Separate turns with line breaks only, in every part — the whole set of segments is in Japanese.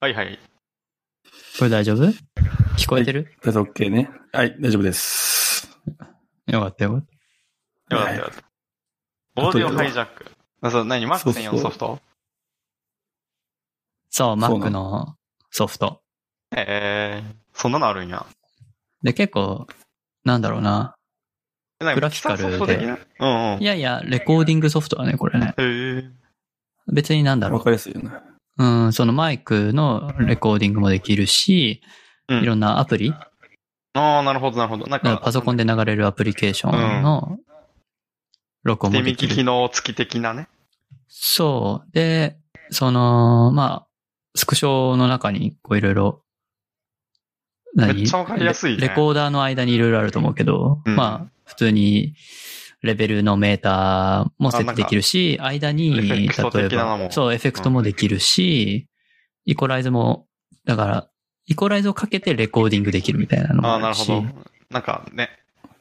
はいはい。
これ大丈夫聞こえてる、
だと OK ね。はい、大丈夫です。
よかったよかっ
よかったよかった。オーディオハイジャック。あ、そう、何マッ
そ
ク
うそう
専用のソフト
た。そう、
そうな
Mac のソフト。
えー、そんなのあるんや。
で、結構、なんだろうな。
えなんか
グラフィカルで
基礎ソフト的なうんうん。
い
へ
やいや、レコーディングソフトだね、これね。
え。
別になんだろ
わ
う。
かりやすいよね。
うん、そのマイクのレコーディングもできるし、
うん
いろんなアプリ、
ああ、なるほど、なるほど。なんか、
パソコン
で。
で流れるアプリケーションの録音
手
もで
引
き
き
る。
機能付き的なね。
そう。で、その、まあ、スクショの中に、こういろいろ、
めっちゃわかりやすいね
レレコーダーの間にいろいろあると思うけど、
うん
まあ、普通に、レベルのメーターも設定できるし、間
エフ
に、
ェクト的
例え
なのも
ば、そう、エフェクトもできるし、イコライズも、だから、イコライズをかけてレコーディングできるみたいなのも
あ
あ
あ、な
る
る
し。
ほど。なんかね、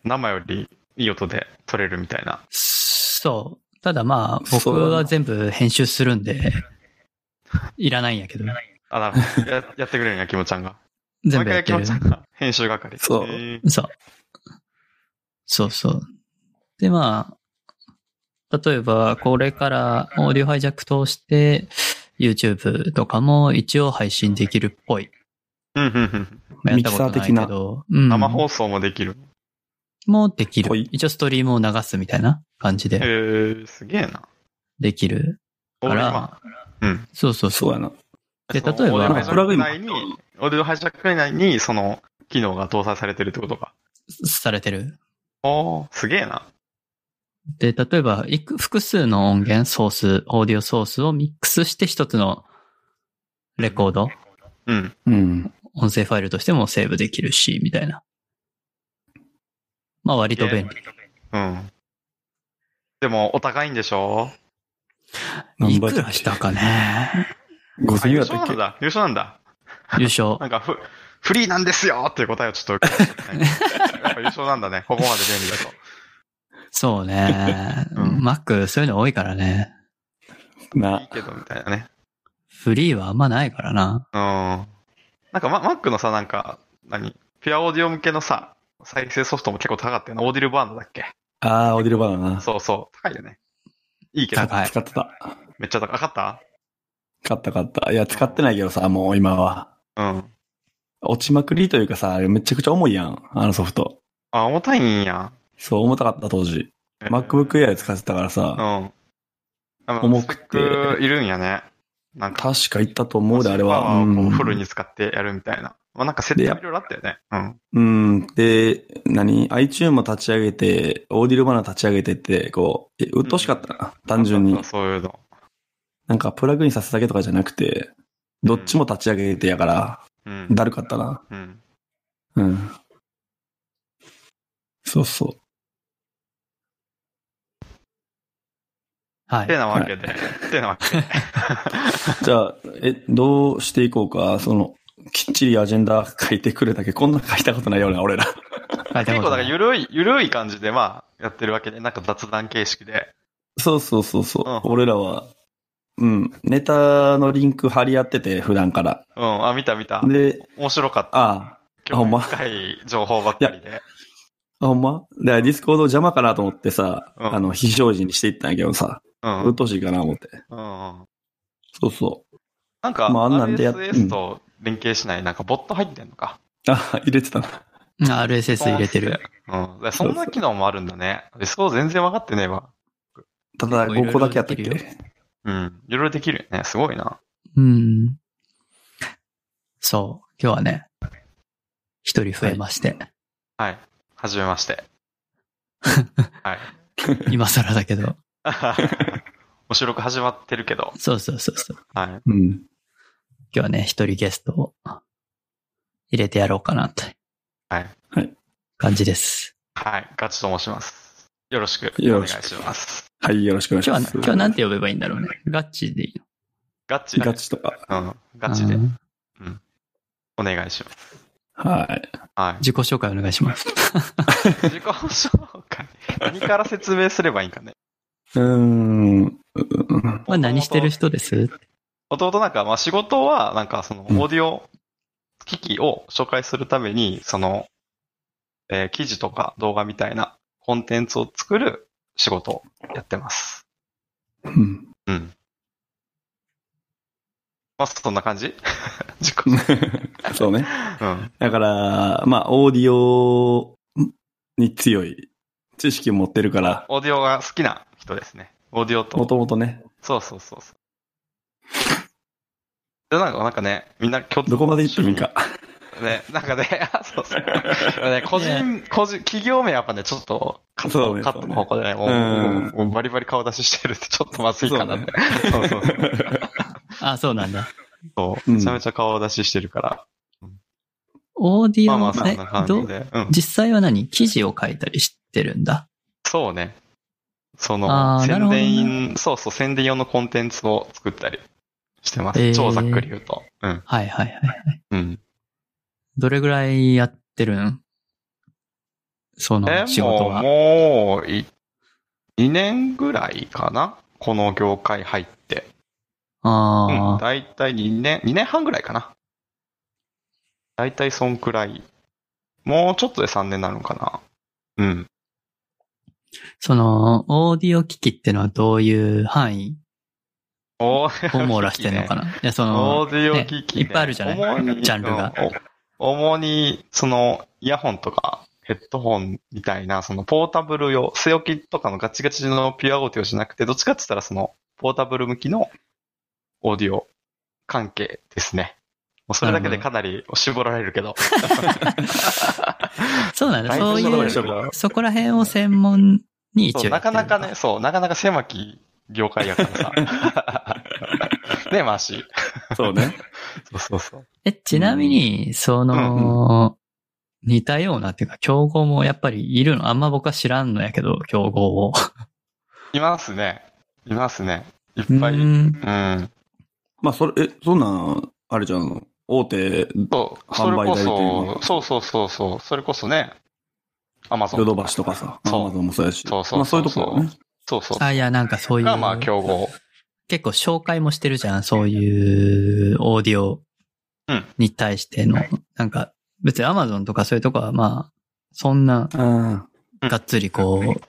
生よりいい音で撮れるみたいな。
そう。ただまあ、僕
そうだな
は全部編集するんで、いらないんやけど。
あ、なるほ ど。ややってくれるんや、キモちゃんが。
全部や
毎
っ
回キ
て
モ
る
ち。ゃんが編集係。
そう
へー
そう。そうそう。で、まあ、例えば、これからオーディオハイジャック通して、YouTube とかも一応配信できるっぽい。
うん、うん、うん。
まあやったことないけ
ミキサ
ど、うん
生放送もできる。
もでき
ぽ
る
い。
一応ストリームを流すみたいな感じ
へ
で
え、すげえな。
できるか
俺
ら
今、うん。
そうそう
そ
そうう。
やな。
で、
そ
例
の
え
オーディオハイ
ば
ジ
そ
ャ
うプラ
ッ
グ
ク
イン
内に、オーディオハイジャック内に、その、機能が搭載されてるってことか。
されてる。
おー、すげえな。
で、例えば、いく複数の音源、ソース、オーディオソースをミックスして一つのレコード、
うん。
うん。
音声ファイルとしてもセーブできるし、みたいな。まあ割と便利。
うん。でも、お高いんでしょ
いくらしたかね。
?5000
あ
円
優
だ
勝
った
な
っけ
んだ。優勝なんだ。
優 勝。
なんかフ、フリーなんですよっていう答えをちょっと受けた、 ね。やっぱ優勝なんだね。ここまで便利だと。
そうね。
うん
マック、そういうの多いからね。
いい
な、
けど、みたいなね。
フリーはあんまないからな。
うん。なんか、ママックのさ、なんか、何ピュアオーディオ向けのさ、再生ソフトも結構高かったよな。オーディルバーンドだっけ
あー、オーディルバーだな。
そうそう。高いよね。いいけど、
高い。
使ってた。
めっちゃ高かっ
買った買った。いや、使ってないけどさ、もう今は。
たうん。
落ちまくりというかさ、あれめちゃくちゃ重いやん。あのソフト。
あ、重たいんや。
そう、重たかった当時。
え
MacBook Air 使ってたから
う
さ、
ん。あ
重
スペ
く
ッ
て
クいるんやね。なんか、
確か行ったと思うで、あれ
パ
は。
ワーをこう
うん
フルに使ってやるみたいな。まあ、なんか設定いろいろあったよね。うん。
うん。で、何 ?iTune も立ち上げて、オーディルバナ立ち上げてって、こう、え、うっとうしかったな。単純
そ
に
う。そういうの。
なんかプラグインさせただけとかじゃなくて、どっちも立ち上げてやから、
うん。
だるかったな。
うん。
うん。そうそう。
は
て
い。
なわけで。てなわ けで。
じゃあ、え、どうしていこうか。その、きっちりアジェンダ書いてくれたけど、こんな書いたことないよね、俺ら。
書いた
結構だか
ことな
ら
い。
ゆるい、ゆるい感じでまあやってるわけで、なんか雑談形式で。
そうそうそうそう。
うん
俺らは、うん。ネタのリンク貼り合ってて、普段から。
うん、あ、見た見た。
で、
面白かった。
あ
興味深い情報ばっかりで。
あ、ほんまで、ディスコード邪魔かなと思ってさ、
うん
あの、非表示にしていったんやけどさ、
うん。う
うんっ。とうしいかな思って。
うん
そうそ
なんか、
まああんなんでやっ
RSS と連携しない、なんかボット入ってんのか。
う。あ、入れてたな。
うん RSS 入れてる。
うん。でそんな機能もあるんだね。ディスコード全然分かってねえわ。
ただ、
結構
5個だけやったっ
いろいろで
け
うん。いろいろできるよね。すごいな。
うん。そう。今日はね、一人増えまして。
はい。はじめまして。はい。
今更だけど。
お収録始まってるけど。
そうそうそうそう。
はい。
うん。
今日はね、一人ゲストを入れてやろうかなって。
はい。
はい
感じです。
はい。ガチと申します。よろしくお
よ
願い
ろしく
します。
はい、よろしくお願いし
今日
ま
は、
す。
今日はなんて呼べばいいんだろうね。ガッチでいいの
ガチで。
ガチとか。
うん。ガチで
あ。ー
お願いします。
はい。
はい。
自己紹介お願いします。
自己紹介。何から説明すればいいんかね。
うーん。うん
まあ何してる人です
もともとなんか、まあ仕事は、なんかその、オ
うん
ーディオ機器を紹介するために、その、えー記事とか動画みたいなコンテンツを作る仕事をやってます。
うん。
うん。まあ、そんな感じ 自己
そうね。
うん。
だから、まあ、オーディオに強い知識を持ってるから、
オーディオが好きな人ですね。オーディオと
も。ともとね、
そうそうそうそう。で、なんか、なんかね、みんな共通
どこまで行ってもいいか。
ね、なんかね、 あそうそう。ね、個人、個人、企業名やっぱね、ちょっと、カッ
そ
ト、
うね
カットの方向でね、もう、
うん
もうもうバリバリ顔出ししてるってちょっとまずいかなって。そうそうそう。
あ、そうなんだ。
そうめちゃめちゃ顔出ししてるから。
オーディ
まあ
オ、
まあ、そん
え
な感
ど
じで。うん。
実際は何記事を書いたりしてるんだ。
そうね。そ
あ
の、
ーなる
宣
ほどね
伝、そうそう、宣伝用のコンテンツを作ったりしてま
へー
す。超ざっくり言うと。うん。
はいはいはい。
うん。
どれぐらいやってるんそ
え
の、仕事
もう、
は。
もう、い2年ぐらいかなこの業界入って。うん。
ああ、
だいたい2年、2年半ぐらいかな。だいたいそんくらい。もうちょっとで3年になるのかな。うん。
その、オーディオ機器ってのはどういう範囲
お
を網羅してるのかな、いや、その、
オーディオ機器、ね
ねいっぱいあるじゃない
主に
ジャンルが。
お主に、その、イヤホンとか、ヘッドホンみたいな、その、ポータブル用、据え置きとかのガチガチのピュアオーディオじゃなくて、どっちかって言ったら、その、ポータブル向きのオーディオ関係ですね。もうそれだけでかなり絞られるけど。
そうなんだ。
大
そう
変絞られる
い
け
う、
ど
そこら辺を専門に一応
そう、
や
な
っ
か
てるの
なかね、。そう、なかなか狭き業界や からさ。ね、マーシー。
そうね。
そうそうそう。
え、ちなみに、その、似たようなっていうか、競合もやっぱりいるのあんま僕は知らんのやけど、競合を。
いますね。いますね。いっ
う
ぱい。うん。
ん。
まあ、それ、え、そんなん、あれじゃん、大手、
そう、それ
販売
こ
代理
そ、
店
そうそうそうそう、それこそね、アマゾン。
ヨドバシとかさ、ア
そう
マゾンもそうやし。
そうそう
まあ、そういうところね。
そうそう。
あ、いや、なんかそういう、
が、まあ、競合。
結構紹介もしてるじゃん、そういうオーディオ
うん
に対しての。
はい
なんか、別に Amazon とかそういうとこはまあ、そんな
あ
がっつりこ
うん
う、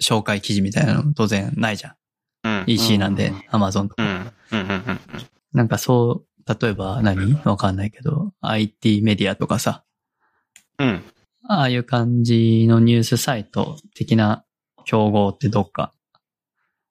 紹介記事みたいなの当然ないじゃ
うん
ん。。EC なんで、Amazon
う
とか。
ん。うん。うん。うん。
なんかそう、例えば何わかんないけど、IT メディアとかさ、
うん。
ああいう感じのニュースサイト的な競合ってどっか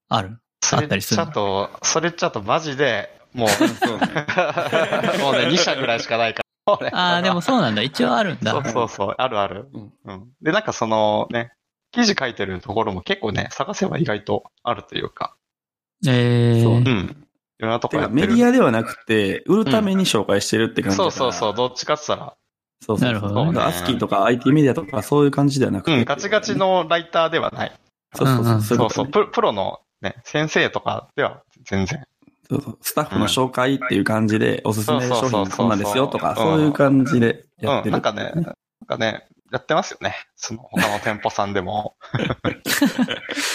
ある
そ
あ
れ
ったりす
ち
る
ょ
の
っと、それちょっとマジで、 もう、
そうね。
もうね、2社ぐらいしかないから。もうね
ああ、でもそうなんだ。一応あるん
そう
だ。
そうそう、あるある。
うん
うん。で、なんかそのね、記事書いてるところも結構ね、探せば意外とあるというか。
ええ
そう
う
ー。
ん。いろんなとこ
て
や
か、
って
メ
る。
ディアではなくて、売るために紹介してるって感じだ
そ
から
うそうそう、。どっちかって言ったら。
そうそう
なるほどね
だからアスキーとか IT メディアとかそういう感じではなくて。
うん、ガチガチ。のライターではない。
そうそうそう。
そう
そ
そう、
いうことね
プロプロのね、先生とかでは全然。
そうそう。スタッフの紹介っていう感じで、おすすめの商品こんなんですよと
そ
か、
うそうそうそう
そういう感じでやって
うん、
る。
なんかね、なんかね、やってますよね。その他の店舗さんで も。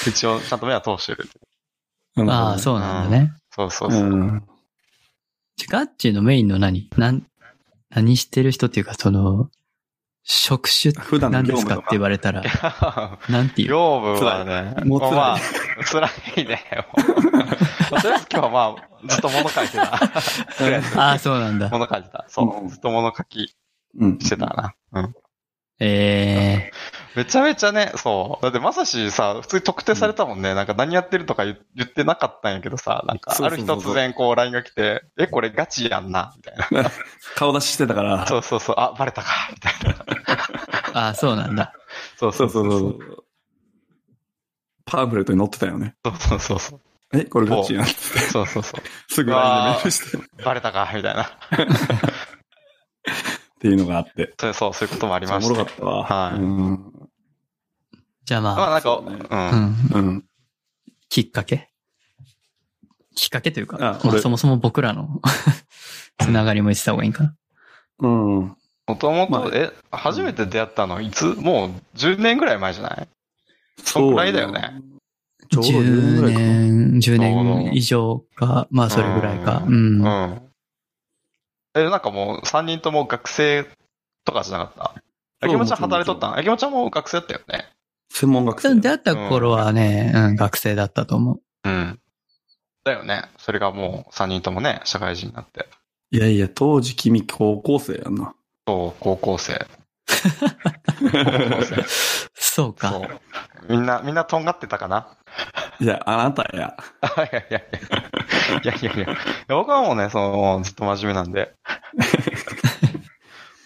一応、ちゃんと目は通してる。
うん。
ああ、そうなんだね。
そうそう
う
そう。
ん。
じゃガッチーのメインの何なん、何してる人っていうか、その、職種
普段の
何
業
ですか
務
っ
と
て
か
言。われたら、なんていう
業務はね、
辛いもう辛い
まあ、辛いね。 もうとりあえず今日はまあ、ずっと物書いてた。とりあえず
ああ、そうなんだ。
物書いてた。そう。ずっと物書き
うん。
してたな。うん。
ええ
めちゃめちゃね、そう。だってまさしさ、普通に特定されたもんね。なんか何やってるとか言言ってなかったんやけどさ、なんか
そ
あ
うそ
る
うそ
日
うそう
突然こう LINE が来て、え、これガチやんな、みたいな。
顔出ししてたから。
そうそうそう、あ、バレたか、みたいな。
ああ、そうなんだ。
そう
そ
そうう
そ
そうう
そ。
そう
パンフレットに載ってたよね。
う。そうそうそう。
え、これガチやん。
そうそうそ
すぐ LINE でメールして。っ
う。バレたか、みたいな。
ていうのがあって。
そうそう、そういうこともあり
お
まし
もろか
た。
ったわ。
はい
うん。
じゃあ
まあ
ま
なんか、
そうね
あ、う
うん。
ん。
うん。
きっかけきっかけというか、
あ
まあ
俺
そもそも僕らの つながりも言ってた方がいいんかな。
うん。
もとも
まあ
と、え、初めて出会ったのいつもう10年ぐらい前じゃないそんくらいだよね。
ちょうど10年ぐらいかな。
10
なるほど
年以上か、まあそれぐらいか。う。
うんん。え、なんかもう3人とも学生とかじゃなかった
そう
秋元ちゃん働いとったん秋元ちゃんも学生だったよね。
専門学
そ
生。
の出会った頃はね、うん、学生だったと思 う。
うん。だよね。それがもう3人ともね、社会人になって。
いやいや、当時君高校生やんな。
そう、高校生。
そ
そ
うか。
う。みんな、みんなとんがってたかな
いや、あなたや。
いやいやいや。いやいやいや。僕はもうね、その、ずっと真面目なんで。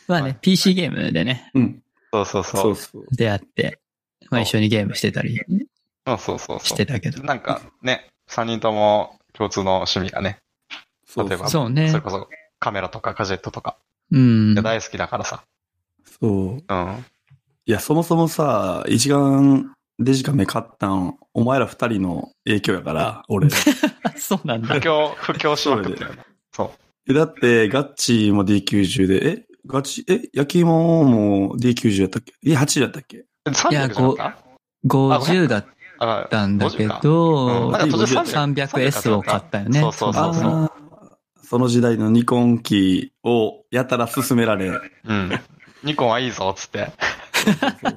まあ
は
ね
い、
PC ゲームでね、
うん。
そうそうそう。
そうそう。
出会って、まあ
そう
一緒にゲームしてたり
うんそうそう
し
そ
てたけど
う。。なんかね、3人とも共通の趣味がね、
そう
例えば
そう
そ
ね
れ。こそカメラとかガジェットとか、
うん
いや。大好きだからさ。
そう。
うん。
いや、そもそもさ、一眼デジカメ買ったん、お前ら二人の影響やから、 俺。
そうなんだ
不。況、不況しまくってる。
えだって、ガッチも D90 で、えガチ、え焼き芋も D90 やったっけえ、8やったっけ
300
い
じ
や
ゃなかった
50だっ
あ
たんだけ
うん
ど
な、んか途中300
300S を買ったよね。
そうそうそうそう
あーその時代のニコン機をやたら勧められ。
うん。ニコンはいいぞ、つって。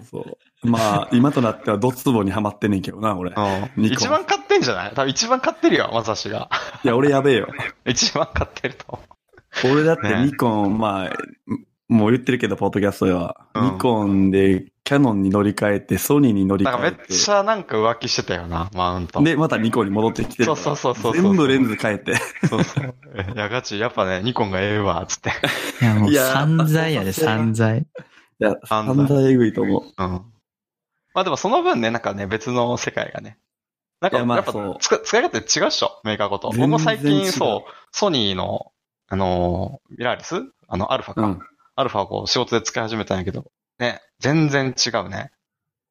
そうそう。まあ、今となってはドツボにはまってんねんけどな、俺。
うん。
ニコン
一番買ってんじゃない多分一番買ってるよ、まさしが。
いや、俺やべえよ。
一番買ってると思
俺だって
ね
ニコン、まあ、もう言ってるけど、ポッドキャストでは。
うん
ニコンでキャノンに乗り換えて、ソニーに乗
う。
り
なんか
換
め
え。
ってちゃなんか浮気してたよな、マウント。
で、またニコンに戻ってきてるから。
そうそうそうそうそう
全部レンズ変えて。
そうそう。いや、ガチ、やっぱね、ニコンがええわ、つって。
いや、もう
いや
散財やで、散財。
いや、
犯
犯
罪
罪えぐいと思う。
うん。まあでもその分ね、なんかね、別の世界がね。なんか、
いやまあ
やっぱ
そう
つか使い方違うっしょ、メーカーごと。
全然
僕も最
違
近、
う
そう、ソニーの、あのー、ミラーレスあの、アルファか。
うん。
アルファをこう仕事で使い始めたんやけど、ね、全然違うね。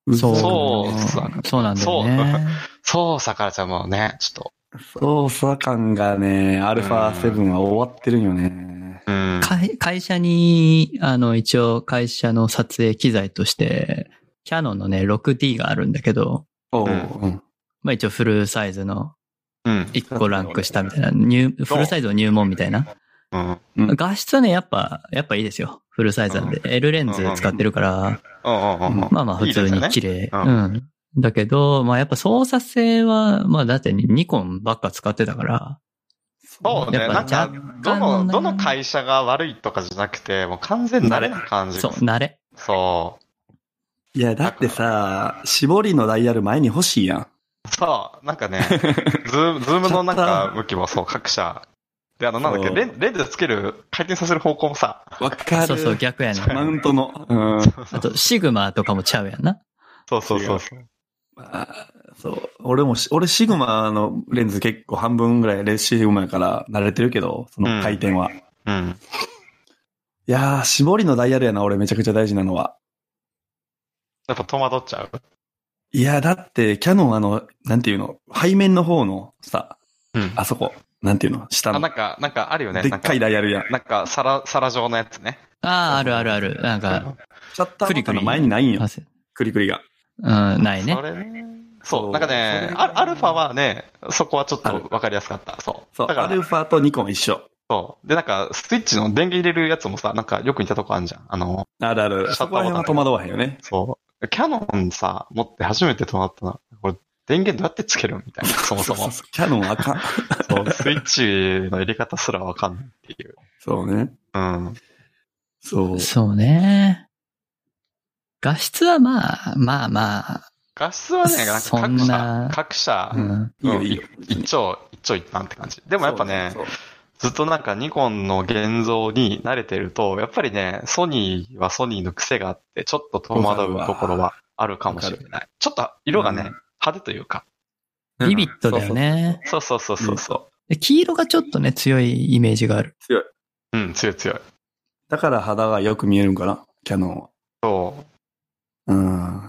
そう。
そう
そうなんだよね。
そう、さからちゃんもね、ちょっ
操作感がね、アルファ7は終わってるんよね。
と、うん。
会会社に、あの、一応会社の撮影機材として、キャノンのね、6D があるんだけど、
お
う
う、うん。
まあ一応フルサイズの
うん。
一個ランク下みたいな、入、フルサイズを入門みたいな。
うん。
うん
画質はね、やっぱ、やっぱいいですよ。フルサイズなんで。L レンズ使ってるから、
うん。うん。うん。
まあまあ普通に綺
麗。
麗。
う
うんん。だけど、まあやっぱ操作性は、まあだってニコンばっか使ってたから、
そうね、
やっぱ
なんか
若干、
どの、
ね
どの会社が悪いとかじゃなくて、もう完全に慣れな感じ
そう、
がする。
慣れ。
そ
いや、だってさ、絞りのダイヤル前に欲しいやん。
う。そう、なんか ね、ズーム、ズームのなんか向きもそう、各社。で、あの、なんだっけ、
そう
レンレンズつける、回転させる方向も さ、
わかる。
そうそう、逆やな。
マウントの。うん。
あと、シグマとかもちゃうやんな。
そうそうそうそう。
あーそう。俺もし、俺シグマのレンズ結構半分ぐらいレシグマやから慣れてるけど、その回転は。い
うん。
やー、絞りのダイヤルやな、俺めちゃくちゃ大事なのは。
やっぱ戸惑っちゃう。
いや、だって、キャノンあの、なんていうの、背面の方のさ、
うん。
あそこ、なんていうの、下
あ、な
の
ん、か、なんかあるよね。
でっかいダイヤルやん。
なんか、皿、皿状のやつね。
ああ、あるあるある。なんか、
シャッター
ク
ボ
リク
タン
リ
の前にないん
あ
よ。
せ
クリクリが。
うん、ないね
そ。れね。そう、
そう
なんかね
それ、が
アルアルファはね、そこはちょっとわかりやすかった。そう。
そう、
だか
アル
ら、
ファとニコンは一緒。
そう。で、なんか、スイッチの電源入れるやつもさ、なんかよく似たとこあるじゃん。あの、
あるある。
シャッター
そ
ボ
こ
タ
ら
ン
辺は戸惑わへんよね。
そう。キャノンさ、持って初めて止まったな。これ、電源どうやってつけるみたいな、そもそも。そう
キャノン あかん。
スイッチの入れ方すらわかんないっていう。
そうね。
うん。
そう。
そうね。画質はまあ、まあまあ、
画質はね、なんか
そん
各社
な、
各社、
うん。
いいよ、
うん
いいよ。
一長、一長一短って感じ。で
で
もやっぱね、ずっとなんかニコンの現像に慣れてると、やっぱりね、ソニーはソニーの癖があって、ちょっと戸惑うところはあるかもしれ
わ
ない。ちょっと色がね、
うん
派手というか。
ビビットだよ。ね。
そうそうそうそうそ
で黄色がちょっとね、強いイメージがある。
う。うん、強い強い。
だから肌がよく見えるんかな、キャノンは。
そう。
うん。
う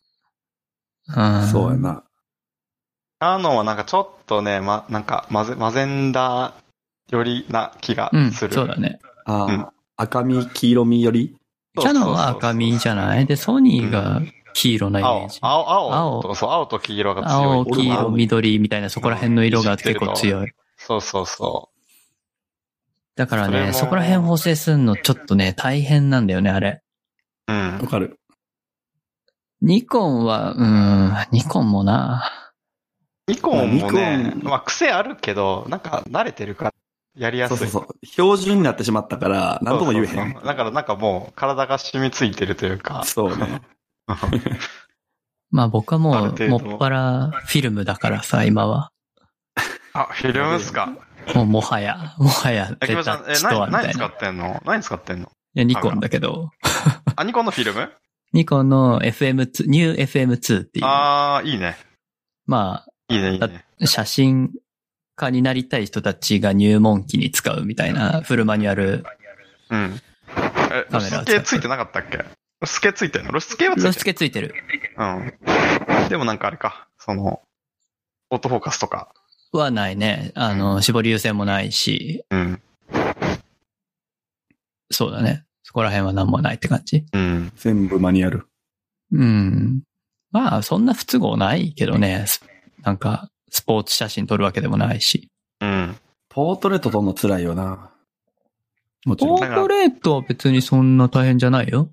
ん。
そうや。な。
あのはなんかちょっとね、ま、なんか混ぜ、混ぜんだよりな気が
うん、
する。
そうだね。
あー
うん
赤身、黄色身より
そう
キ
そうそうそう。
ャノンは赤身じゃないで、ソニーが黄色なイメー
青
ジ、。
青、
青
青と、そう、青と黄色が強
青、
い。
黄色、緑みたいな、そこら辺の色が結構強い。
そうそうそ
だから
それ
ね、
も
そこら辺補正するのちょっとね、大変なんだよね、あれ。
う。う
わ
ん。
かる。
ニコンは、うーん、ニコンもな。
ニコンも
まあニ
ね、
コン
まあ癖あるけど、なんか慣れてるから、やりやす
そう
い。
そうそう。標準になってしまったから、なんとも言えへ
そうそ
ん
う。そうだからなんかもう、体が染みついてるというか、
そうね。
まあ僕は
ある
も
程
う、も
度
っぱらフィルムだからさ、今は。
あ、フィルムっすか。
もうもはや、もはや、
え、
出
キムちゃ
た
ん、え、
ちとは
何、何
みたい
使
な。い
ってんの何使ってんの
や、ニコンだけど。
あ、ニコンのフィルム
ニコンの FM2、ニュー FM2 っていう、
あー、いいね。
ま
いいね、いいね。
あ、写真家になりたい人たちが入門機に使うみたいなフルマニュアル。
うん。え、
カ
露
メラを使って
出系ついてなかったっけ露出系ついてんの露出系はついて
露
ん
出系ついてる。
うん。でもなんかあれか、その、オートフォーカスとか。
はないね。あの、絞り優先もないし、
うん。
そうだね。そこら辺は何もないって感じ。
うん。
全部マニュアル。
うん。まあ、そんな不都合ないけどね。すなんか、スポーツ写真撮るわけでもないし。
うん。
ポートレート撮るの辛いよな。もち
ポ
ろん。
だ
ー
から
トレートは別にそんな大変じゃないよ。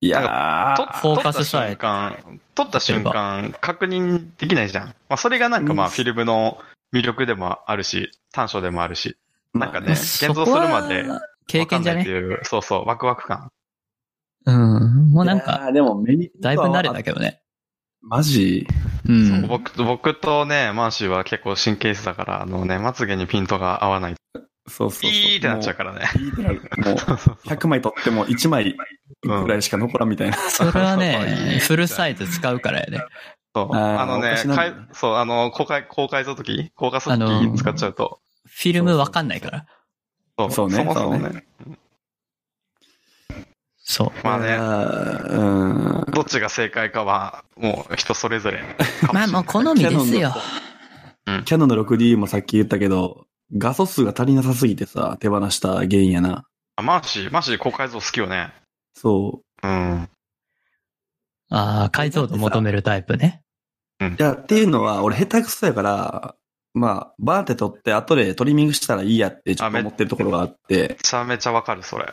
いや
と
ー
フォーカスさ
撮
え
った瞬間、撮った瞬間、確認できないじゃん。まあ、それがなんかま
う
あ、
ん
フィルムの魅力でもあるし、短所でもあるし、なんかね、
まあ
現像するまで
そこは。経験じゃ
わかん
ね
ないっていう、そうそう、ワクワク感。
うん。もうなん
い
か、
やーでも目に。
だいぶ慣れたけどね。
マジ
う。
そうん僕と僕とね、マーシーは結構神経質だから、あのね、まつげにピントが合わない。
そうそうそう。
いいってなっちゃうからね。
もう。いいってなる。もう、100枚撮っても1枚ぐらいしか残らんみたいな。
それは
そうい
ね
い、
フルサイズ使うからやね。
そう。
あー
あのね
おかし、な
か
ん
い
だよ
そう、あの、公開、公開するとき公開する
あの
と
ー
き使っちゃうと。
フィルムわかんないから。
そう
そうね
そもそも
そう
ね。
そう。
まあ
い
ね、
やーうん。
どっちが正解かは、もう人それぞれ。
まあもう好みですよ。
キャノンの 6D もさっき言ったけど、画素数が足りなさすぎてさ、手放した原因やな。
あマーシー、マーシー公開像好きよね。
そ
うん。
ああ、解像度求めるタイプね。
う。いや、っていうのは、俺下手くそやから、まあ、バーって撮って、後でトリミングしたらいいやってちょっと思ってるところがあって
め、ちゃめちゃわかる、それ。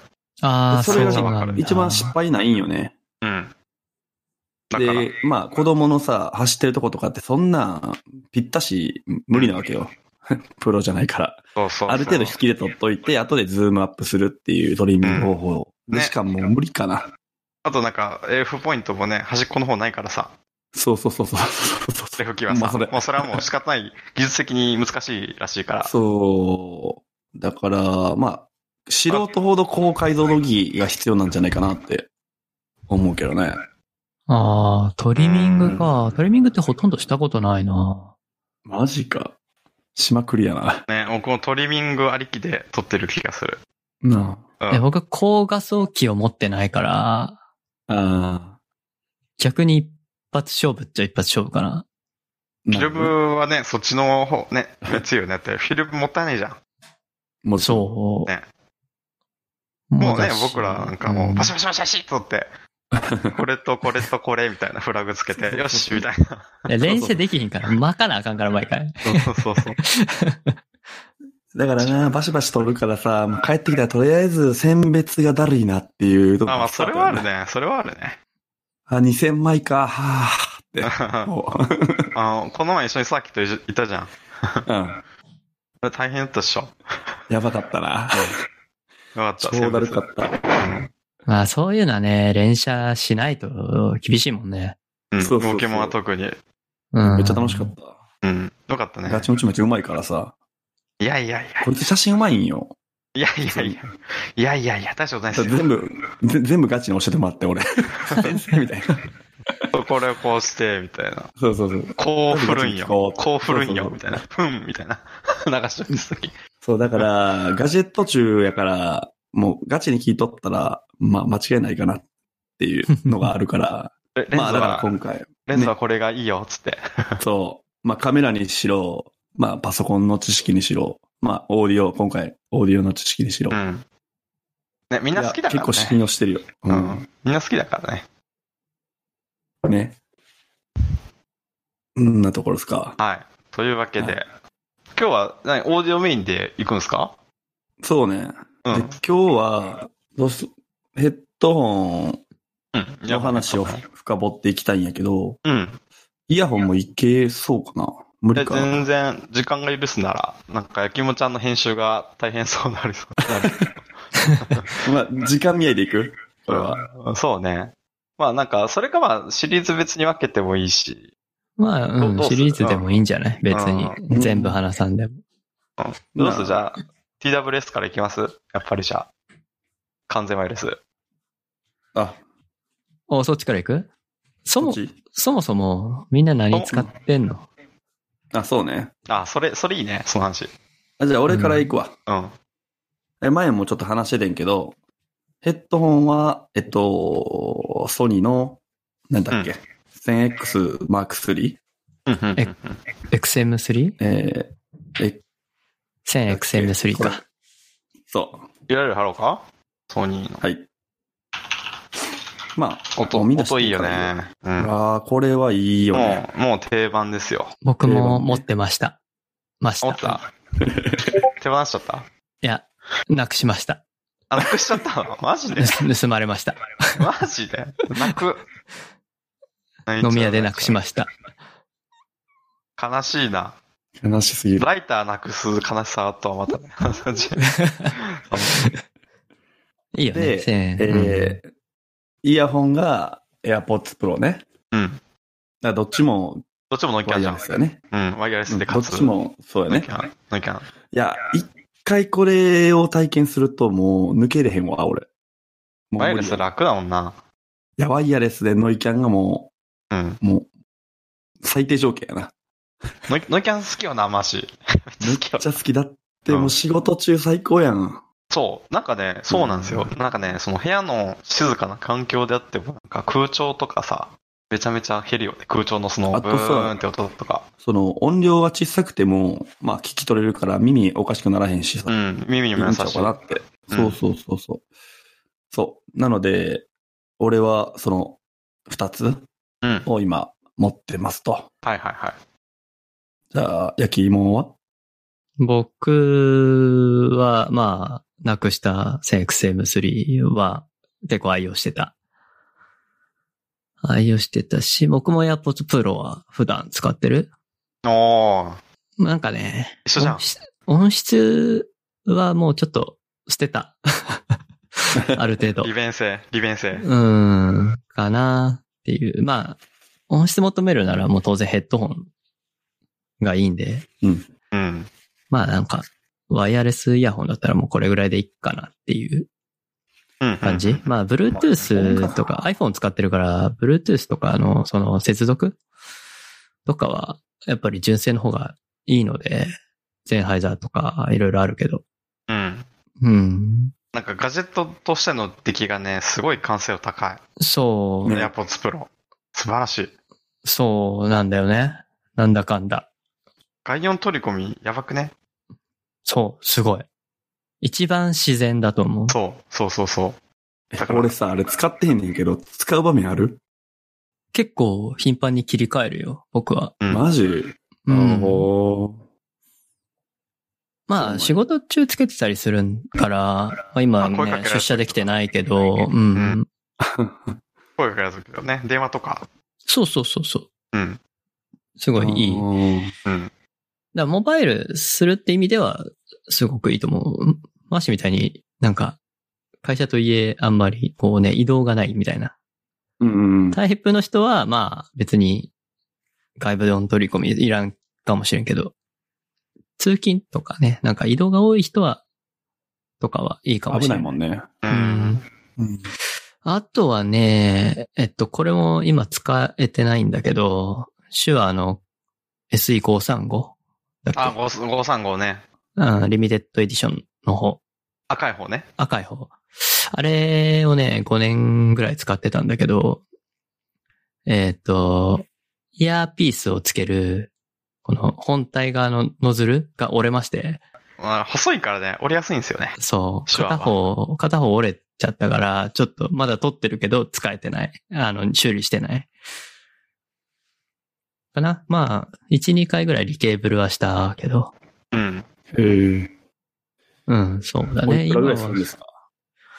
ああ、そ
そうれ
な
が
んだ。
一番失敗ないんよね。
うん。だから、
で、まあ、子供のさ、走ってるとことかって、そんな、ぴったし、無理なわけよ。 プロじゃないから。
そうそうそう
ある程度引きで撮っといて、後でズームアップするっていうトリミング方法。
うん
で
ね
しかもう無理かな。
あとなんか、F ポイントもね、端っこの方ないからさ、
そうそうそうそうそうそうそ
手
う。
拭きはさ、
まあそれ
もうそれはもう仕方ない、技術的に難しいらしい から。
そう。だから、まあ、素人ほど高解像度技が必要なんじゃないかなって思うけどね。
ああ、トリミングか。トリミングってほとんどしたことないな。
マジか。しまくりやな。
ね、僕もトリミングありきで撮ってる気がする。
な
う
え
ん。
僕、高画素機を持ってないから、
あ。あ
逆に一発勝負っちゃ一発勝負かな。
あ。
フィルムはね、そっちの方、ね、強いよねって、フィルムもったいないじゃん。
もう。
そう。
ね
も
もうね
だし、
僕らなんかもう、パシパシパシパシっとって、 これとこれとこれみたいなフラグつけて、よし、みたいな。
うんいや練習できひんから、巻かなあかんから、毎 回。
そうそうそう。
だからな、バシバシ撮るからさ、もう帰ってきたらとりあえず選別がだるいなっていうとこ
あ、まあ、
ス
そ
ター
れ
トや
はあ
な
るね。それはあるね。
あ、2000枚か、は
あ
ぁ、もう。
の、この前一緒にサーキットいたじゃん。
うん。
あれ大変だったっしょ。よ
やばかったな。
かった。
超だるかった。
まあ、そういうのはね、連射しないと厳しいもんね。
うん。
そうそうそう
ポケモンは特に。
うん。
めっちゃ楽しかっ。た。
うん。よかったね
ガ。チムチムチうまいからさ。
いやいやい
こいつ写真うまいんよ。
や。いやいやいや。いやいやいや、大したことないですよ。
全部、ぜ全部ガチに教えてもら って、俺。先生みたいな。
これをこうして、みたいな。
そうそうそう。
こう振るんよ。
こう
こう振るん
そ
よ、
うそうそう
みたいな。ふん、みたいな。 流しときすぎ。
そう、だから、ガジェット中やから、もうガチに聞いとったら、まあ、間違いないかなっていうのがある から、
レレンズ
まあ、だから
は、
今回、
レンズはこれがいいよ、つって。
そう、まあ、カメラにしろ、まあ、パソコンの知識にしろ、まあ、オーディオ、今回、オーディオの知識にしろ
う。ん。ね、みんな好きだから
いや結構信
ね。
用してるよ。
うん。みんな好きだからね。
ね。うんなところですか。
はい。というわけで、
は
今日は何オーディオメインで行くんですか
そうね。
う
で
ん。
今日は、どうす、ヘッドホン
うん。
の話を
いや
深掘っていきたいんやけど、
うん。
イヤホンもいけそうかな無理
で
かな
全然、時間が許すなら、なんか、やきもちゃんの編集が大変そうになり そう
まあ、時間見合いでいくこれは。
うんそうね。まあなんか、それかまあ、シリーズ別に分けてもいいし。
まあ、う
ど
ん、
うす
シ
る
リーズでもいいんじゃない別に
う。ん
全部話さんでも。
どうするじゃ
あ。
あ、TWS から行きますやっぱりじゃあ。完全マイルス。
あ、
お、そっちから行くそ
そっ
も、
ち
そもそも、みんな何使ってんの
あ、そうね。
あ、それ、それいいね、その話。
あじゃあ、俺から行くわ。
うん。
え前もちょっと話しててんけど、ヘッドホンは、えっと、ソニーの、なんだっけ、1000X Mark III?
うんうんうん
え ?XM3?1000XM3
えーえ、これ
か。。
そ
いろいろ貼ろうかソニーの
う。。はい。まあ、
音、
もうみんな知って
音いい
る
よ
から。
ね。うん。も
ああ、これはいいよね。
う、もう定番ですよ。
僕も持ってました。まし
思
た。
った。手放しちゃった
いや、なくしました。
あ、なくしちゃったのマジで
盗盗まれました。
マジで泣く。
飲み屋でなくしました。
悲しいな。
悲しすぎる。
ライターなくす悲しさとはまたね。
いいよね。
で
1000
えーイヤホンが AirPods Pro ね。
うん。
だからどっちも
どっちもノイキ
ワ
ャン
イ
じ
ヤ
ゃん
レ。スだよね。
うん、ワイヤレ
う
ス
ん
で
ど
か
っ
つ。
ちもそう
ノ
や
イ
ね
キ。ャン。ノイキャン。
いや、一回これを体験するともう抜けれへんわ、俺。もう無理
ワイヤレス楽だもんな。
いや、ワイヤレスでノイキャンがも
うん。
う、もう、最低条件やな。
ノイノイキャン好きよな、マジ。
めっちゃ好きだって、もう仕事中最高やん。
そう。なんかね、そうなんですよ。なんかね、その部屋の静かな環境であっても、なんか空調とかさ、めちゃめちゃ減るよね。空調のその、
あ
ブ
とさ
ーンって音とか。
その、音量が小さくても、まあ聞き取れるから耳おかしくならへんしさ、
う
い
ん、耳に
い
も
ん
優
ちゃう
しい
か。なって。
うん
そうそうそうそう。そう。なので、俺は、その、二つ
うん。はい
を今、持ってますと。
はいはい。
じゃあ、焼き芋は
僕は、まあ、なくした 1000XM3 は結構愛用してた。愛用してたし、僕も AirPods Pro は普段使ってる。
おー、
なんかね、
一緒じゃん
音。質音質はもうちょっと捨て た。ある程度。
利便性、利便性。
うーん、かなっていう。まあ、音質求めるならもう当然ヘッドホンがいいんで、
うん。
まあなんか、ワイヤレスイヤホンだったらもうこれぐらいでいいかなっていう
うんうん。
感じ。まあ、Bluetooth とか iPhone 使ってるから、Bluetooth とかのその接続とかは、やっぱり純正の方がいいので、ゼンハイザーとかいろいろあるけど。
うん。
うん。
なんかガジェットとしての出来がね、すごい完成度高
そ
い。
う、
ね
AirPods Pro。素晴らしい。
そうなんだよね。なんだかんだ。
外音取り込み、やばくね
そう、すごい。一番自然だと思う。
そう、そうそうそう。
え
だから
俺さ、あれ使ってへんねんけど、使う場面ある、
結構頻繁に切り替えるよ、僕は。
うん
マジ、
うん
お
まあ、仕事中つけてたりするから、まあ、今
まあ声かけら
ね
れ、たり
出社できてないけど、うん。
うん
ー
声かけられるけどね、電話とか。
そうそうそうそ
う
う。
ん。
すごいいい。だか
い。
うん。
らモバイルするって意味では、すごくいいと思う。マーシみたいになんか、会社といえ、あんまり、こうね、移動がないみたいな。
うんうん。
タイプの人は、まあ、別に、外部音取り込みいらんかもしれんけど、通勤とかね、なんか移動が多い人は、とかはいいかもし
危
れない
な
い。
もんね。
う
うん
ん。。
うん。
あとはね、えっと、これも今使えてないんだけど、手話の SE535 だ
あ、
っけ
5 535ね。
うん、リミテッドエディションの方、
赤い方ね。
赤い方。あれをね、5年ぐらい使ってたんだけど、えっと、イヤーピースをつける、この本体側のノズルが折れまして、
あ細いからね、折りやすいんですよね。
そう、
手話は
片方、片方折れちゃったから、ちょっとまだ取ってるけど使えてない。あの、修理してない。かな。まあ、1、2回ぐらいリケーブルはしたけど。
うん。
へえ。
うん、そうだ
お
ね。
いくらぐらいす
は
るんですか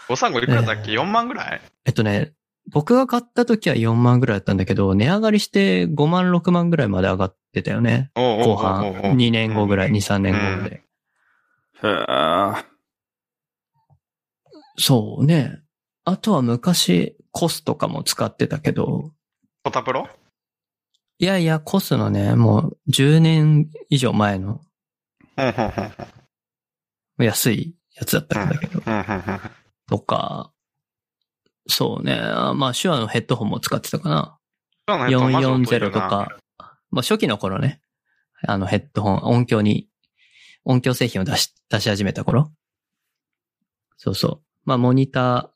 535いくらだっけ ?4 万ぐらい
えっとね、僕が買った時は4万ぐらいだったんだけど、値上がりして5万、6万ぐらいまで上がってたよね。
おうおうおうおう
後半。2年後ぐらい、2、3年後ぐらい。
へえ。
そうね。あとは昔、コスとかも使ってたけど、
ポタプロ
いやいや、コスのね、もう10年以上前の
うんうんうんうん
安いやつだったんだけど、
うんうんうん
とか、そうね。まあ、手話のヘッドホンも使ってたかな。
そうなんやマジ音取れる
440と
な
か、まあ、初期の頃ね、あのヘッドホン、音響に、音響製品を出し、出し始めた頃そうそう。まあ、モニター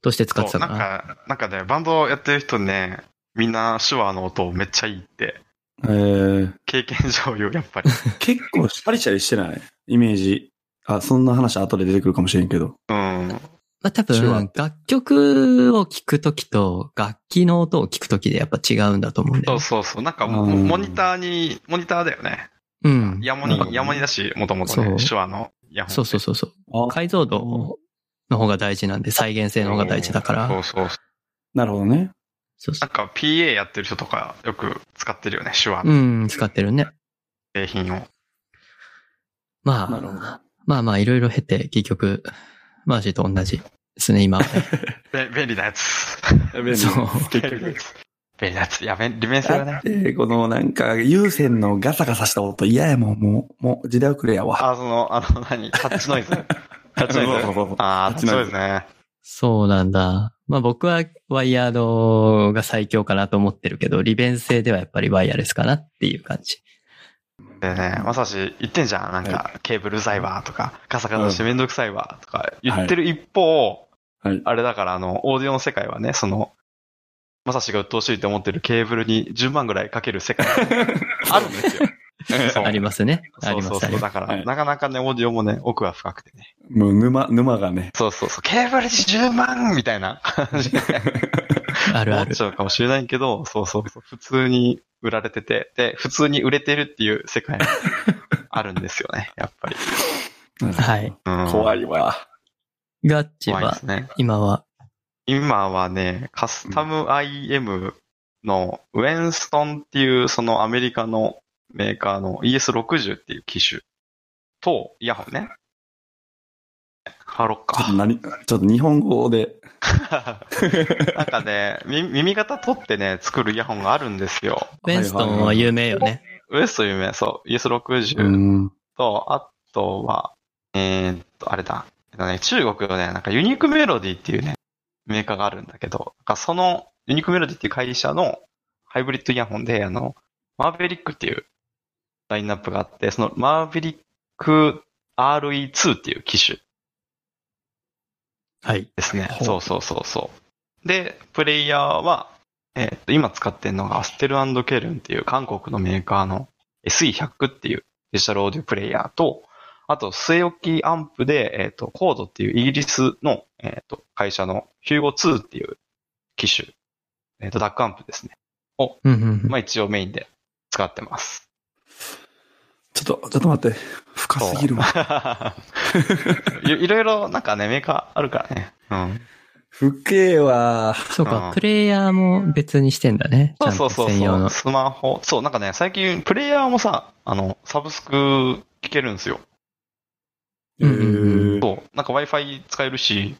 として使って
そ
た
うな
か
ん
な。
か、なんかね、バンドやってる人ね、みんな手話の音めっちゃいいって、
ええ。
経験上言う、やっぱり。
結構シャリシャリしてないイメージ。あ、そんな話後で出てくるかもしれんけど。
うん。
まあ、多
手話っ
分、楽曲を聴くときと、楽器の音を聴くときでやっぱ違うんだと思うんだ
そう
よね。
そうそう。なんか、モ
うん
モニターに、モニターだよね。
うん。
ヤモ
なんか
ニ、ヤモニだし、もともとね、
そう
手話のイヤホン。
そうそうそうそう。
あ
解像度の方が大事なんで、再現性の方が大事だか
そ
ら
う。そうそう。
なるほどね。
そうそ
なんか PA やってる人とかよく使ってるよね、手話
う。
の
うん、使ってるね。
製品を。
ま
なるほど
あ、まあまあ、いろいろ経て、結局、マーシーと同じですね、今はね。
べ便利なやつ。
そう
結
便利なや
局。
つ。 便利なやつ。いや、便利便性だね
だっ。て、このなんか、有線のガサガサした音嫌やもん、もう、もう、時代遅れやわ。
あ、その、あの、何タッチノ イズ。タッチノイズ
そうそうそう。
ああ、
タ
タ
ッ
ッチ
チノ
ノ
イ
イ
ズ
ズね。
そうなんだ。まあ僕はワイヤードが最強かなと思ってるけど、利便性ではやっぱりワイヤレスかなっていう感じ。
でね、まさし言ってんじゃん。なんか、ケーブルうざいわとか、カサカサしてめんどくさいわとか言ってる一方、
はい
あれだから、あの、オーディオの世界はね、その、まさしが鬱陶しいと思ってるケーブルに10万ぐらいかける世界があるん ですよ。そう
ありますね。あ
そ
り
う
ま
そう
す、あ
そう。
りま
だ
す。
から、
はい
なかなかね、オーディオもね、奥は深くてね。
もう、沼、沼がね。
そうそうそう。ケーブルに10万みたいな感じで
あ る
思
あ
っ
る
ち。ゃうかもしれないけど、そうそうそう。普通に売られてて、で、普通に売れてるっていう世界 もあるんですよね、やっぱり。
はい。
うん、
怖
い。
いわ。
ガッチ
怖いで
は
す、ね。
今は、
今はね、カスタム IM のウェンストンっていうそのアメリカのメーカーの ES60 っていう機種とイヤホンね。ハロッ
ちょっ
か。
と何、ちょっと日本語で。
なんかね、み耳型取ってね、作るイヤホンがあるんですよ。
ベンストンは有名よね。
ウエスト有名、そう。
う
ES60
ん。
と、あとは、えーっと、あれだ。えっとね、中国のね、なんかユニークメロディっていうね、メーカーがあるんだけど、なんかそのユニークメロディっていう会社のハイブリッドイヤホンで、あの、マーヴェリックっていうラインナップがあって、そのマーヴェリック RE2 っていう機種
はい。
ですね。
ほう
そうそうそうそう。で、プレイヤーは、えーっと、今使ってるのがアステルケルンっていう韓国のメーカーの SE100 っていうデジタルオーディオプレイヤーと、あと、据え置きアンプで、えーっと、コードっていうイギリスの、えーっと、会社のヒューゴ2っていう機種、えーっと、ダックアンプですね。
うんうんうん。
まあ一応メインで使ってます。
ちょっと、ちょっと待って。深すぎるわ。
いいろいろなんかね、メーカーあるからね。うん。
深えわ。
そうか
う、ん
プレイヤーも別にしてんだね。
そ
ちゃ
うんそ
と
うそう
専用
そ
の
う。。スマホ。そう、なんかね、最近、プレイヤーもさ、あの、サブスク聞けるんですよ。
うんうん
へえ
そう。なんか Wi-Fi 使えるし、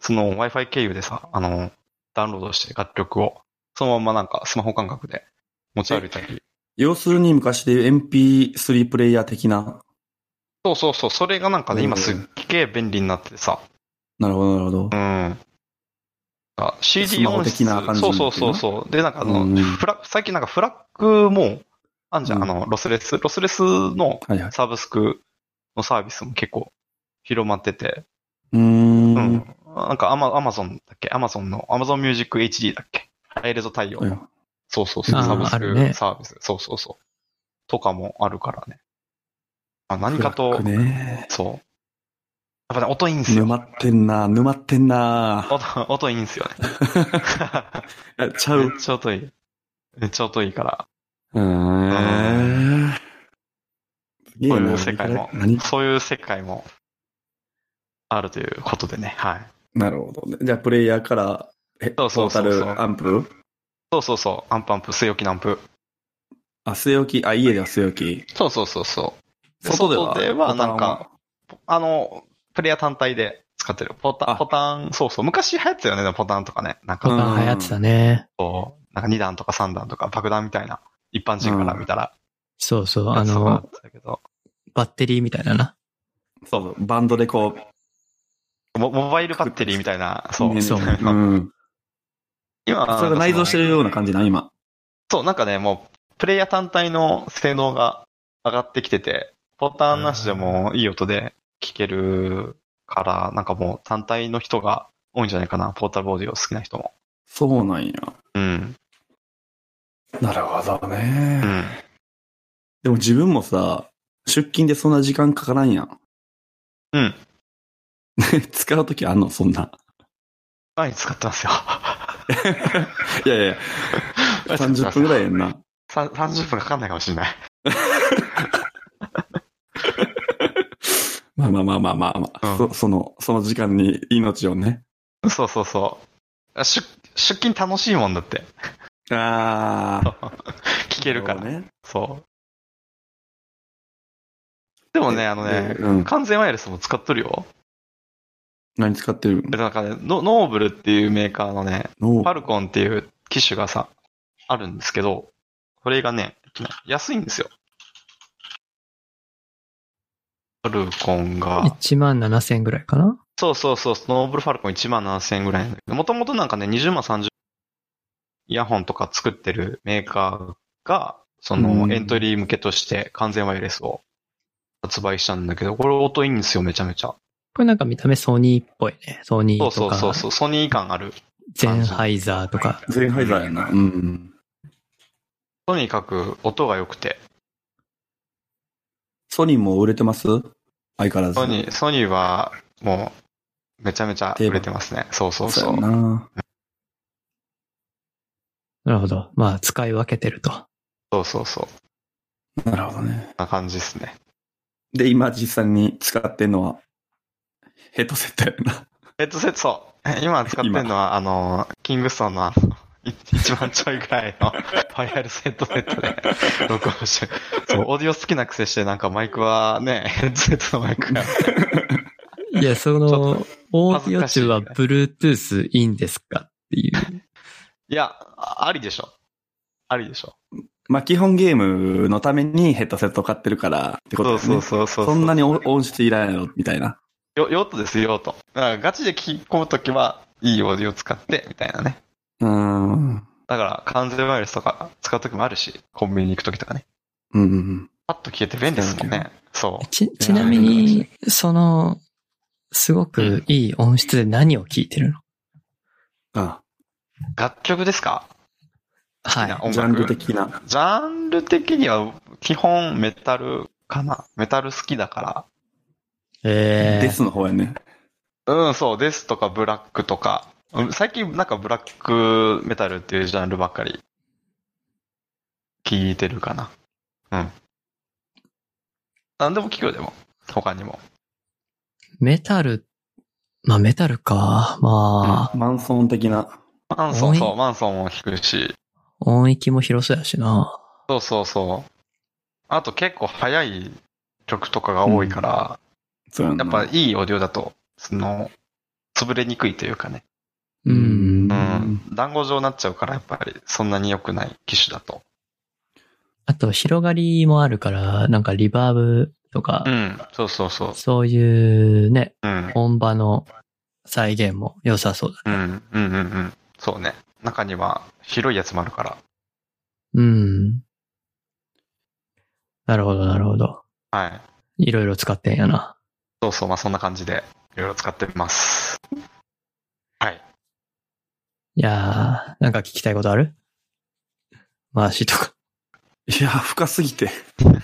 その Wi-Fi 経由でさ、あの、ダウンロードして楽曲を、そのままなんかスマホ感覚で持ち歩いたり。
要するに昔で言う MP3 プレイヤー的な。
そうそうそう、それがなんかね、今
うん
すっげえ便利になっててさ、
なるほど、なるほど
う。ん。あ
ス
CD
マホ
音
的
質
な感じになってる
そう
の
そうそうそう。で、なんかあの、
うん
フラ最近なんかフラッグも、あんじゃん、
うん
あの、ロスレス、ロスレスの
はいはい。
サブスクのサービスも結構広まってて、
うー。
うんん。なんかアマアマゾンだっけアマゾンの、アマゾンミュージック HD だっけハイレゾ対応
はい
の。そうそうそう、
あー
サブス
あるね
クサービス。そうそうそう。とかもあるからね。あ何か
フラ
と
ッグ、ね。
そう。やっぱね、音いいんすよ。
沼ってんな、沼ってんな。
音、音いいんすよね。
ちゃ
め
う
っ。ちゃ音いい。めっちゃ音いいから。
うーん。ゲ
そういう世界も
何、
そういう世界もあるということでね。はい。
なるほどね。じゃあ、プレイヤーから、え
そ
ト
うそう
ー
そ
タ
うそう
ルアンプ
そうそうそう。アンパンプ、据え置きナンプ。
あ、据え置き、あ、家では据え置き。
そうそうそうそう。
外では
外ではなんか、あの、プレイヤー単体で使ってる。ポタ
あ
ン、ポタン、そうそう。昔流行ってたよね、ポタンとかね。なんか、
うん
あ流行ってたね。
こう、なんか2段とか3段とか爆弾みたいな、一般人から見たら、
そうそう、あ
そうなっ
の、
てたけど
バッテリーみたいなな。
そうそう、バンドでこう、
モモバイルバッテリーみたいな、そう。
そう
うん。
今
それが内蔵してるような感じな、今。
そう、なんかね、もう、プレイヤー単体の性能が上がってきてて、ボタンなしでもいい音で聞けるから、なんかもう単体の人が多いんじゃないかな、ポータルボーディを好きな人も。
そうなんや。
うん。
なるほど
う
ね。
ん。
でも自分もさ、出勤でそんな時間かからんやん。
うん。
使うときあんのそんな。
前に使ってます よ。
いやいや、30分ぐ らいやんな。
さ30分かかんないかもしれない。
まあまあまあまあまあまあ、
うん
そその、その時間に命をね。
そうそうそう。あ出出勤楽しいもんだって。
ああ。
聞けるから。
ね。
そう。でもね、あのね、
うん。
完全ワイヤレスも使っとるよ。
何使ってる
でなんかねノ、ノーブルっていうメーカーのね、フ
の
ァルコンっていう機種がさ、あるんですけど、それがね、安いんですよ。ファルコンが、
1万7000ぐらいかな
そうそうそう、ノーブルファルコン1万7000円ぐらいなんだけど、もともとなんかね、20万30万イヤホンとか作ってるメーカーが、そ
うん
のエントリー向けとして完全ワイヤレスを発売したんだけど、これ音いいんですよ、めちゃめちゃ。
これなんか見た目ソニーっぽいね。ソニ
そう
ー
そ
と
うそう
か、
そう、ソニー感ある。
ゼンハイザーとか。
全ハイザーやな。うん。
とにかく音が良くて、
ソニーも売れてます相変わらず。
ソニー、ソニーはもう、めちゃめちゃ売れてますね。そうそう
そ
そうう
や。な。
なるほど。まあ、使い分けてると。
そうそうそう。こ
なるほどね。
んな感じですね。
で、今実際に使ってんのは、ヘッドセットやな。
ヘッドセット、そう。 今使ってるのは、あの、キングストンのあの、い1万ちょいぐらいのバイアルセットセットで録音してるそう、オーディオ好きなくせして、なんかマイクはね、ヘッドセットのマイクが。
いや、そ
ちょっ
の、オーディオ中は
恥
Bluetooth いいんですかっていう。
いや、あありでしょ。ありでしょ。
まあ、基本ゲームのためにヘッドセットを買ってるからってこと
そう
ですね。
そうそうそう。
そんなに音音質いらんやろ、みたいな。
よ用途ですよ、用途。だからガチで聞き込むときは、いいオーディオ使って、みたいなね。
うーん。
だから、完全ワイヤレスとか使うときもあるし、コンビニに行くときとかね。
うんうん
パッと消えて便利ですもんね。そう。
ち、ちなみに、その、すごくいい音質で何を聴いてるの
うん。あ、
楽曲ですか好
は
き
い。
な音楽
ジャンル的な。
ジャンル的には、基本メタルかな。メタル好きだか
え
デ
ー、
スの方やね。
ら。うん、そう、ですとかブラックとか。うん最近なんかブラックメタルっていうジャンルばっかり聞いてるかな。うん。なんでも聞くよ、でも。他にも。
メタル、まあメタルか。まあ、
マンソン的な。
マンソ
多
ン、
い
そう、マンソンも聞くし。
音域も広そうやしな。
そうそうそう。あと結構早い曲とかが多いから、
そうやな
やっぱいいオーディオだと、その、潰れにくいというかね。
う
うんん。
うん、団子状になっちゃうから、やっぱりそんなに良くない機種だと。
あと、広がりもあるから、なんかリバーブとか、
うん、そうそうそう。
そういうね、
うん、
本場の再現も良さそうだ。
うん、うん、うん、うん。そうね。中には広いやつもあるから。
うん。なるほど、なるほど。
はい。
いろいろ使ってんやな。
そうそう、まあそんな感じで、いろいろ使ってます。はい。
いやー、なんか聞きたいことある回しとか。
いや、深すぎて。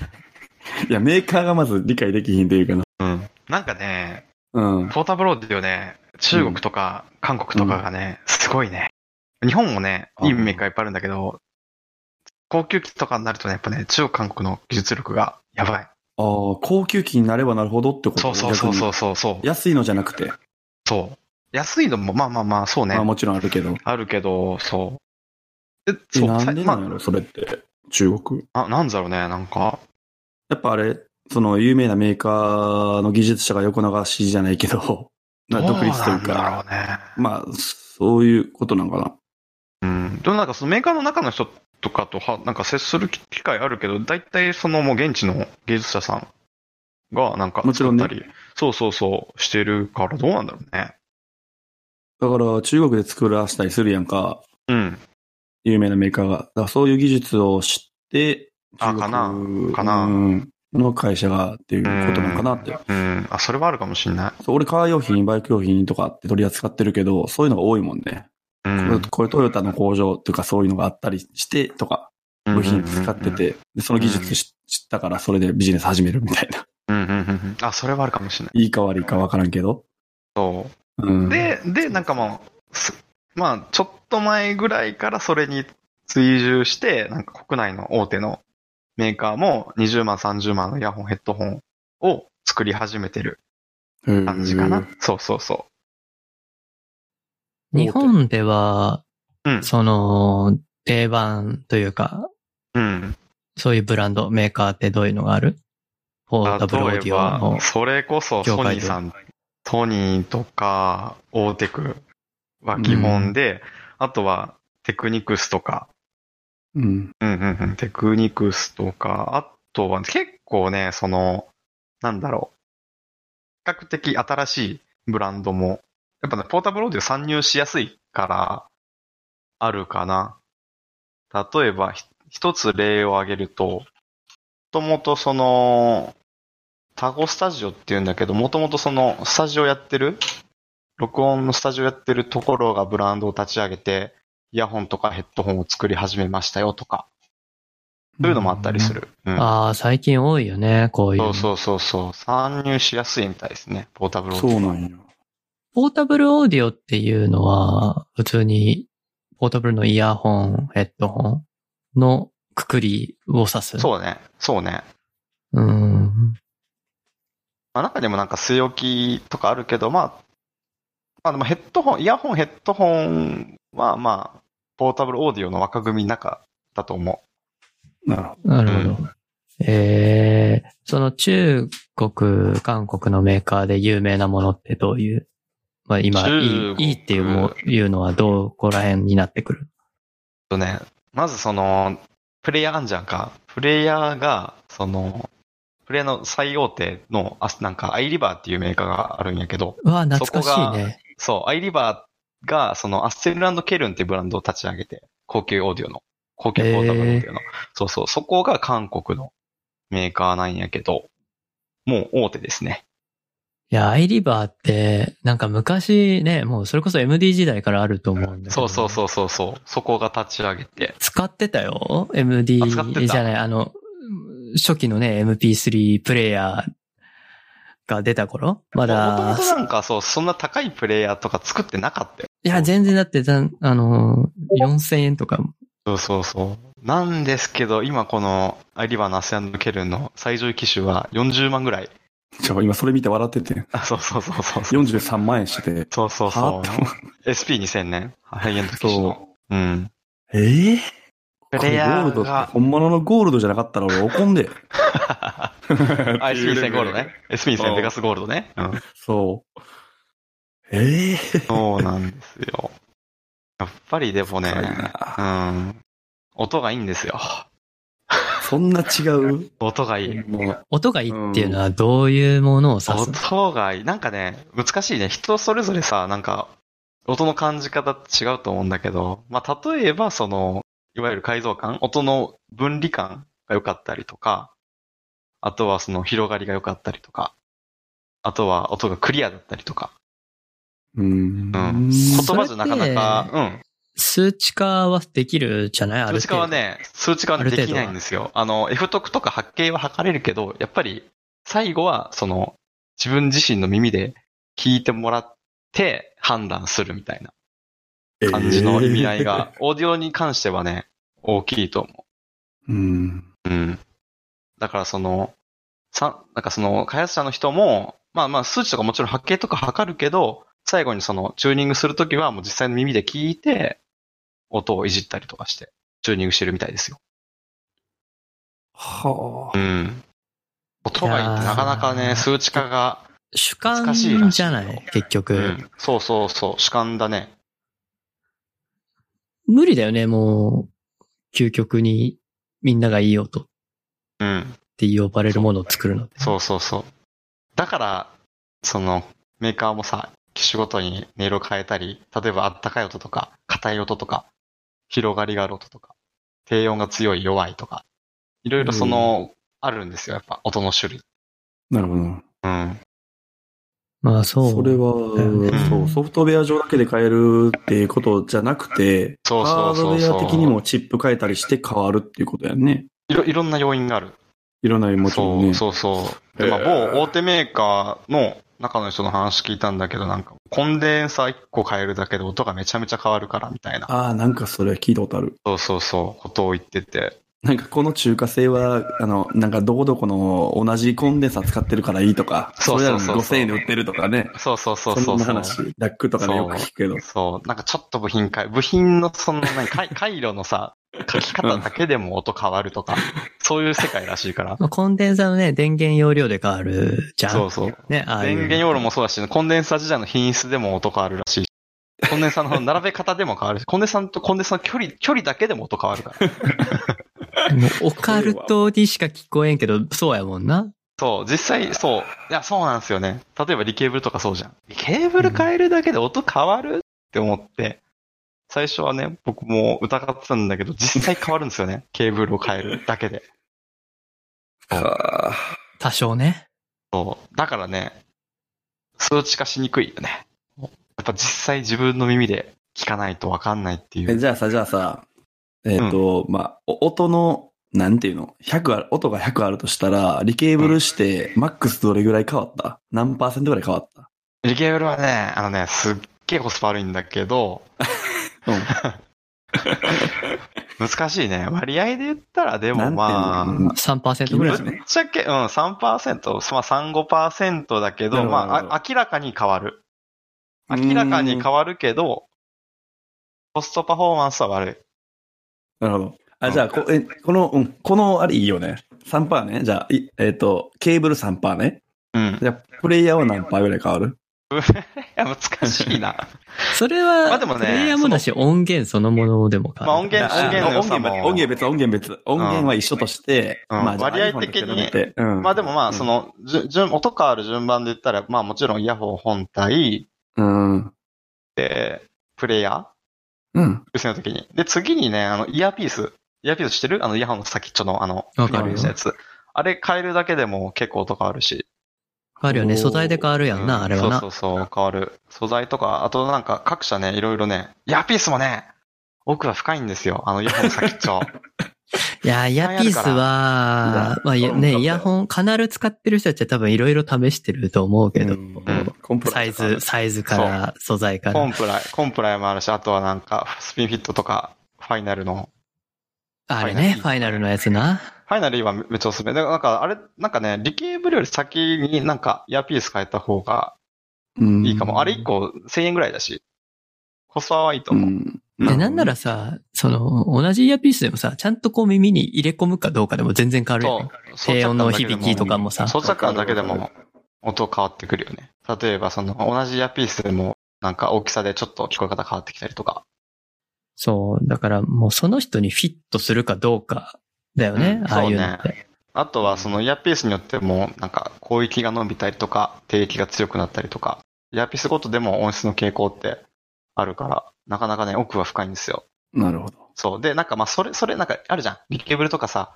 いや、メーカーがまず理解できひんというかな。
うん。なんかね、
うん。
ポータブローディオね、中国とか韓国とかがね、すごいね。日本もね、いいメーカーいっぱいあるんだけど、高級機とかになるとね、やっぱね、中国韓国の技術力がやばい。
ああ、高級機になればなるほどってこと
そうそうそうそうそうそう
逆に。安いのじゃなくて。
そう。安いのも、まあまあまあ、そうね。
まあ
あ、
もちろんあるけど。
るけど、そう。え、
え
そう、
なんで
さ
なん
ま
やろ、それって。中国。
あ、あ、なんだろうね、なんか。
やっぱあれ、その有名なメーカーの技術者が横流しじゃないけど、 な独立とい
どうな
う
ん
か、
だろうね。
まあ、そういうことなんかな。
うん。でもなんかそのメーカーの中の人とかとは、なんか接する機会あるけど、大体そのもう現地の芸術者さんがなんか
もちろんね
作ったりそうそうそう、してるからどうなんだろうね。
だから中国で作らせたりするやんか、
うん。
有名なメーカーが。だからそういう技術を知って、
あかな
中国
かな
うんの会社がっていうことなんかなって。
うん。あ、それはあるかもしんな
そう俺、カー用品、バイク用品とかって取り扱ってるけど、そういうのが多いもんね。
い。うん。
これこれトヨタの工場というかそういうのがあったりしてとか、部品使ってて、でその技術し知ったからそれでビジネス始めるみたいな。
うんうんうんうん。あ、それはあるかもしれない。
いいか悪いかわからんけど。
そ
うん
う。、で、で、なんかまあ、すまあ、ちょっと前ぐらいからそれに追従して、なんか国内の大手のメーカーも20万、30万のイヤホン、ヘッドホンを作り始めてる感じか
へ
な
ー。。
そうそうそ
日本では、
うん
その、定番というか、
う。うん。
そういうブランド、メーカーってどういうのがあるポータブルオーデ
例え
ィオ
ば
の、。
それこそソニーさん、ソニーとか、オーテクは基本で、あとはテクニクスとか、
うん。
うんうんうん、テクニクスとか、あとは結構ね、その、なんだろう。比較的新しいブランドも、やっぱね、ポータブルオーディオ参入しやすいから、あるかな。例えば、ひ一つ例を挙げると、もともとその、タゴスタジオっていうんだけど、もともとその、スタジオやってる、録音のスタジオやってるところがブランドを立ち上げて、イヤホンとかヘッドホンを作り始めましたよとか、そういうのもあったりする。うん
ああ、最近多いよね、こういう
そ
の。
うそうそうそう。参入しやすいみたいですね。ポータブルオーディ
そうなんや。
ポータブルオーディオっていうのは、普通に、ポータブルのイヤホン、ヘッドホンのくくりを指す。
オ。そうね。そうね。
う。うん。
まあ、中でもなんか据え置きとかあるけど、まあ、まあでもヘッドホン、イヤホン、ヘッドホンはまあ、ポータブルオーディオの若組の中だと思
なるほど。
なるほど。えー、その中国、韓国のメーカーで有名なものってどういう、まあ今、い
中
い
国
いいっていうもいうのはどこら辺になってくる
う。とね、まずその、プレイヤーあんじゃんか。プレイヤーが、その、プレイヤーの最大手の、あなんか、アイリバーっていうメーカーがあるんやけど、
うわ、懐かしい
そこ
ね。
そう、アイリバーが、その、アッセルケルンっていうブランドを立ち上げて、高級オーディオの、高級ポータブルオーディオの、そうそう、そこが韓国のメーカーなんやけど、もう大手ですね。
いや、アイリバーって、なんか昔ね、もうそれこそ MD 時代からあると思うんだけど。
そうそうそうそうそう、そこが立ち上げて、
使ってたよ ?MD
あ使ってた
じゃない、あの、初期のね、MP3 プレイヤーが出た頃
も
ま
とも
だ
と、なんかそう、そんな高いプレイヤーとか作ってなかったよ。
いや、全然だってざん、あの、4000円とか、
そうそうそう。なんですけど、今この、アイリバーのアッセルケルンの最上位機種は40万ぐらい。
じゃあ今それ見て笑ってて、
あ、そうそうそうそうそう。
43万円してて、
そうそう
は
そ
ぁって思
う。SP2000 年。ハイエンド機種の。。
そう
ん。
う。ええ
プ
こ
レイ
れゴ
ヤ
ール
ー
ドって、
が、
本物のゴールドじゃなかったら俺怒んで。
あ、SP2000 ゴールド ね。SP2000 ベガスゴールドね。うん。
そう。ええ
そうなんですよ。やっぱりでもね、うん。音がいいんですよ。
そんな違う
音がいい。
もう、
音がいいっていうのはどういうものを指すの、
音がいい。なんかね、難しいね。人それぞれさ、なんか、音の感じ方って違うと思うんだけど、まあ、例えば、その、いわゆる改造感、音の分離感が良かったりとか、あとはその広がりが良かったりとか、あとは音がクリアだったりとか、
うん。
うん言葉じゃなかなか
そ、
うん、
数値化はできるじゃないある
数値化はね、数値化は
あ
ね
る程
で
度
き
は
ないんですよ。あの、F 得とか発径は測れるけど、やっぱり最後は、その、自分自身の耳で聞いてもらって判断するみたいな感じの意味合いが、オーディオに関してはね、大きいと思
うん。
うん。だからその、さ、なんかその、開発者の人も、まあまあ数値とかもちろん波形とか測るけど、最後にその、チューニングするときはもう実際の耳で聞いて、音をいじったりとかして、チューニングしてるみたいですよ。
は
う
あ。
ん。音がいいってなかなか
いやー
ね、数値化が、
主
難しいらしい
観
よ
じゃない結
う
局、
ん。そうそうそう、主観だね。
無理だよね、もう、究極にみんながいい音っ
うん。
て呼ばれるものを作るのって。
そうそうそう。だから、その、メーカーもさ、機種ごとに音色変えたり、例えばあったかい音とか、硬い音とか、広がりがある音とか、低音が強い弱いとか、いろいろその、あるんですよ、やっぱ音の種類。
なるほど。
うん。
まあそう。
そ
だ
れ
よね
は、そう、ソフトウェア上だけで変えるっていうことじゃなくて、
そうそうそうそう
ハードウェア的にもチップ変えたりして変わるっていうことやんね。
いろ、いろんな要因がある。
いろんなもちろんね。
そうそうそう。で、まあ、
へー
某大手メーカーの中の人の話聞いたんだけど、なんか、コンデンサー1個変えるだけで音がめちゃめちゃ変わるから、みたいな。
ああ、なんかそれは聞いたことある。
そうそうそう、ことを言ってて。
なんかこの中華製は、あの、なんかどこどこの同じコンデンサー使ってるからいいとか、
そうそうそう
れなのに5000円で売ってるとかね。
そうそうそう
そ
そうそうん
な話、ダックとかでよく聞くけど。
そう。なんかちょっと部品か、部品のその何、回回路のさ、書き方だけでも音変わるとか、そういう世界らしいから。
まあコンデンサーのね、電源容量で変わるじゃん。
そうそう。
ね、ああいう
電源容量もそうだし、コンデンサー自体の品質でも音変わるらしいし。コンデンサーの並べ方でも変わるし、コンデンサーとコンデンサーの距離、距離だけでも音変わるから。
もうオカルトにしか聞こえんけど、そうやもんな。
そう、実際、そう。いや、そうなんですよね。例えばリケーブルとかそうじゃん。リケーブル変えるだけで音変わるって思って、最初はね、僕も疑ってたんだけど、実際変わるんですよね。 ケーブルを変えるだけで。
はあ
多少ね。
そう。だからね、数値化しにくいよね。やっぱ実際自分の耳で聞かないとわかんないってい
え
う。
じゃあさ、じゃあさ、えっ、と、まあ、お音の、なんていうの ?100 ある、音が100あるとしたら、リケーブルして、マックスどれぐらい変わった何パーセントぐらい変わった
リケーブルはね、あのね、すっげえコスパ悪いんだけど、難しいね。割合で言ったら、で
うん。
も
なんて
ま
いうの
3%
あ、
ぐ
ぶ
ら
っ
い。
ちゃけ、うん、3%、まあ3、5%だけ
な
ど、
るほ
ま
どなるほど
ああ、明らかに変わる。明らかに変わるけど、コストパフォーマンスは悪い。
なるほど。あ、じゃあ、こ、え、この、うん、この、あれいいよね。3パーね。じゃあ、いえっ、と、ケーブル3パーね。
うん。い
じゃあ、プレイヤーは何パーぐらい変わる
や、難しい な。
それ
ま
は、
あでもね
プレイヤーもだし、音源そのものでも変
まあ、
わ
音
る。
源、
あ
音源の良
音
さ
源
も。
は音源別、音源別。音源は一緒として、
うん
まあ、じゃあ
割合的に
iPhone と比べてうん
まあでもまあ、そ、の、じゅ順、音変わる順番で言ったら、まあもちろんイヤホン本体、
うん。
で、プレイヤー
うん。
優先の時に。で、次にね、あの、イヤーピース。イヤーピースしてるあの、イヤホンの先っちょの、あの、
わ
ふ
か
にゃ
る
ふにゃしたやつ。あれ変えるだけでも結構音変わるし。
変わるよね。素材で変わるやん
う
な、
ん
あれはな。
そうそうそう、変わる。素材とか、あとなんか各社ね、いろいろね、イヤーピースもね、奥は深いんですよ。あの、イヤホンの先っちょ。
いや、イヤピースは、まあ、いやね、イヤホン、カナル使ってる人たちは多分いろいろ試してると思うけど、
ん
コンプ
サ
ラ
イ
イアン
ズ、
ス
サイズから、素材か
コン
ら。
プライ、コンプライもあるし、あとはなんか、スピンフィットとか、ファイナルの
あれね、フ
フ
ァイナルのやつな。
ファイナル今めっちゃおすすめ。だからなんか、あれ、なんかね、理系ブルより先になんか、イヤーピース変えた方が
うん
いいかも。あれ1個1000円ぐらいだし。コスパはいいと
う
思う。
ん。
で、なんならさ、その、同じイヤピースでもさ、ちゃんとこう耳に入れ込むかどうかでも全然変わるよ
そ
ね
う。。
低音の響きとかもさ。
装着感だけで
わか
も音変わってくるよね。例えば、その、同じイヤーピースでも、なんか大きさでちょっと聞こえ方変わってきたりとか。
そう。だからもうその人にフィットするかどうかだよね。
うん
ああいうのって。
あとは、そのイヤーピースによっても、なんか、広域が伸びたりとか、低域が強くなったりとか、イヤーピースごとでも音質の傾向ってあるから、なかなかね、奥は深いんですよ。
なるほど。
そう。で、なんかまあ、それ、それなんかあるじゃん。リケーブルとかさ、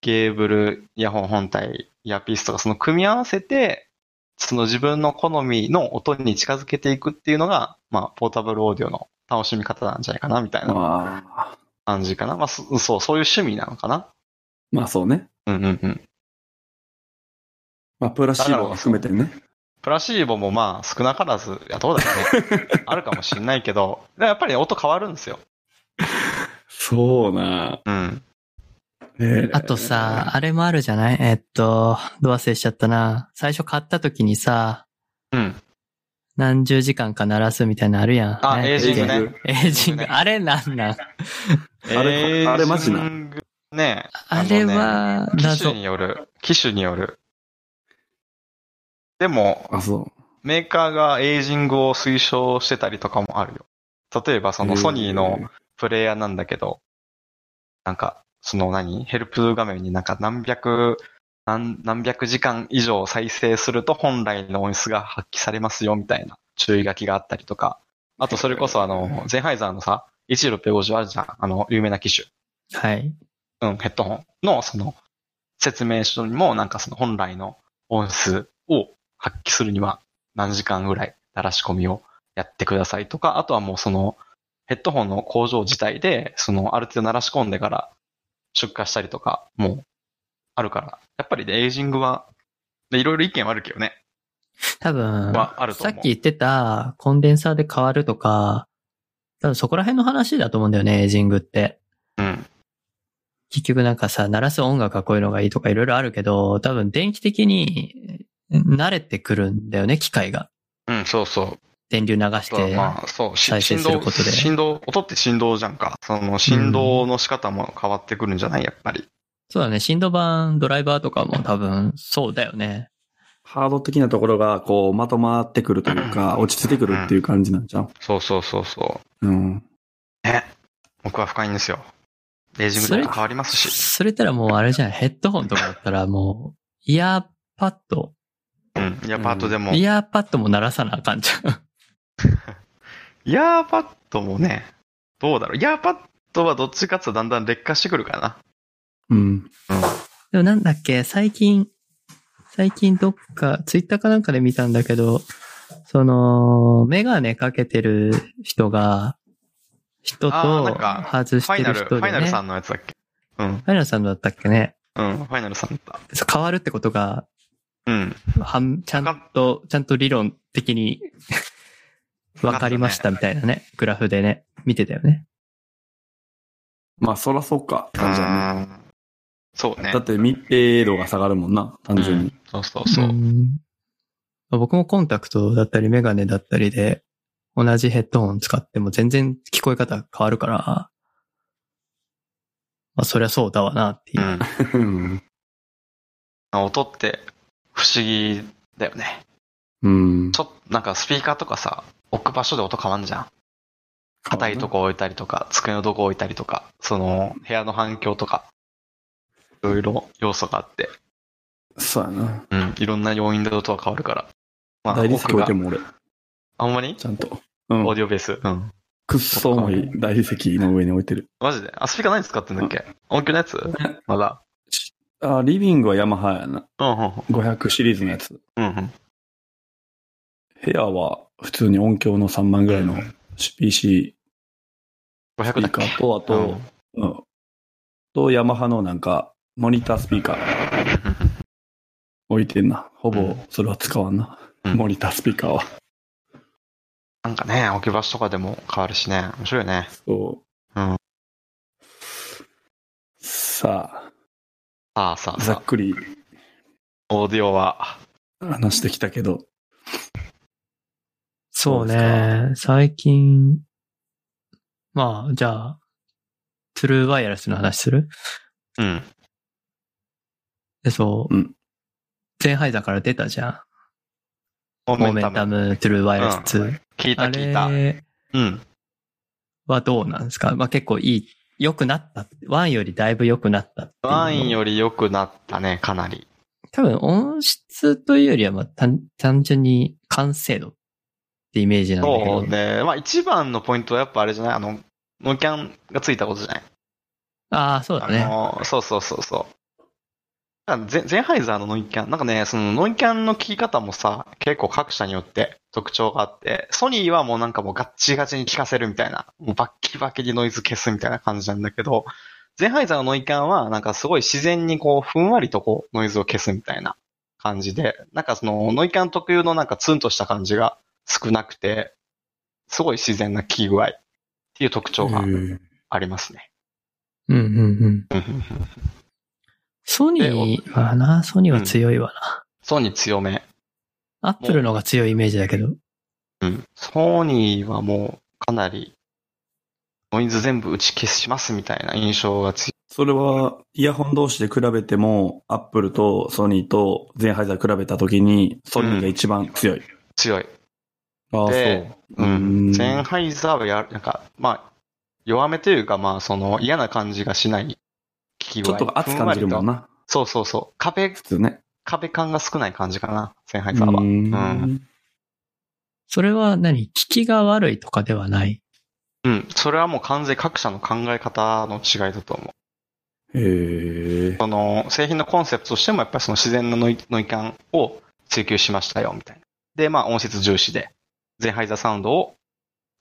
ケーブル、イヤホン本体、イヤーピースとか、その組み合わせて、その自分の好みの音に近づけていくっていうのが、まあ、ポータブルオーディオの楽しみ方なんじゃないかな、みたいな
まあ、
感じかな。まあ、そそう、そういう趣味なのかな。
まあそうね。
うんうんうん。
まあ、プラシーボも含めてね。
プラシーボもまあ、少なからず、いや、どうだろうね。あるかもしんない けど、でやっぱり音変わるんですよ。
そうな。
うん。
え
あとさ、あれもあるじゃないえっと、ど忘れしちゃったな。最初買った時にさ、
うん。
何十時間か鳴らすみたいなのあるやん。
あ、
何や
エ
っ
イ
た
ジ
っ
ン
け
グね。
エイジング。あれなんなん
あれあれマジな
エイジングね。
あれ
の
は
ね機
謎
種による。機種による。でも、
あ、そう。
メーカーがエイジングを推奨してたりとかもあるよ。例えば、そのソニーのプレイヤーなんだけど、なんか、その何ヘルプ画面になんか何百、何何百時間以上再生すると本来の音質が発揮されますよみたいな注意書きがあったりとか。あとそれこそあの、ゼンハイザーのさ、1650あるじゃん。あの、有名な機種。
はい。
うん、ヘッドホンのその説明書にもなんかその本来の音数を発揮するには何時間ぐらい鳴らし込みをやってくださいとか、あとはもうそのヘッドホンの工場自体でそのある程度鳴らし込んでから出荷したりとかもあるから、やっぱりね、エイジングはでいろいろ意見はあるけどね。
多分、
はあると
さ
思
っ
う
き言ってたコンデンサーで変わるとか、多分そこら辺の話だと思うんだよね、エイジングって。
うん。
結局なんかさ、鳴らす音楽がこういうのがいいとかいろいろあるけど、多分電気的に慣れてくるんだよね、機械が。
うん、そうそう。
電流流して。
まあ、そう、し
再生
振
する
動
ことで、
振動、音って振動じゃんか。その振動の仕方も変わってくるんじゃないやっぱり。
そうだね、振動板、ドライバーとかも多分そうだよね。
ハード的なところが、こう、まとまってくるというか、落ち着いてくるっていう感じなんじゃん。
そうそうそうそう。
うん。
僕は深いんですよ。レイジングとか変わりますし。
それたらもうあれじゃん、ヘッドホンとかだったらもう、イヤーパッド、
うん。イヤーパッドでも。
イ
イ
ヤーパッドも鳴らさなあかんじゃん。
ヤーパッドもね、どうだろう。イヤーパッドはどっちかっていうとだんだん劣化してくるか
うん。
らな。
でもなんだっけ、最近、最近どっか、ツイッターかなんかで見たんだけど、その、メガネかけてる人が、人と
あーなんか
外
うん。
し
ファ
て
イナ
る
ル、
人
フ
で、ね。
ァイナルさんのやつだっけうん。
ファイナルさんだったっけね。
うん。ファイナルさんだった。
そう変わるってことが、
うん。
はんちゃんと、ちゃんと理論的に 分かりましたみたいなね、グラフでね、見てたよね。
まあ、そらそうか、感じだね。
うんそうね
だ。って密閉度が下がるもんな、単純に。
そうそうそう。
ん僕もコンタクトだったりメガネだったりで、同じヘッドホン使っても全然聞こえ方が変わるから、まあそりゃそうだわなっていうう。
ん。
うん。
音って不思議だよね。
うん。
ちょっとなんかスピーカーとかさ、置く場所で音変わんじゃん。硬いとこ置いたりとか、机のとこ置いたりとか、その、部屋の反響とか、いろいろ要素があって、
そうやな。
うん、いろんな要因で音は変わるから。まあ、
大理石
奥
置い
が
て、も俺、
あんまり
ちゃんと。う
オー
ん。
ディオベース。うん。
くっそ重い大理石の上に置いてる。
マジであ、スピーカー何使ってんだっけ音響のやつまだ。
あ、リビングはヤマハやな。
うん、うん
500シリーズのやつ。
うん、うん。
部屋は普通に音響の3万ぐらいの PC ス
500
ピ
だ
ー
っ
カ
け
ーと、あと、うん。と、ヤマハのなんか、モニタースピーカー置いてんな。ほぼ、それは使わんな。
うん
モニタースピーカーは。
なんかね、置き場所とかでも変わるしね。面白いよね。
そう。
うん
さ
さあさ
あ、
あ
ざ
さ
っくり
あ、オーディオは。
話してきたけど、
そう
そう
ね。最近、まあ、じゃあ、トゥルーワイヤレスの話する
うん。
で、そう。
うん
ゼンハイザーから出たじゃ
モ
ん。モメンタ。ム、トゥルーワイヤレス2。
聞いた
あ
聞いた。
れ
うん。
はどうなんですかまあ結構いい、良くなった。ワンよりだいぶ良くなったっていうの
ワインより良くなったね、かなり。
多分音質というよりは、まあ単、単純に完成度ってイメージなんだけど。
そうね。まあ一番のポイントはやっぱあれじゃないあの、ノーキャンがついたことじゃない
ああ、そうだね
あ。の、そうそうそうそう。なんかゼゼンハイザーのノイキャン、なんかね、そのノイキャンの聞き方もさ、結構各社によって特徴があって、ソニーはもうなんかもうガッチガチに聞かせるみたいな、もうバッキバキにノイズ消すみたいな感じなんだけど、ゼンハイザーのノイキャンはなんかすごい自然にこう、ふんわりとこう、ノイズを消すみたいな感じで、なんかそのノイキャン特有のなんかツンとした感じが少なくて、すごい自然な聞き具合っていう特徴が
うん
ありますね。
うんうんうん。
うんうんうん
ソニーはな、ソニーは強いわな。
ソニー強め。
アップルの方が強いイメージだけど。
うん。ソニーはもうかなりノイズ全部打ち消しますみたいな印象が強い。
それは、イヤホン同士で比べても、アップルとソニーと全ハイザー比べたときに、ソニーが一番強い。
強い。
ああ、
でう。
うんん
ゼンハイザーはや、なんか、まあ、弱めというか、まあ、その嫌な感じがしない聞き
そう。ちょ
具合
っと熱感じるもん
ふわりと
な。
そうそうそう。壁、
普通ね。
壁感が少ない感じかな、ゼンハイ
う
ザーは。
ん
それは何聞きが悪いとかではない。
うん。それはもう完全に各社の考え方の違いだと思う。
へえ。
その、製品のコンセプトとしても、やっぱりその自然なノイノイ感を追求しましたよ、みたいな。で、まあ、音質重視で、全ハイザーサウンドを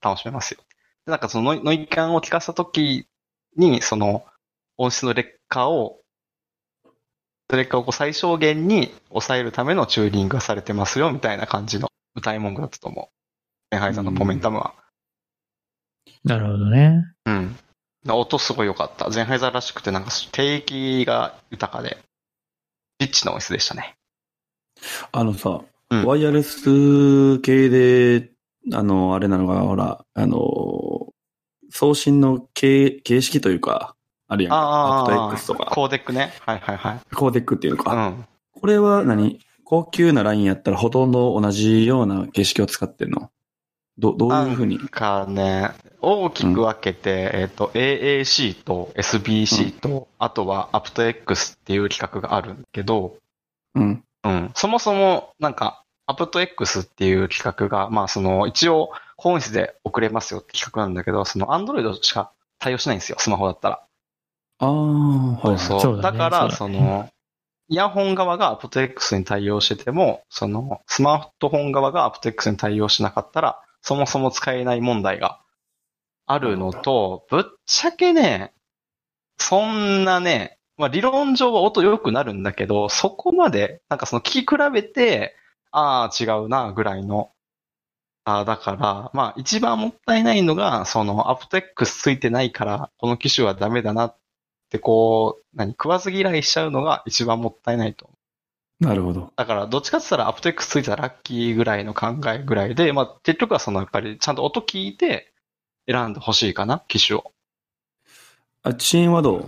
楽しめますよ。で、なんかそのノイノイ感を聞かせた時に、その、音質の劣化を、劣化をこう最小限に抑えるためのチューニングがされてますよ、みたいな感じの歌い文句だったと思う。全ハイザーのモメンタムは。
なるほどね。
うん。音すごい良かった。ゼンハイザーらしくて、なんか低域が豊かで、リッチな音質でしたね。
あのさ、
うん
ワイヤレス系で、あの、あれなのが、ほら、あの、送信の形形式というか、あるやんか。アク
あ
ト
あ
X とか、
コーデックね。はいはいはい。
コーデックっていうの
う
か。
ん。
これは何高級なラインやったらほとんど同じような形式を使ってんのど、どういうふうに
かね、大きく分けて、えっ、と、AAC と SBC と、あとは aptX っていう企画があるんだけど、
うん。
うん。そもそも、なんか、aptX っていう企画が、まあその、一応、本質で送れますよって企画なんだけど、その Android しか対応しないんですよ、スマホだったら。
ああ、はい。
そう
そうだ
だ
ね
から、
そ
そう
だね
の、イヤホン側が aptX に対応してても、その、スマートフォン側が aptX に対応しなかったら、そもそも使えない問題があるのと、ぶっちゃけね、そんなね、まあ理論上は音良くなるんだけど、そこまで、なんかその聞き比べて、ああ、違うな、ぐらいの。ああ、だから、まあ一番もったいないのが、その、aptX ついてないから、この機種はダメだなで、こう、何、食わず嫌いしちゃうのが一番もったいないと。
なるほど。
だから、どっちかって言ったら、アプト X ついたらラッキーぐらいの考えぐらいで、まあ、結局はその、やっぱり、ちゃんと音聞いて、選んでほしいかな、機種を。
あ、遅延はどう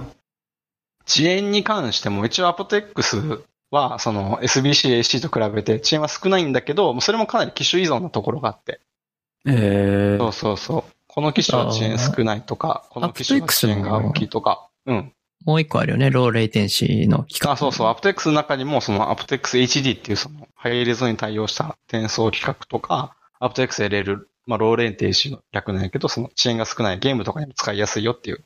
遅延に関しても、一応アプト X は、その、SBCAC と比べて遅延は少ないんだけど、もうそれもかなり機種依存なところがあって。
ええ
そうそうそう。この機種は遅延少ないとか、この機種は遅延が大きいとか。うん。
もう一個あるよね。ローレイテンシーの企画。
あ、そうそう。アプテックスの中にも、そのアプテックス HD っていうその、ハイレゾに対応した転送規格とか、アプテックス LL、まあ、ローレンテージの略なんやけど、その遅延が少ないゲームとかにも使いやすいよっていう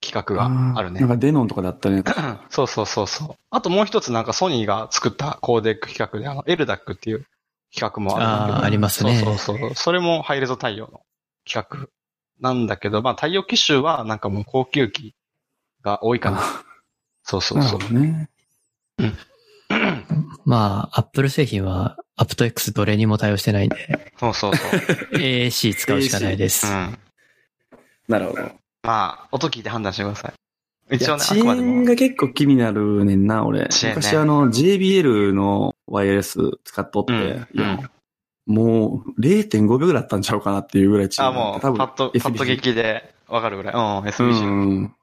企画があるね
なん。かデノンとかだったね。
そうそうそうそう。あともう一つなんかソニーが作ったコーデック企画で、あの、LDAC っていう企画もあるんだけ
あ
ど
ーありますね
そうそうそう。それもハイレゾ対応の企画なんだけど、まあ、対応機種はなんかもう高級機が多いかな。そうそう
なる
そ
ほ
う
ど。ね。
まあ、アップル製品はアプト X どれにも対応してないんで、
そうそうそう。
AAC 使うしかないです。
うん。
なるほど。
まあ、音聞いて判断してください。
い
一
や
応ね、あ
遅
くまで
延
も。
が結構気になるねんな、俺。
遅延ね
昔あの、JBL のワイヤレス使っとって、
うん
いやもう0.5秒ぐらいだったんちゃうかなっていうぐらい遅延
あ、もう、パッと、パッと
激
劇でわかるぐらい。うん、
う
SBC。うん
ん。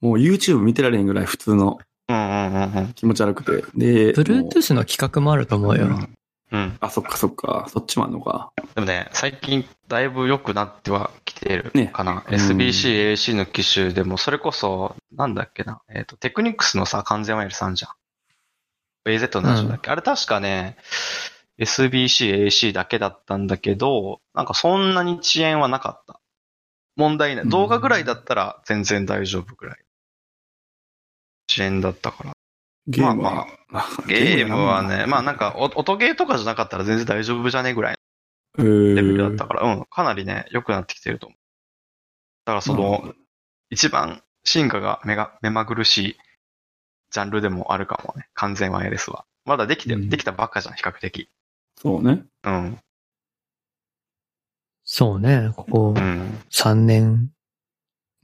もう YouTube 見てられへんぐらい普通の
うんうんうん。
気持ち悪くて。で、
Bluetooth の企画もあると思う
もう
よ。
ん
うん。
あ、そっかそっか。そっちもあんのか。
でもね、最近、だいぶ良くなってはきてる
ね
かな。
うん
SBC、AC の機種でも、それこそ、なんだっけな。えっ、と、テクニックスのさ、完全ワイヤレスあんじゃん。AZ のやつだっけ、あれ確かね、SBC、AC だけだったんだけど、なんかそんなに遅延はなかった。問題な
う
い。
ん
動画ぐらいだったら全然大丈夫ぐらい。遅延だったから。
ゲーム
ま
は
あ。ゲームはね、まあなんか、お音ゲーとかじゃなかったら全然大丈夫じゃねぐらい
レベ
レベルだったから、うん、かなりね、良くなってきてると思う。だからその、一番進化が目が、目まぐるしいジャンルでもあるかもね。完全ワイヤレスは。まだできて、
うん
できたばっかじゃん、比較的。
そうね。
うん、
そうね、ここ
うん。
3年。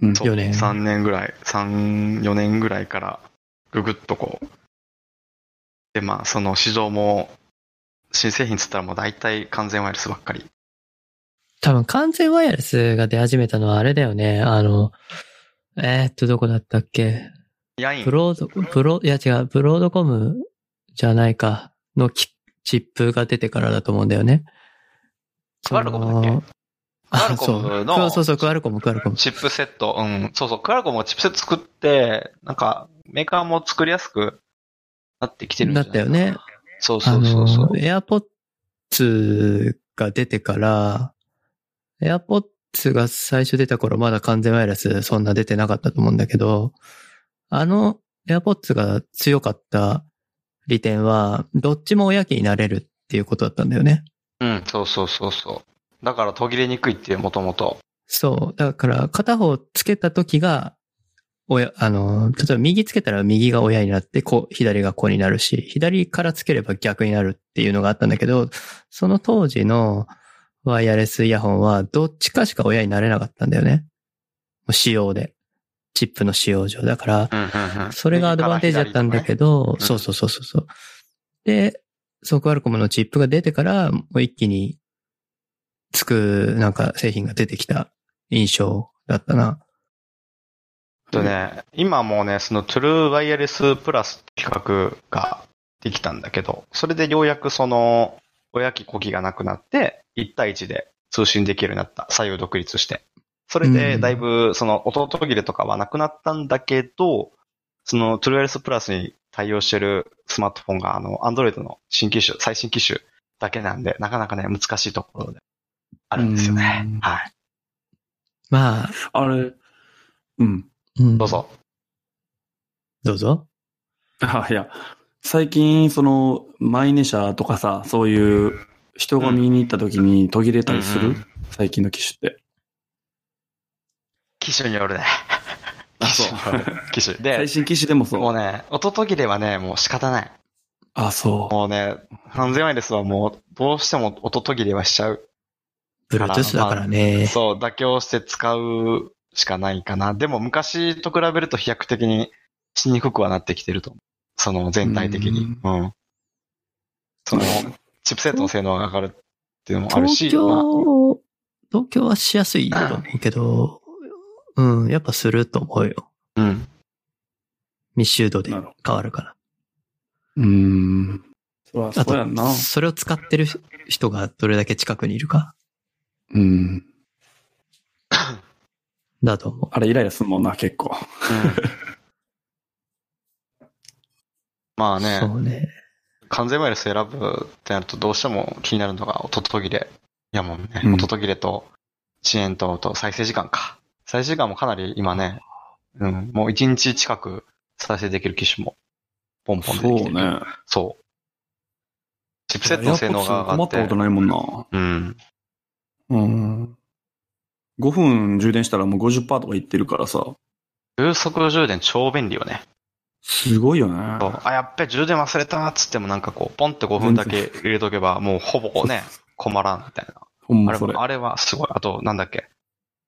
うん
そう
4年
3年ぐらい、3、4年ぐらいからググっとこう。で、まあ、その市場も、新製品つったらもう大体完全ワイヤレスばっかり。
多分完全ワイヤレスが出始めたのはあれだよね。あの、えー、っと、どこだったっけ
ヤイン
ブ、ロード、ブロ、いや違う、ブロードコムじゃないか、のきチップが出てからだと思うんだよね。
クアルコムだっけ
そ
クアル
のあ、
コ
そ
ム
う。
の
そうそう、クアルコム、クアルコム。
チップセット、うん。そうそう、クラコムがチップセット作って、なんか、メーカーも作りやすくなってきてるんじゃないかな
なったよね。
そうそ
あ
うそうそう
の、。AirPods が出てから、AirPods が最初出た頃まだ完全ワイヤレスそんな出てなかったと思うんだけど、あの AirPods が強かった利点は、どっちも親機になれるっていうことだったんだよね。
うん、そうそうそうそう。だから途切れにくいっていう、もともと。
そう。だから、片方つけた時が、親、あの、例えば右つけたら右が親になって、こう、左が子になるし、左からつければ逆になるっていうのがあったんだけど、その当時のワイヤレスイヤホンは、どっちかしか親になれなかったんだよね。仕様で。チップの使用上。だから、
うん、うん、うん。
それがアドバンテージだったんだけ
ど。
ど、
うん
そうそうそうそうそう。で、ソクアルコムのチップが出てから、もう一気につく、なんか製品が出てきた印象だったな。
とね、今もうね、そのトゥルーワイヤレスプラスって企画ができたんだけど、それでようやくその、親機子機がなくなって、1対1で通信できるようになった。左右独立して。それ
う
で、
ん
だいぶ、その、音途切れとかはなくなったんだけど、その、トゥルーワイヤレスプラスに対応してるスマートフォンが、あの、Android の新機種、最新機種だけなんで、なかなかね、難しいところであるんですよね
うん。
はい。
まあ、
あれ、うん。
うん
どう。ぞ。
どうぞ。
あ、いや、最近、その、マイネ社とかさ、そういう、人が見に行った時に途切れたりする、
うんうん
最近の機種って。
機種によるね。
あ、そう。
機種。で、
最新機種でもそ
もう
う。
ね、音途切れはね、もう仕方ない。
あ、そう。
もうね、完全ワイヤレスはもう、どうしても音途切れはしちゃう。
Bluetooth だからね。
そう、妥協して使うしかないかな。でも昔と比べると飛躍的にしにくくはなってきてると思う。その全体的に。うん,、その、チップセットの性能が上がるっていうのもあるし、
東京、東京はしやすいと思うけど、うん、やっぱすると思うよ。
まあうん。
密集度で
なるほ
変わるから。
うーん。そら、
あ
そうやんな
と、。それを使ってる人がどれだけ近くにいるか、
うん。
だと思う。
あれ、イライラするもんな、結構。
まあね、
そうね。
完全ワイヤレス選ぶってなるとどうしても気になるのが音途切れ。いやもうね、
うん
音途切れと遅延とと再生時間か。再生時間もかなり今ね、うん、もう1日近く再生できる機種もポンポン出てきてる。。そう。チップセットの性能が上
困
が
っ
って
たこと
て。
ないもんな。
うん。
うん。5分充電したらもう50%とかいってるからさ。
急速充電超便利よね。
すごいよね。
そうあ、やっべ、充電忘れたっつってもなんかこう、ポンって5分だけ入れとけば、もうほぼね、困らんみたいな。
ほん
あ
ま
れ
それ。
あれはすごい。あと、なんだっけ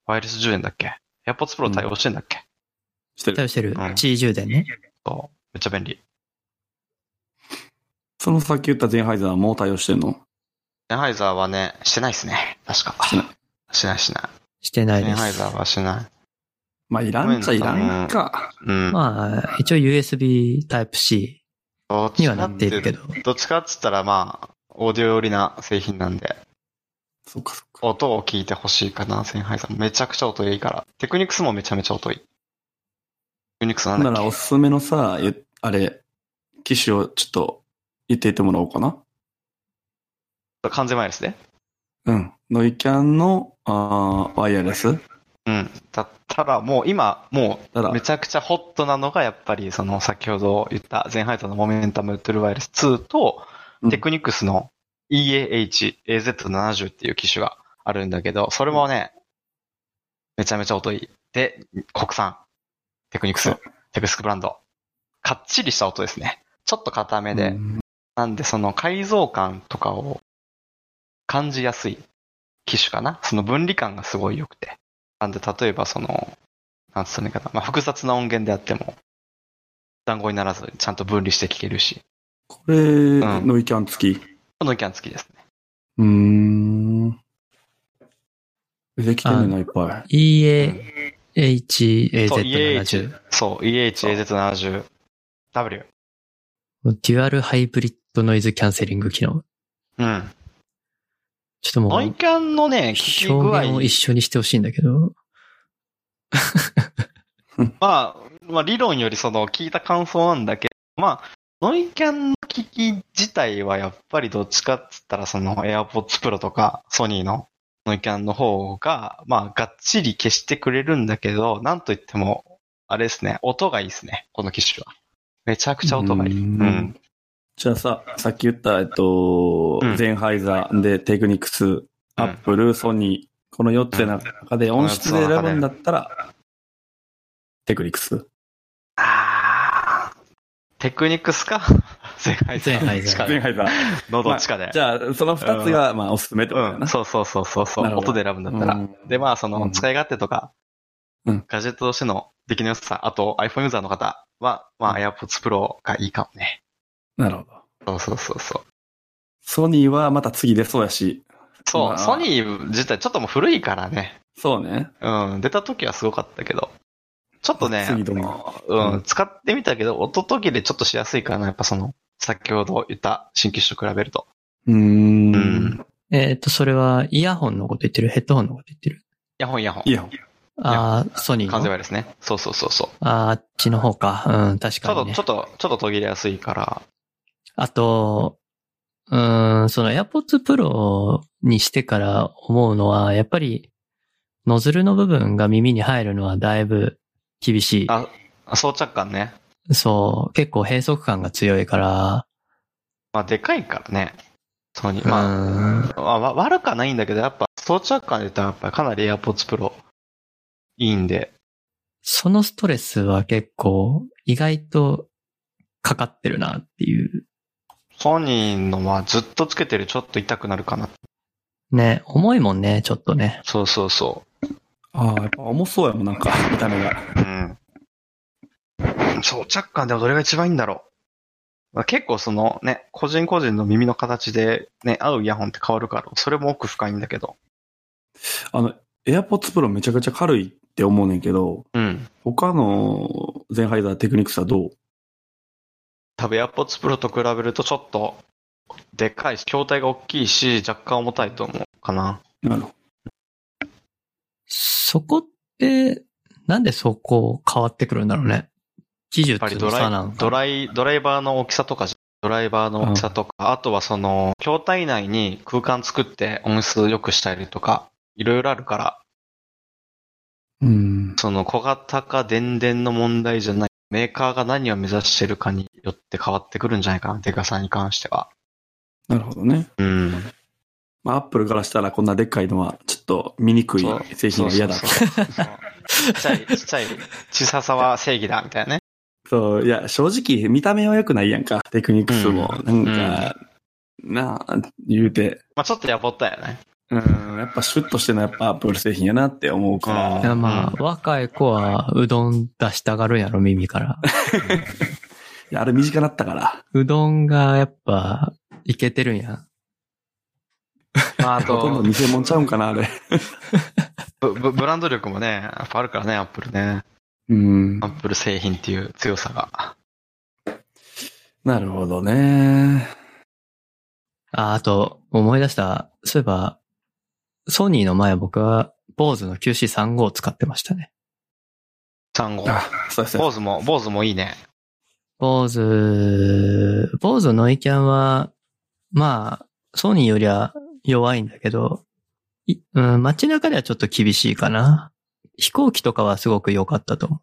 ワイヤレス充電だっけ ?AirPods Pro 対応してんだっけ、
してる。
対応してる
うん。
地位充電ね。
そう。めっちゃ便利。
そのさっき言ったゼンハイザーもう対応してんの
ゼンハイザーはね、してないっすね。確か。
してない
しないしな。
してないい
ゼ
で
ンハイ
す
ザ。ーはしない。
まあ、いらんっちゃいらんか。
うん。
まあ、一応 USB Type-C
どっち
に
か
はなっているけど。
どっちかっつったら、まあ、オーディオ寄りな製品なんで、
そっかそっか。
音を聞いてほしいかな、ゼンハイザー。めちゃくちゃ音いいから。テクニクスもめちゃめちゃ音いい。テクニクスなんだ
な
っけ
らおすすめのさ、ゆあれ、機種をちょっと言っていってもらおうかな。
完全ワイヤレスで
うん。ノイキャンのあーワイヤレス。
うん。だったら、もう今、も
ただ
う、めちゃくちゃホットなのが、やっぱり、その、先ほど言った、ゼンハイトのモメンタムトゥルーワイヤレス2と、
うん
テクニクスの EAH-AZ70 っていう機種があるんだけど、それもね、めちゃめちゃ音いい。で、国産、テクニクス
そう、
テクスクブランド。かっちりした音ですね。ちょっと硬めで、
うん
なんで、その改造感とかを感じやすい機種かな。その分離感がすごい良くて。なんで、例えばその、なんつうの言い方、まあ、複雑な音源であっても、団子にならず、ちゃんと分離して聞けるし、
これ、ノイキャン付き。
この意見付きですね。
うーん。できてんねんな、いっぱ
EAHAZ70。
そう、EAH。そう、EHAZ70W。
デュアルハイブリッドノイズキャンセリング機能。
うん。
ちょっともう、
ノイキャンのね、聞き具
表現を
合
一緒にしてほしいんだけど。
まあ、まあ、理論よりその聞いた感想なんだけど、まあ、ノイキャンの機器自体はやっぱりどっちかっつったらその AirPods Pro とかソニーのノイキャンの方が、まあ、がっちり消してくれるんだけど、なんといっても、あれですね、音がいいですね、この機種は。めちゃくちゃ音がいい。う
うんんじゃあさ、さっき言った、えっと、
うん
ゼンハイザーで、テクニクス、アップル、ソニー、この4つの中で音質で選ぶんだったら、テクニクス。
あーテクニックス か前回
ゼンハイザー
ゼンハイザー。
喉地下で。
じゃあ、その2つが、まあ、おすすめってことだよ
うん、
な。
そうそうそうそうそう
なるほど
音で選ぶんだったら。
うん
で、まあ、その
う、ん
使い勝手とか、
うん
ガジェットとしての出来の良さ、あと iPhone ユーザーの方は、まあ、
う
AirPods Pro がいいかもね。
なるほど。
そうそうそうそう。
ソニーはまた次出そうやし。
そう、
まあ
ソニー自体ちょっともう古いからね。
そうね。
うん、出た時はすごかったけど。ちょっとね、
次どうな
うん、
うん
使ってみたけど、音途切れちょっとしやすいからな、やっぱその、先ほど言った新機種と比べると。
うーん
うん
ん。
えっ、と、それはイヤホンのこと言ってるヘッドホンのこと言ってる
イヤホンイヤホン。
いいよ。
ああ、ソニー
完全
の。
ワイヤレスね。そうそうそうそう。
あーあっちの方か。うん、
ち
確
ょっ
か
と、
に、ね。
ちょっと、ちょっと途切れやすいから。
あと、うーん、その AirPods Pro にしてから思うのは、やっぱり、ノズルの部分が耳に入るのはだいぶ厳し
あ装着感ね。
い。そう、結構閉塞感が強いから、
まあ、でかいからね。ソニー。まあ、
まあ、
まあ、わ悪くはないんだけど、やっぱ装着感で言ったらやっぱかなり AirPods Pro いいんで。
そのストレスは結構意外とかかってるなっていう、
ソニーのはずっとつけてるちょっと痛くなるかな。
ね、重いもんね、ちょっとね。
そうそうそ
ああ、やっぱ重そうやもん、なんか、見た目が。
う。うん。装着感でもどれが一番いいんだろう。まあ、結構そのね、個人個人の耳の形でね、合うイヤホンって変わるから、それも奥深いんだけど。
あの、AirPods Pro めちゃくちゃ軽いって思うねんけど、
うん。
他のゼンハイザーテクニクスはどう
多分 AirPods Pro と比べるとちょっとでかいし、筐体が大きいし、若干重たいと思うかな。
なるほど。
そこって、なんでそこ変わってくるんだろうね。技
やっぱ
術
り
の
ド
差なの
ライ、ドライ、
か。
ドライバーの大きさとかじゃ、ドライバーの大きさとか、あとはその、筐体内に空間作って音質良くしたりとか、いろいろあるから、
うん。
その小型化電電の問題じゃない、メーカーが何を目指してるかによって変わってくるんじゃないかな、デカさに関しては。
なるほどね。
うん。
まあ、アップルからしたらこんなでっかいのは、ちょっと見にくい
そう
製品は嫌だと
そう。そうそうそうちっちゃい、ちっちゃい、小ささは正義だ、みたいなね。
そう、いや、正直、見た目は良くないやんか、テクニクスも。なんか、なあ、言うて。
まあちょっとやぼったよね。
うん、やっぱシュッとしてるのはやっぱアップル製品やなって思うから。
いやまあ、若い子はうどん出したがるんやろ、耳から。
いやあれ短なったから。
うどんがやっぱ、いけてるんや。
まああ
ほとんど
と、
偽物ちゃうんかな、あれ。
ブブブランド力もね、やっぱあるからね、アップルね。
うん
ア。ップル製品っていう強さが。
なるほどね。
あ、あと、思い出した。そういえば、ソニーの前僕は、坊主の QC35 を使ってましたね。
産後。
あ、そうです
坊主も、坊主もいいね。
坊主、坊主のノイキャンは、まあ、ソニーよりは弱いんだけど、いうん、街中ではちょっと厳しいかな。飛行機とかはすごく良かったと思う。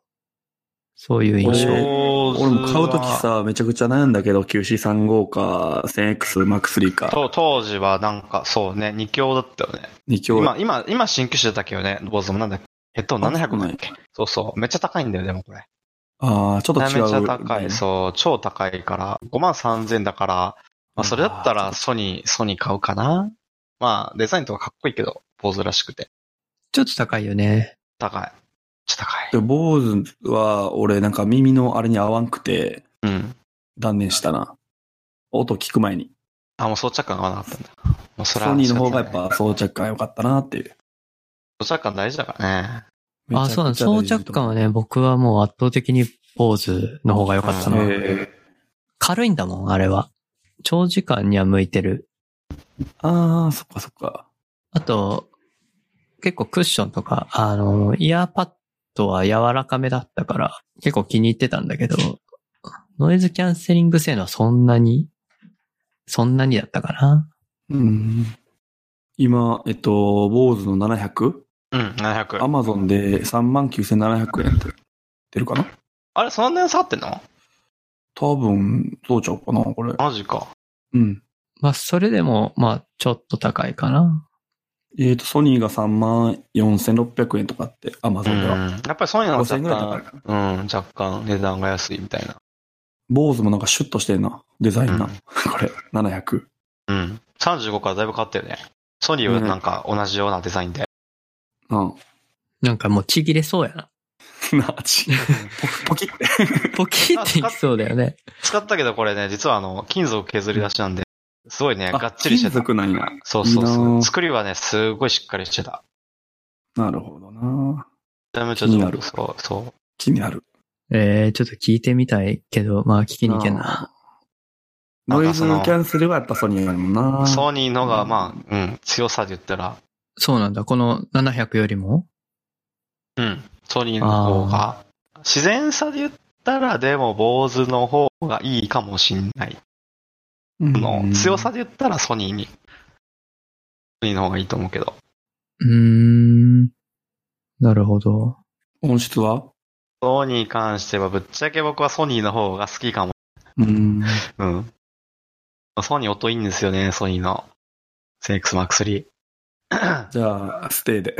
そういう印象。
俺
俺
俺も買うとき。さ、めちゃくちゃ悩んだけど、QC35 か、1000X、MAX3 か、
と当時はなんか、そうね、二強だったよね。
2強。
今、今、今新機種だけどね、坊主もなんだっけ。ヘッドホン700だっけそうそう。めっちゃ高いんだよ、でもこれ。
ああ、ちょっと
めち
違う。
ゃ高い。そう、超高いから。5万3000だから、まあそれだったらソニー、ソニー買うかな。まあ、デザインとかかっこいいけど、坊主らしくて。
ちょっと高いよね。
高い。ちょっと高い。
で、坊主は、俺なんか耳のあれに合わんくて、
うん。
断念したな。音聞く前に。
あ、もう装着感が合わなかったんだ。もうそれは
ソニーの方がやっぱ装着感良かったなっていう。
装着感大事だからね。
あ、そうなんです。装着感はね、僕はもう圧倒的に坊主の方が良かった
う
な。
ん
え
軽いんだもん、あれは。長時間には向いてる。
ああ、そっかそっか。
あと、結構クッションとか、あの、イヤーパッドは柔らかめだったから、結構気に入ってたんだけど、ノイズキャンセリング性能はそんなに、そんなにだったかな。
うん。今、えっと、坊主の 700?
うん、700。
ア
あ
マゾンで39,700円って出るかな
れ、そんなに下がってんの
多分、どうちゃうかな、これ。
マジか。
うん。
まあ、それでも、まあ、ちょっと高いかな。
えっ、と、ソニーが34,600円とかって、アマ
う
ゾ
ん。
ンでは。
やっぱりそういうの
5000円ぐらい高い
若
かな。
干、うん、若干値段が安いみたいな。
坊主もなんかシュッとしてんな。デザインな。
うん
これ、700。
うん。35からだいぶ変わったよね。ソニーはなんか同じようなデザイン で。
うん。
なんかもうちぎれそうやな。
な、ち、ポキって。
ポキっていきそうだよね。
使ったけどこれね、実はあの、金属削り出しなんで、すごいね、
あ
がっちりして
金
た。
属なんや。
そうそう
いい
そ
な
う。
ぁ
作りはね、すごいしっかりしてた。
なるほどな。
めちゃめちゃ
気に
上
な
手。
る
そう、そう。
気になる。
えー、ちょっと聞いてみたいけど、まあ、聞きに行けんな。
ノイズキャンセルはやっぱソニーやもんな。
ソニーのが、
うん
まあ、うん、強さで言ったら、
そうなんだ。この700よりも
うん、ソニーの方が、自然さで言ったら、でも、坊主の方がいいかもしんない。
うん
その、強さで言ったらソニーに、ソニーの方がいいと思うけど。
うーん。なるほど。
音質は
ソニーに関しては、ぶっちゃけ僕はソニーの方が好きかも。
うん。
うん。ソニー音いいんですよね、ソニーの。CX-Mark3。
じゃあ、ステイで。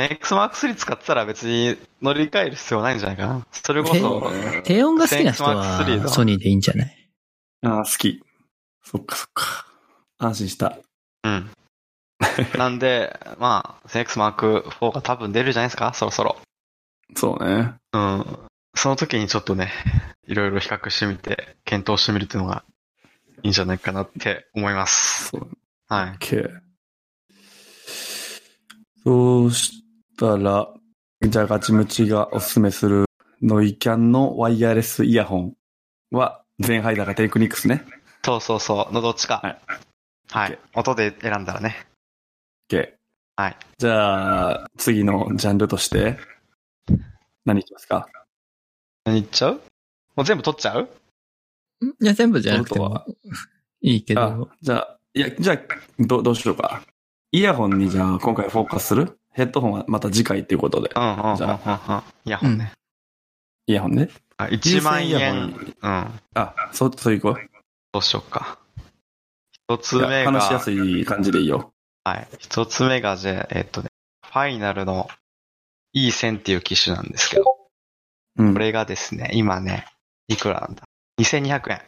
CX-Mark3 使ってたら別に乗り換える必要ないんじゃないかな。それこそ、
低音が好きな人
1000
はソニーでいいんじゃない
ああ、好き。そっかそっか。安心した。
うん。なんで、まあ、CX-Mark4 が多分出るじゃないですか、そろそろ。
そうね。
うん。その時にちょっとね、 いろいろ比較してみて、検討してみるっていうのがいいんじゃないかなって思います。
そう。
はい。
OK。そうしたら、じゃあガチムチがおすすめするノイキャンのワイヤレスイヤホンは、全ハイダーがテイクニックスね。
そうそうそう、のどっちか。
は
はいい。音で選んだらね。
OK。
はい。
じゃあ、次のジャンルとして、何いきますか
何言っちゃうもう全部取っちゃう
いや、全部じゃなくて
その
もいいけ
あ
ど。、
じゃあ、いや、じゃあ、どどうしようか。イヤホンにじゃあ、今回フォーカスするヘッドホンはまた次回っていうことで
う。んうんうんうんうん。
じゃ
イヤホンね。
イヤホンね。
あ1万
有線イヤホ
円。
ン
うん。
あ、そう、そういうこ
どうしようか。一つ
と
目が、
話しやすい感じでいいよ。
はい。一つ目が、じゃあえっとね、ファイナルの E 線っていう機種なんですけど、こ
うん。
れがですね、今ね、いくらなんだ ?2200 円。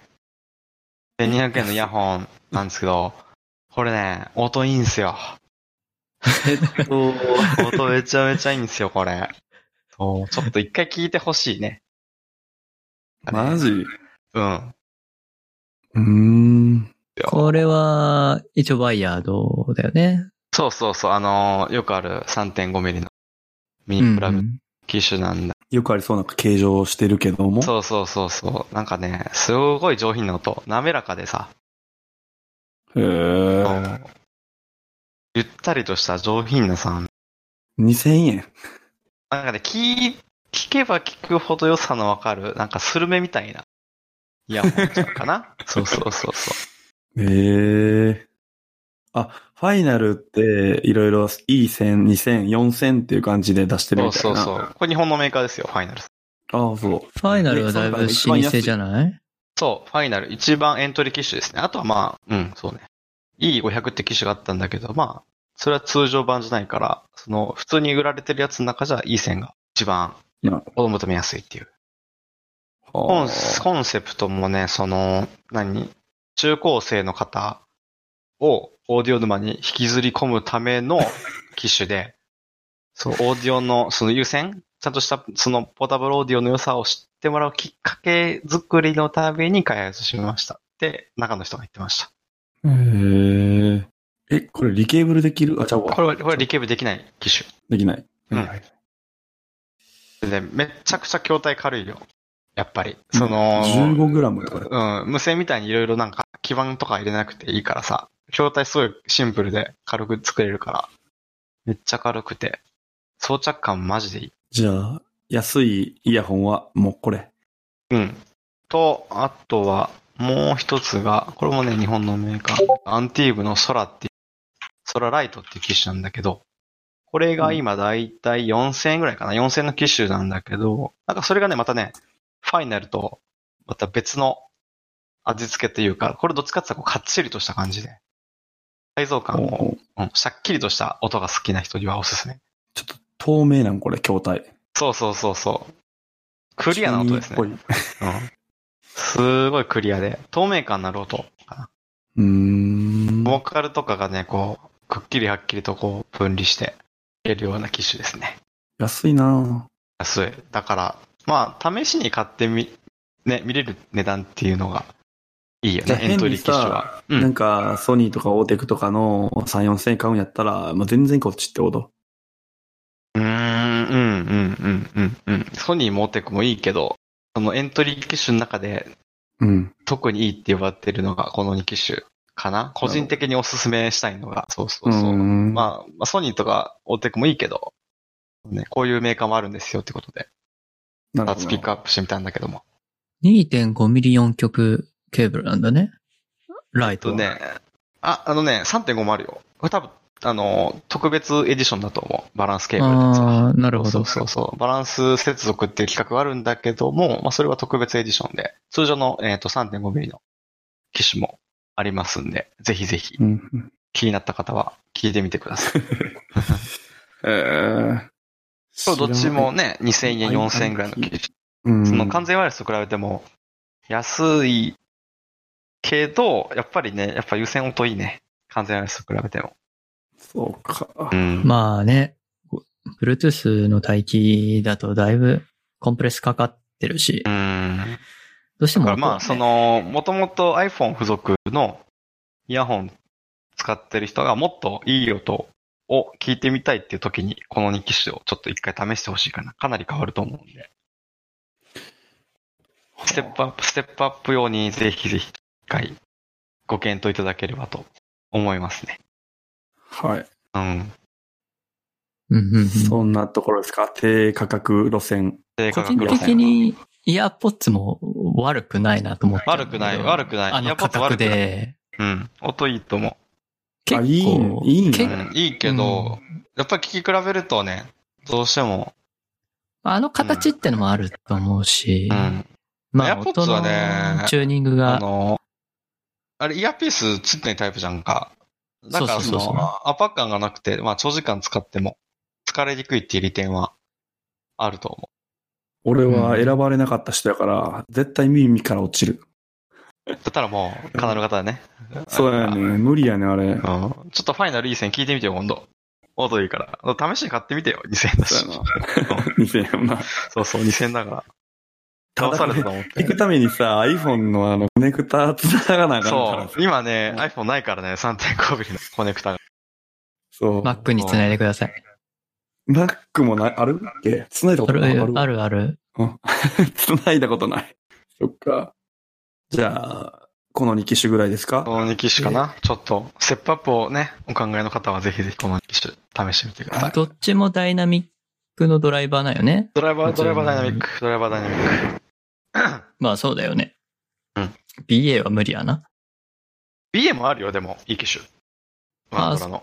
2200円のイヤホンなんですけど、これね、音いいんすよ。
ヘッド、
音めちゃめちゃいいんですよ、これ。そう、ちょっと一回聞いてほしいね。
マジう
うん。
ーん。
これは、一応ワイヤードだよね。
そうそうそう、あのーよくある3.5ミリのミ
う
ニ
ん
プラグ機種なんだ
よくありそうな形状してるけども。
そうそうそうそう。なんかね、すごい上品な音。滑らかでさ、
へー
ゆったりとした上品なさ、
2000円。
なんかね、聞い、聞けば聞くほど良さのわかる、なんかスルメみたいな、イヤホンちゃうか なそうそうそうそ
ええあ、ファイナルって、いろいろ E1000、2000、4000っていう感じで出して
う。
る
そ
み
う
たい
そう
な。
そう。これ日本のメーカーですよ、ファイナル。
ああ、そう。
ファイナルはだいぶ老舗じゃない
そう、ファイナル。一番エントリー機種ですね。あとはまあ、うん、そうね。E500 って機種があったんだけど、まあ、それは通常版じゃないから、その、普通に売られてるやつの中じゃ E 線が一番
なるほ、
お求めやすいっていう。コ
は
ンス
あ
コンセプトもね、その、何中高生の方をオーディオ沼に引きずり込むための機種で、そう、オーディオのその優先、ちゃんとしたそのポータブルオーディオの良さを知ってもらうきっかけ作りのために開発しました。って、中の人が言ってました。
へーえ、これリケーブルできるあ、ちゃう
こ
わ。
れは、これはリケーブできない機種。
できない。
うん
はい
で、めっちゃくちゃ筐体軽いよ。やっぱり。その、
15グラムとかで。
うん、無線みたいにいろいろなんか基板とか入れなくていいからさ、筐体すごいシンプルで軽く作れるから、めっちゃ軽くて、装着感マジでいい。
じゃあ、安いイヤホンはもうこれ。
うん。と、あとは、もう一つが、これもね、日本のメーカー、アンティーブのソラっていう、ソラライトっていう機種なんだけど、これが今だいたい4000円ぐらいかな、4000円の機種なんだけど、なんかそれがね、またね、ファイナルと、また別の味付けというか、これどっちかって言ったらこうかっちりとした感じで、改造感を、う
お
ん、しゃっきりとした音が好きな人にはおすすめ。
ちょっと透明なんこれ、筐体。
そうそうそうそう。クリアな音ですね。
中二っぽい
うんすごいクリアで、透明感のある音かな。
うーん。
ボーカルとかがね、こう、くっきりはっきりとこう、分離して、いけるような機種ですね。
安いな
安い。だから、まあ、試しに買ってみ、ね、見れる値段っていうのが、いいよ
じゃ
ね
あ、
エントリー機種は。う。
ぁなんんか、ソニーとかオーテクとかの3、4000円買うんやったら、もう全然こっちってこと。
うーん、うん、うん、うん、うん、うん。ソニーモーテクもいいけど、そのエントリー機種の中で
うん。
特にいいって呼ばれてるのがこの2機種かな。個人的におすすめしたいのが、そうそうそう。
んあ、
まあ、まあ、ソニーとかオーテクもいいけど、ね、こういうメーカーもあるんですよってことで、
なるほ
2
ど
つピックアップしてみたんだけども。
2.5ミリ4極ケーブルなんだね。ライ
と
トは。
ね、あ、あのね、3.5もあるよ。これ多分、あの、特別エディションだと思う。バランスケーブルのやつは
ああ、なるほど。
そうそうそう。バランス接続っていう企画があるんだけども、まあ、それは特別エディションで、通常の、えー、と 3.5mm の機種もありますんで、ぜひぜひ
うん。うん
気になった方は聞いてみてください。
えー
そう、どっちもね、2000円、4000円ぐらいの機種。
うん
その完全ワイヤレスと比べても、安いけど、やっぱりね、やっぱ優先音いいね。完全ワイヤレスと比べても。
そうか。
うん。
まあね、Bluetooth の待機だとだいぶコンプレスかかってるし、
うん。
どうして
だか
も、
らまあ、そ、の、もともと iPhone 付属のイヤホン使ってる人がもっといい音を聞いてみたいっていう時に、この2機種をちょっと一回試してほしいかな。かなり変わると思うんで。ステップアップ、ステップアップ用にぜひぜひ一回ご検討いただければと思いますね。
はい。
うん。
うんうんうん
そんなところですか低価格路線。
低
個
価
人
格路線
的にイヤーポッツも悪くないなと思って。
悪くない、悪くない。
あ
イヤ
の
ーポッ
価
ド悪
格
くない。
で、
うん。音いいと思
結
あ
構、
いいねいいね
う。う
結構
ん、いいけど、やっぱり聞き比べるとね、どうしても、
あの形ってのもあると思うし、
うん。
まあ、
AirPods
音の
はね
チューニング
あ
が、
の、あれ、イヤーピースついてないタイプじゃんか。だからそ
そうそうそうそう
の、圧迫感がなくて、まあ長時間使っても、疲れにくいっていう利点は、あると思
俺は選ばれなかった人やから、絶対耳から落ちる。
う。だったらもう、カナル型だね。
そうやね。無理やね、あれ
うん。。ちょっとファイナルいい線聞いてみてよ、今度。音いいから。試しに買ってみてよ、2000円だし
そう。やな。2000円な。
そうそう、2000円だから。
た
倒
だ
されたと思って
聞。くためにさ、iPhone のあの、コネクタ繋がなあかんから
そ
さ
う。今ね、iPhone ないからね、3.5ミリのコネクタが。
そう。
Mac につないでください。
Mac もな、あるっけ繋いだこ
あ
と
る
ない
あるある。
繋いだことない。そっか。じゃあ、この2機種ぐらいです
こ
か
の2機種かな、ちょっと、ステップアップをね、お考えの方はぜひぜひこの2機種試してみてください。
どっちもダイナミックのドライバーなんよね。
ドライバー、ドライバーダ
こちら
イ
の
ナミック、ドライバーダイナミッ ク。
まあそうだよね。
うん。
BA は無理やな。
BA もあるよ、でも、いい機種。
あ
まあ、ドラの。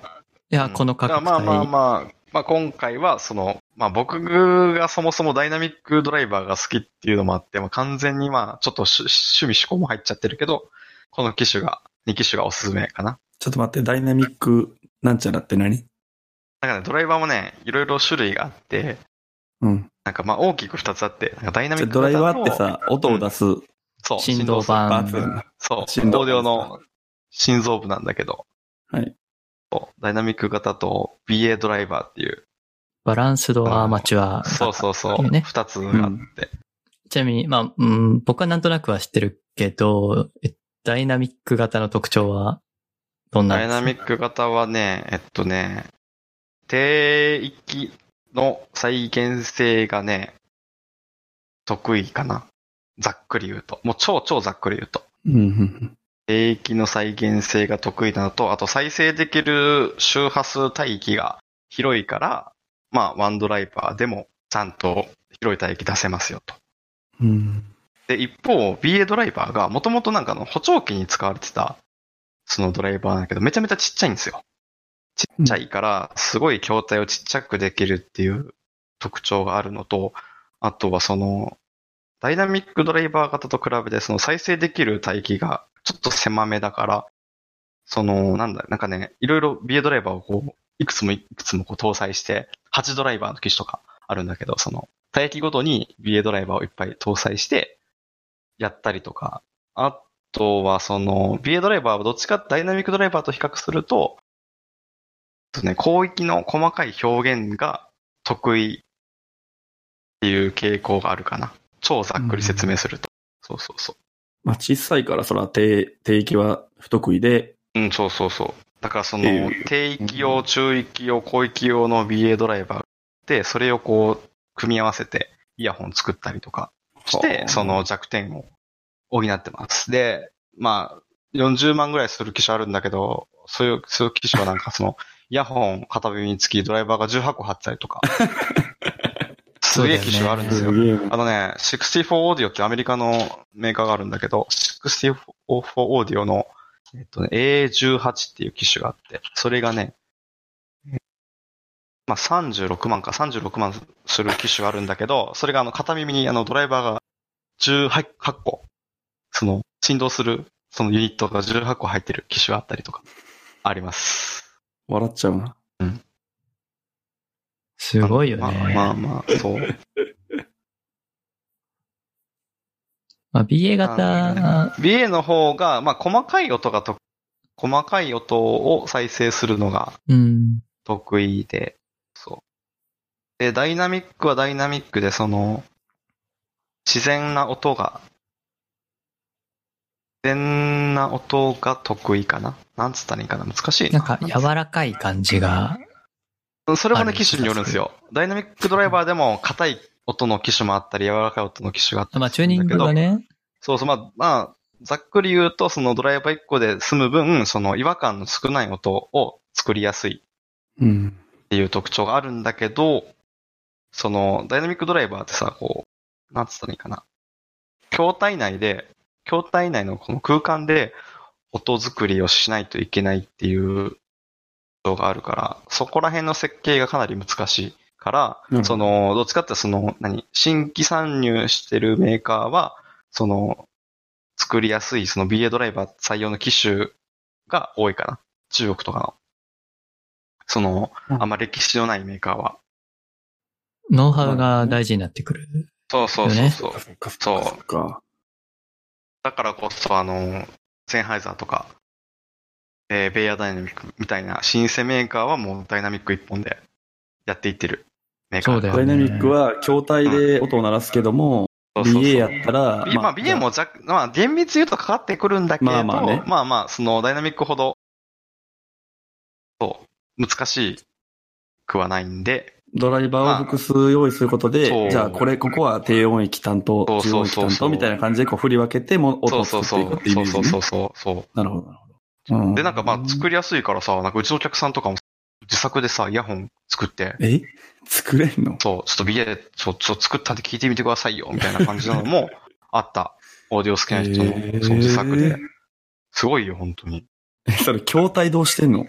いや、
うん
この価
だから
格帯。
まあまあまあ、まあ今回は、その、まあ僕がそもそもダイナミックドライバーが好きっていうのもあって、まあ完全にまあ、ちょっと趣趣味思考も入っちゃってるけど、この機種が、2機種がおすすめかな。
ちょっと待って、ダイナミック、なんちゃらって何
なんかね、ドライバーもね、いろいろ種類があって、
うん。
なんかまあ大きく二つあって、なんかダイナミッ
じゃ
ク
あドライバーって
型と、
さ、音を出す
そう、
振動
バ
板
パー。ツやな。
そう、振
振動板
動量の心臓部なんだけど、
はい。
そうダイナミック型と BA ドライバーっていう
バランスドアマチュア。
そうそうそ。
いういね
二つあって。
ちなみに、まあ、うん、僕はなんとなくは知ってるけど、えダイナミック型の特徴はどんな
ダイナミ
ク
ック型はね、えっとね、低域の再現性がね、得意かな。ざっくり言うと。もう超超ざっくり言うと。
うんうん
低域の再現性が得意なのと、あと再生できる周波数帯域が広いから、まあ、ワンドライバーでもちゃんと広い帯域出せますよと。
うんうん
で、一方、BA ドライバーが、もともとなんかあの補聴器に使われてた、そのドライバーなんだけど、めちゃめちゃちっちゃいんですよ。ちっちゃいから、すごい筐体をちっちゃくできるっていう特徴があるのと、あとはその、ダイナミックドライバー型と比べて、その再生できる帯域がちょっと狭めだから、その、なんだ、なんかね、いろいろ BA ドライバーをこう、いくつもいくつもこう搭載して、8ドライバーの機種とかあるんだけど、その、帯域ごとに BA ドライバーをいっぱい搭載して、やったりとか、あとはその、BA ドライバーはどっちかダイナミックドライバーと比較すると、そうね、広域の細かい表現が得意っていう傾向があるかな。超ざっくり説明すると。そうそうそ
まあ、小さいから、そら、定、定域は不得意で、
う。うん、そうそうそう。だからそ
え
の、低域用、中域用、広域用の BA ドライバーで、それをこう、組み合わせてイヤホン作ったりとか、して
は、あ
その弱点を補ってます。で、まあ、40万ぐらいする機種あるんだけど、そういう、そういう機種はなんかそ の、イヤホン片耳につきドライバーが18個貼ってたりと か、すげえ機種があるんです
す
よ。
げえな
あのね、64オーディオってアメリカのメーカーがあるんだけど、64オーディオの、えっとね、A18 っていう機種があって、それがね、まあ、36万か、36万する機種があるんだけど、それがあの、片耳にあの、ドライバーが18個、その、振動する、そのユニットが18個入ってる機種があったりとか、あります。
笑っちゃうな。
すごいよね。
まあまあまあ、そう。
まあ BA
あ
型、
BA の方が、まあ、細かい音がと、細かい音を再生するのが
うん。
得意で、そう。で、ダイナミックはダイナミックで、その、自然な音が、自然な音が得意かな。なんつったらいいかな。難しい
な
な。
んか柔らかい感じが、
それも
あ
ね、
る
機種によるんですよ。ダイナミックドライバーでも、硬い音の機種もあったり、柔らかい音の機種があったり
まあチューニングがね、
そうそう、まあ、まあ、ざっくり言うと、そのドライバー1個で済む分、その違和感の少ない音を作りやすい
うん。
っていう特徴があるんだけど、そのダイナミックドライバーってさ、こう、なんつったらいいかな。筐体内で、筐体内のこの空間で音作りをしないといけないっていう特徴があるから、そこら辺の設計がかなり難しいから、
うん
その、どっちかっていうとその、何、新規参入してるメーカーは、その、作りやすい、その BA ドライバー採用の機種が多いかな。中国とかの。その、
うん
あんま歴史のないメーカーは。
ノウハウが大事になってくる。
そうそうそうそう。
そっか
そう
そっか。
だからこそ、あの、センハイザーとか、えーベイアダイナミックみたいな新生メーカーはもうダイナミック一本でやっていってるメーカー。
そうだよ
ダイナミックは、筐体で音を鳴らすけども、
そうそうそう
BA やったら、
まあ、BA も若、まあ、厳密に言うとかかってくるんだけれど、
まあ
ま
ま
あ
あ
まあ、
ね
そのダイナミックほど、そう、難しくはないんで、
ドライバーを複数用意すること
まあそ
で、
う
じゃあこれ、ここは低音域担当
そう、
中
そうそうそ
音域
う
担当みたいな感じでこう振り分けても音
そ
を
うそう
作っ
そ
ていく
う、
っていうイ
そ
メ
うそ
ージね
うそうそうそう。
なるほど、なるほど。う
で、なんかまあ、作りやすいからさ、なんかうちのお客さんとかも自作でさ、イヤホン作って、
え作れんの
そう、ちょっと BA、そう、そう作ったんで聞いてみてくださいよ、みたいな感じなの もあった。オーディオ好きな人
へ
の
ー
その自作で。すごいよ、本当に。
え、それ、筐体どうしてんの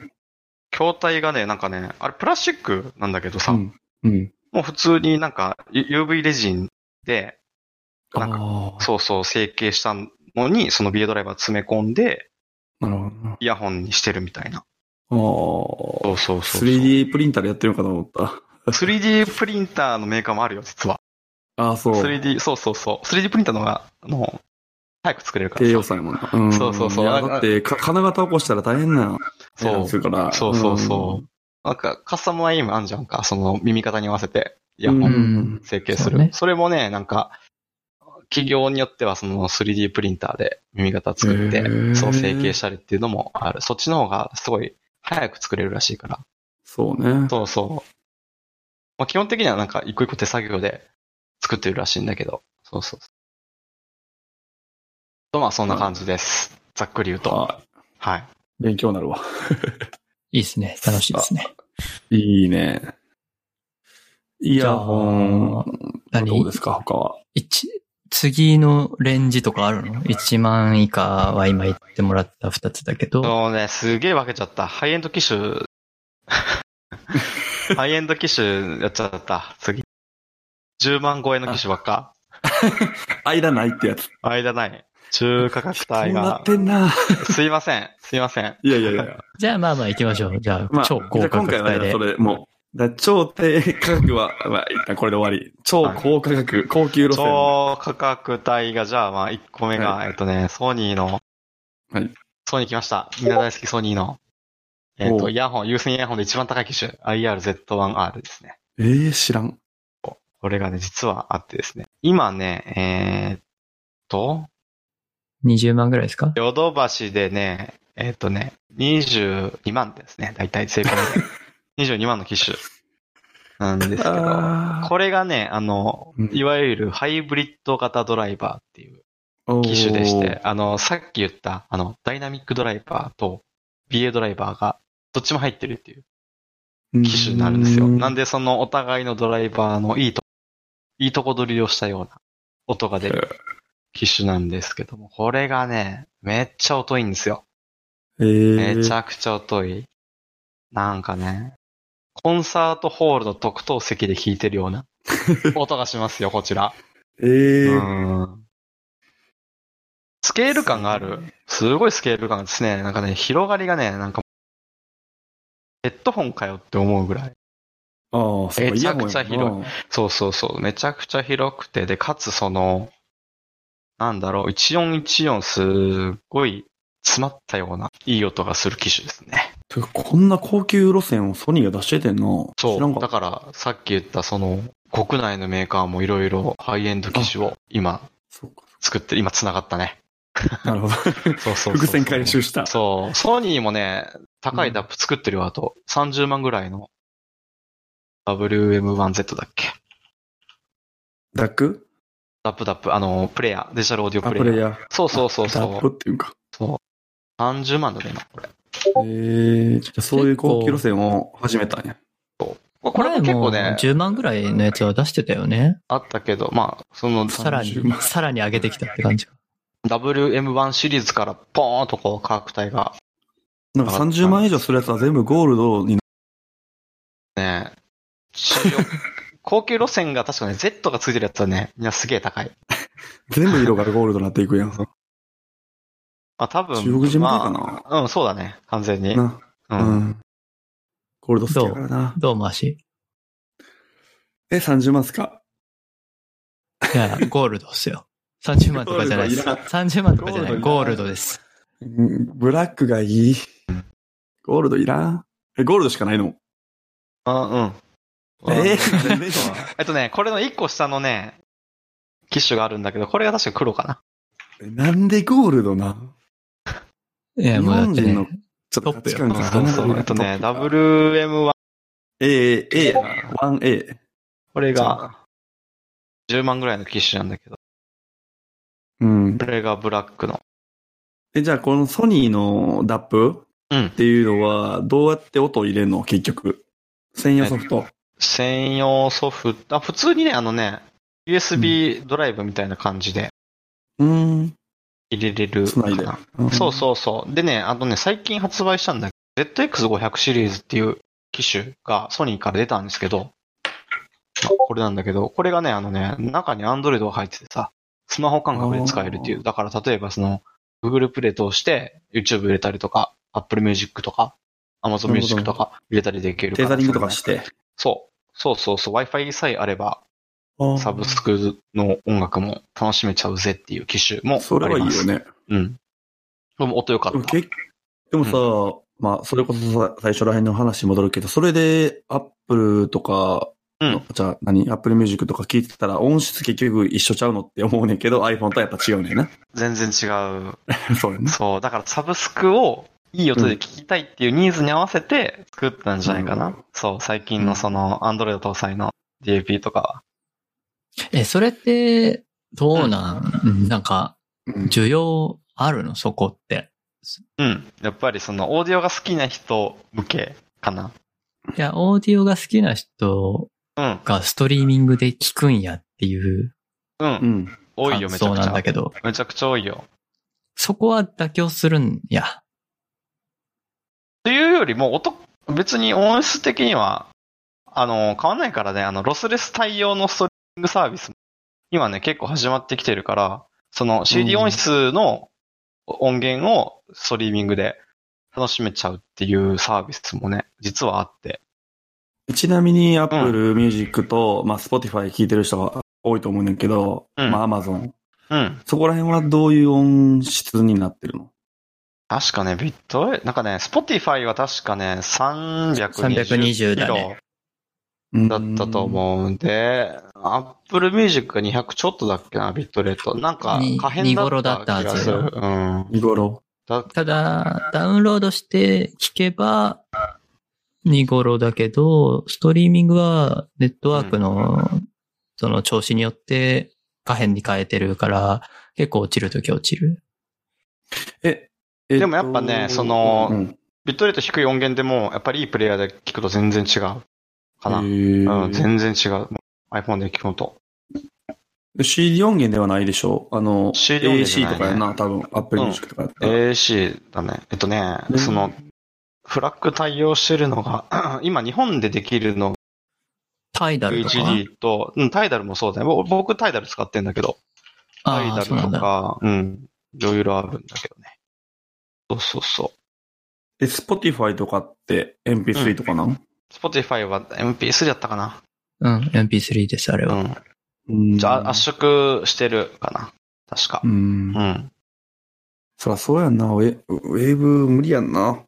筐体がね、なんかね、あれプラスチックなんだけどさ、
うん。うん。
もう普通になんか UV レジンで、なんか
か
そうそう成形したのに、その BA ドライバー詰め込んで、
なるほどな
イヤホンにしてるみたいな。
おー
そうそうそうそう。
3D プリンターでやってるのかと思った。
3D プリンターのメーカーもあるよ、実は。
ああ、そう。
3D、そうそうそう。3D プリンターの方が、あの、早く作れるから
低
さ
予。算やもんな。うん。
そうそうそう
いやだって、か金型起こしたら大変な。
そう
するから。
そうそうそう。なんかカスタマイムあんじゃんか、その耳型に合わせてイヤホ
う
ン
ん。
成形す
そう
る。
ね
それもね、なんか、企業によってはその 3D プリンターで耳型作っ
へ
て、
ー
そう成形したりっていうのもある。そっちの方がすごい早く作れるらしいから。
そうね。
そうそう。まあ、基本的にはなんか一個一個手作業で作ってるらしいんだけど。そうそうそう。と、まあそんな感じです。ざっくり言うと。
あ
はい。
勉強になるわ。
いいですね。楽しいですね。
いいね。イヤホン、ど
何
うですか他は。
一、次のレンジとかあるの ?1 万以下は今言ってもらった2つだけど、
そうね、すげえ分けちゃった。ハイエンド機 種。ハイエンド機種やっちゃった。次。10万超えの機種ばっか。
間ないってやつ。
間ない。中価格帯
こうな
が
っ。てんな。
すいません。すいません。
いやいやいや。
じゃあまあまあ行きましょう。じゃ
ま
あ
あ、
超高
じゃあ
価
今回
格
は
帯
だから
で
そ。れ、もう、だから超低価格は、まあ、一旦これで終わり。超高価格、高級路線。
超
は
価格帯が、じゃあ、まあ、1個目が、
はい
えっとね、ソニーの、
はい
ソニー来ました。みんな大好きソニーの、えっ
お
と、
う
イヤホン、有線イヤホンで一番高い機種、IRZ1R ですね。
えー、知らん。
これがね、実はあってですね。今ね、えーっと、
20万ぐらいですか
ヨドバシでね、えっ、とね、22万ですね。大体、成功 で。22万の機種なんですけど、
あ
これがね、あの
うん、
いわゆるハイブリッド型ドライバーっていう
ー
機種でして、。あの、さっき言った、あの、ダイナミックドライバーと BA ドライバーが、どっちも入ってるっていう
おー
機種になるんですよ。なん
で
で、その、お互いのドライバーのいいと、いいとこ取りをしたような音が出る機種なんですけども、これがね、めっちゃ音いいんですよ。
えー、
めちゃくちゃ音いい。なんかね、コンサートホールの特等席で弾いてるよう な音がしますよ、こちら。
えー
うんスケール感がある。すごいスケール感ですね。なんかね、広がりがね、なんか、ヘッドホンかよって思うぐらい。
あーそうか
めちゃくちゃ広い
イヤホンやもんな
そうそうそう。めちゃくちゃ広くて、で、かつその、なんだろう、1414すごい詰まったような、いい音がする機種ですね。
てかこんな高級路線をソニーが出しててんな。知らん
そう。
か
だ
っ
から、さっき言った、その、国内のメーカーもいろいろハイエンド機種を今
そうか。
作って、今繋がったね。
なるほど。
そうそうそう
伏線回。収した。
そう。ソニーもね、高いダップ作ってるよ、あと。30万ぐらいの。WM1Z だっけ
ダック
ダップダップ、あの、プレイヤー、デジタルオーディオ
あ、
プ
プ
レイヤー。
レイヤー。
そうそうそう
ダッ
そ
プ
う。
っていうんか。
30万だね、今、これ。
えー、じゃあそういう高級路線を始めたんや。
これも結構
前
ね
も、10万ぐらいのやつは出してたよね。
あったけど、まあ、その、
さらに
30、万
さらに上げてきたって感じ。
WM1 シリーズから、ポーンとこう、価格帯が
なんか30万円以上するやつは全部ゴールドに
ね中央高級路線が確かね、Z がついてるやつはね、みんなすげえ高い。
全部色がゴールドになっていくやん。中
まあ多分。
国人向け
ま
かな、
あうん、そうだね。完全に。
な、
う。
うんん。ゴールド好きやからな。
どうも足。
え、30万っすか
いや、ゴールドっすよ。30万とかじゃないです。
ゴールドい
30万とかじゃない。
ゴ
ゴ
ー
ー
ル
ル
ド
ドです。
うんブラックがいい。ゴールドいらん。え、ゴールドしかないの
あうん。
え
うん
ー 全然いいじ
えっとね、これの一個下のね、機種があるんだけど、これが確か黒かな。
ゃんなんでゴールドない
や、もうだって
日本人の
ね。
ちょっと価値観
う
が
ん
そ
離
う
れ
そう。えっとね、
ダブル。
WM1、
A、A やな。1A。
これ
そう
が、10万ぐらいの機種なんだけど、
うん
こ。れがブラックの。
え、じゃあこのソニーのダップ
うん
っ。ていうのは、どうやって音を入れるの結局。専用ソフト。
専用ソフト、あ、普通にね、あのね、USB ドライブみたいな感じで
うん。
入れれる
つな
か
いで
な。。
ん
そうそうそう。でね、あのね、最近発売したんだけど、ZX500 シリーズっていう機種がソニーから出たんですけど、あこれなんだけど、これがね、あのね、中に Android が入っててさ、スマホ感覚で使えるっていう。だから例えばその、Google プレイ通して YouTube 入れたりとか、Apple Music とか、Amazon
なるほど
Music とか入れたりできるか
テ
ら。
ザリングとかして。
そう。そうそうそう。Wi-Fi さえあれば、サブスクの音楽も楽しめちゃうぜっていう機種もあります。
それはいいよ。ね。
うん。でも音良かっ
でも
た。
けでもさ、まあ、それこそさ最初ら辺の話に戻るけど、それで Apple とかの、
うん
じゃあ何 ?Apple Music とか聞いてたら音質結局一緒ちゃうのって思うねんけど、iPhone とはやっぱ違うねんな。
全然違う。
そうや ね。
そう。だからサブスクをいい音で聞きたいっていうニーズに合わせて作ったんじゃないかな。
う
そう。最近のその Android 搭載の DAP とかは。
え、それって、どうなん、なんか、
うん
需要あるのそこって。
うん。やっぱりそのオーディオが好きな人向けかな。
いや、オーディオが好きな人
うん。
がストリーミングで聞くんやっていう
う。
うんん。
多いよ、めちゃ
そ
く
う
ち
なんだ
ゃ。
けど、
めちゃくちゃ多いよ。
そこは妥協するんや。
というよりも、音、別に音質的には、あの、変わんないからね、あの、ロスレス対応のストリーミングサービスも、今ね、結構始まってきてるから、その CD
うん
音質の音源をストリーミングで楽しめちゃうっていうサービスもね、実はあって。
ちなみに Apple Music と、まあ Spotify 聞いてる人が多いと思うねんけど、
うん
まあ Amazon。
うん。
そこら辺はどういう音質になってるの
確かね、ビットレなんかね、Spotify は確かね、320
320
キ
だ
ロ
ね
だったと思うんで、Apple Music が200ちょっとだっけな、ビットレート。なんか、
に
可変だ
にごろだ
っ
ったた
気
は
が
ず
する。うん。
うん。見頃。
だ
ただ、ダウンロードして聞けば、見頃だけど、ストリーミングはネットワークの、その調子によって可変に変えてるから、結構落ちるとき落ちる。
え、えと
でもやっぱねその
うん
ビットレート低い音源でも、やっぱりいいプレイヤーで聞くと全然違うかな。
へ
うん、
ー
全然違う。iPhone で聞くのと。
CD 音源ではないでしょあの、
CD 音源じゃな
AC
いね
とかやな、多分、Apple Music とかやったら。
AC だね。えっとね、
うん
その、フラッグ対応してるのが、 今日本でできるの
タイダルとか。
HD と、うん、タイダルもそうだね。僕僕タイダル使ってんだけど、タイ
あ
ダ
あ、
ル
そうな
と
んだ。
か、うん、いろいろあるんだけどね。そうそうそう。
え、Spotify とかって MP3 とかなの
Spotify は MP3 だったかな。
うん、MP3 です、あれ
う
は。
ん。
うん
じゃあ圧縮してるかな。確か
う。ん
う。ん。
そらそうやんな、ウェウェーブ無理やんな。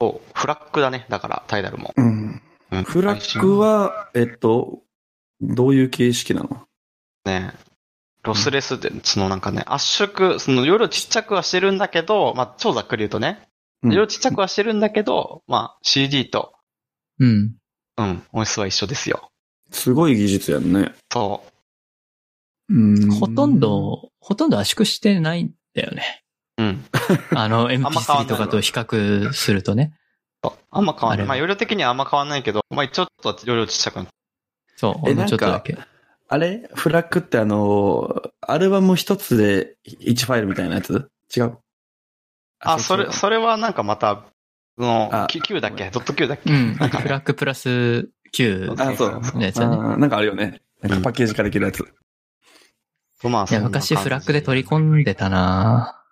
そうフラッグだね。だから、タイダルも。
うん。
うん
フラッグは、えっと、どういう形式なの
ね、ロスレスって、そのなんかね、圧縮、そのいろいろちっちゃくはしてるんだけど、まあ、超ざっくり言うとね、い
うん
ろいろちっちゃくはしてるんだけど、まあ、CD と、
うん。
うん、音質は一緒ですよ。
すごい技術やんね。
そう。
うん
ほとん。ど、ほとんど圧縮してないんだよね。
うん。
あの、
ま変わんない
MP3 とかと比較するとね。
そうあんま変わんな
あ
い。
れ
まあ、容量的にはあんま変わんないけど、まあ、ちょっと容量ちっちゃくなっ
そう、ほ
え
ん
な
の
んか
ちょっとだけ。
あれフラッグってあの、アルバム一つで1ファイルみたいなやつ違う。
あ、それ、
れ。
それはなんかまた、その
あ、
Q- Q だっけドット Q だっけ
うん、なんかフラッグプラス9
あ、そう。
のやつだね。
あーなんかあるよね。なんかパッケージ化できるやつ。
まあ、
い
そん
や、
な感じ
昔フラッグで取り込んでたな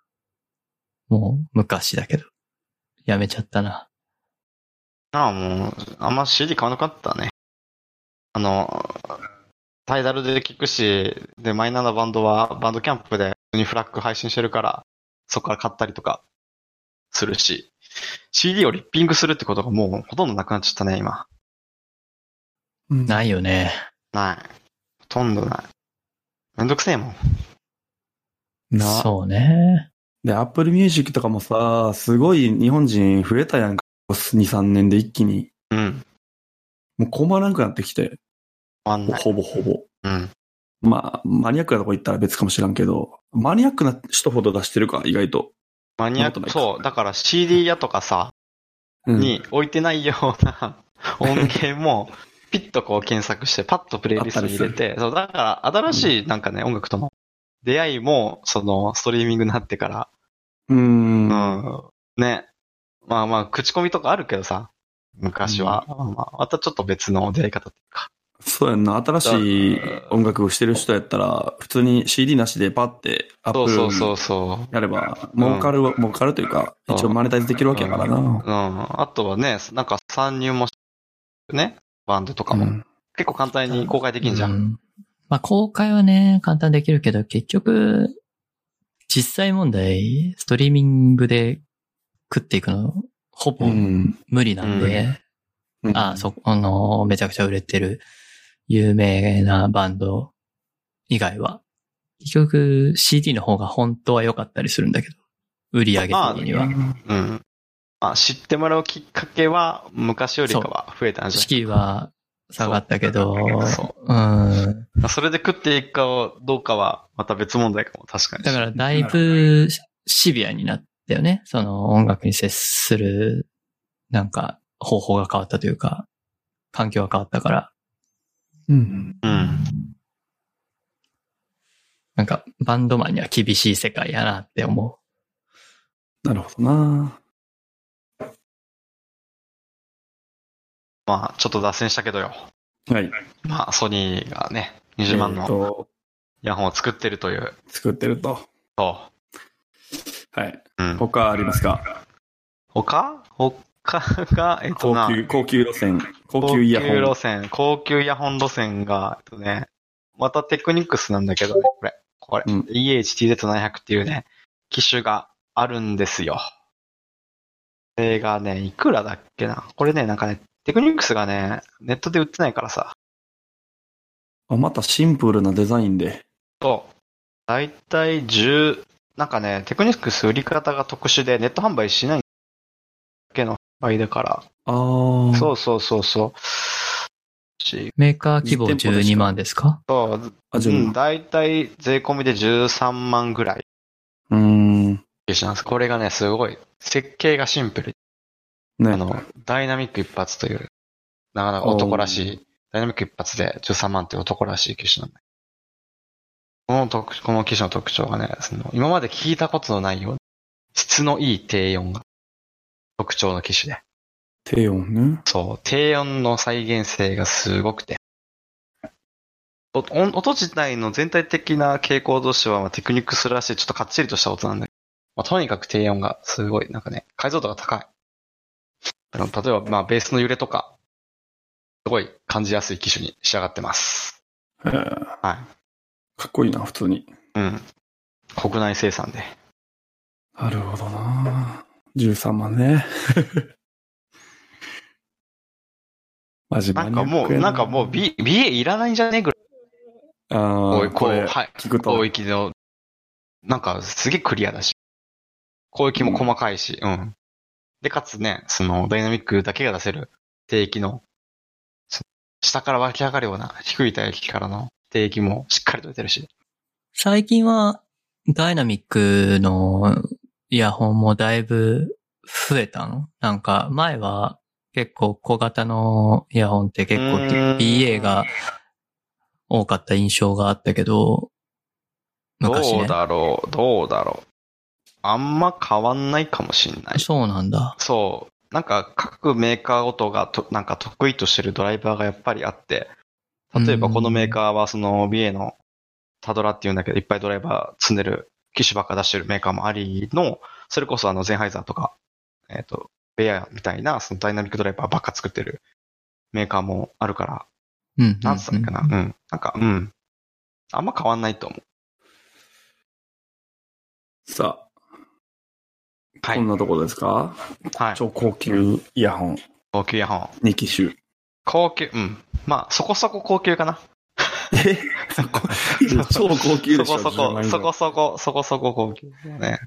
もう、昔だけど。やめちゃったな。
ああ、もう、あんま CD 買わなかったね。あの、タイダルで聞くし、で、マイナーなバンドはバンドキャンプで普通にフラッグ配信してるから、そこから買ったりとかするし、CD をリッピングするってことがもうほとんどなくなっちゃったね、今。
ないよね。
ない。ほとんどない。めんどくせえもん。
な
そうね。
で、Apple Music とかもさ、すごい日本人増えたやんか。2、3年で一気に。
うん。
もう困らんくなってきて。
わかんない。
ほぼほぼ。
うん。
まあ、マニアックなとこ行ったら別かもしらんけど、マニアックな人ほど出してるか、意外と。
マニアッ
そん
ク、
なことないか
そう。だから CD 屋とかさ、
うん、
に置いてないような 音源も、ピッとこう検索して、パッとプレイリストに入れて、そう、だから新しいなんかね、音楽との出会いも、その、ストリーミングになってか
うーん。
ら、うん。ね。まあまあ、口コミとかあるけどさ、昔は。まあまあまたちょっと別の出会い方っていうか。
そうやんな。新しい音楽をしてる人やったら、普通に CD なしでパッてア
そ
ッ
う
プ
そうそうそう。
やれば、儲かる、儲かるというか、
うん
一応マネタイズできるわけやからな。
うん。あとはね、なんか参入もし、ね、バンドとかも。
うん
結構簡単に公開できんじゃん。
うんまあ、公開はね、簡単できるけど、結局、実際問題、ストリーミングで食っていくの、ほぼ
ん。
無理なんで、
うん
あ、そ、あの、めちゃくちゃ売れてる有名なバンド以外は、結局 CD の方が本当は良かったりするんだけど、売り上げ的には。
うん。まあ、知ってもらうきっかけは、昔よりかは増えたんじゃ
資金は下がったけど、。
そう
ん。
ないそれで食っていくかどうかは、また別問題かも、確かに。
だからだいぶシビアになったよね。その音楽に接する、なんか方法が変わったというか、環境が変わったから、
うん。
うん。
なんかバンドマンには厳しい世界やなって思う。
なるほどな
まあ、ちょっと脱線したけどよ。
はい。
まあ、ソニーがね、20万
えー
の
と、
イヤホンを作ってるという。
作ってると。
そ
はい。
う。うん。
他ありますか
他他が、えっと
高
な、
級、高級路線。高級イヤホ
高
ン
級。路線、高級イヤホン路線が、えっとね、またテクニックスなんだけどね、これ。これ。
うん
EHTZ900 っていうね、機種があるんですよ。これがね、いくらだっけな。これね、なんかね、テクニックスがね、ネットで売ってないからさ。
あ、またシンプルなデザインで。
そう。だいたい10、なんかね、テクニックス売り方が特殊で、ネット販売しないだけの販売だから。
ああ。。
そううそうそうそう。し
メーカー規模
実店舗ですか
12万で
そ
すか
う、
あ、じゃあ、
うん、大体税込みで13万ぐらい
うん。ね。
なんです。これがね、すごい、設計がシンプル。あの、ダイナミック一発という、なかなか男らし
お
い、ダイナミック一発で13万っていう男らしい機種なんだ。この特、この機種の特徴がね、その、今まで聞いたことのないような、質のいい低音が特徴の機種で。
低音ね。
そう、低音の再現性がすごくて。お音音自体の全体的な傾向としては、まあ、テクニックスらしい、ちょっとかっちりとした音なんだけど、まあ、とにかく低音がすごい、なんかね、解像度が高い。あの例えば、まあ、ベースの揺れとか、すごい感じやすい機種に仕上がってます。
えーか
はい。
っこいいな、普通に。
うん。国内生産で。
なるほどな13万ね。 マジ
なんかもう、なんかもう、
ビ
B、BA いらないんじゃねえぐらい。
あ
こうい
あ、
う、こ
こ
う
れ、
はい。
聞くと
広。域の、なんかすげえクリアだし、広域も細かいし、うん。で、かつね、そのダイナミックだけが出せる低域の、そ下から湧き上がるような低い帯域からの低域もしっかりと出てるし、
最近はダイナミックのイヤホンもだいぶ増えたのなんか前は結構小型のイヤホンって結
う
構
ーん
BA が多かった印象があったけど、昔
どう
ね。
だろう、どうだろう。あんま変わんないかもしんない。
そうなんだ。
そう。なんか各メーカーごとがと、なんか得意としてるドライバーがやっぱりあって、例えばこのメーカーはその BA のタドラっていうんだけど、いっぱいドライバー積んでる機種ばっか出してるメーカーもありの、それこそあのゼンハイザーとか、えっ、と、ベアみたいなそのダイナミックドライバーばっか作ってるメーカーもあるから、
うんうんうん。
なんつったらいいかな、うん、なんか、うん。あんま変わんないと思う。
さあ、
は
こん
い。
なところですか
はい。
超高級イヤホン
高級イヤホン。
2機 種。
高級、うん。まあ、そこそこ高級かな。
えそこ 超高級でしょ
そこそこ、そこそこ、そこそこ高級。ね。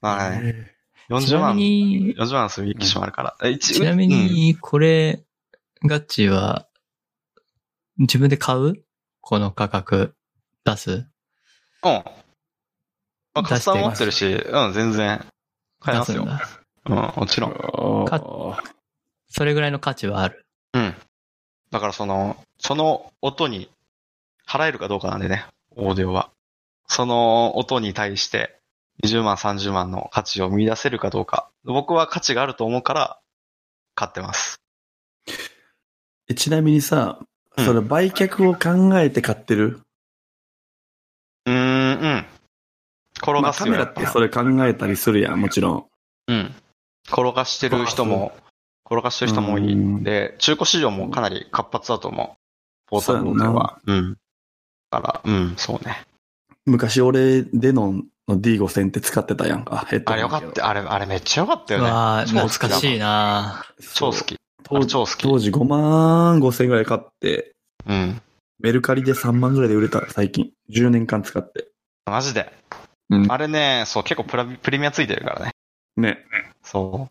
まあね、
ち
40
なみ
万、
に、
40万する機種もあるから。え一
ちなみ
うん
に、これ、ガッチーは、自分で買うこの価格、出す
うん。まあ、
出して
カスタム持ってるし、うん、全然。買えますよ
出。んだ
うん、もちろん。
か
こ。
それぐらいの価値はある。
うん。だからその、その音に払えるかどうかなんでね、オーディオは。その音に対して20万、30万の価値を見出せるかどうか。僕は価値があると思うから、買ってます。
えちなみにさ、
うん
それ売却を考えて買ってる
うーん、うん。転
ま
が
あ
す
カ
よ、
メ
や
ラ
っ
っ
ぱ
てそれ考えたりするやん、もちろん。
うん。転がしてる人も、転がしてる人も多い
うん
んで、中古市場もかなり活発だと思う。ポータブルでは。うん。だから、うん、そうね。
昔俺、デノンの D5000 って使ってたやんか。ヘッド
あ
ホ
れよ
ンやけど
かった。あれ、あれめっちゃよかった
う
よね。
わー
超好きだ
懐かしいな
超好き。
当時
超好き。
当時5万5千円ぐらい買って、
うん。
メルカリで3万ぐらいで売れた、最近。10年間使って。
マジで。
うん
あれね、そう、結構プラビプレミアついてるからね。
ね。
そ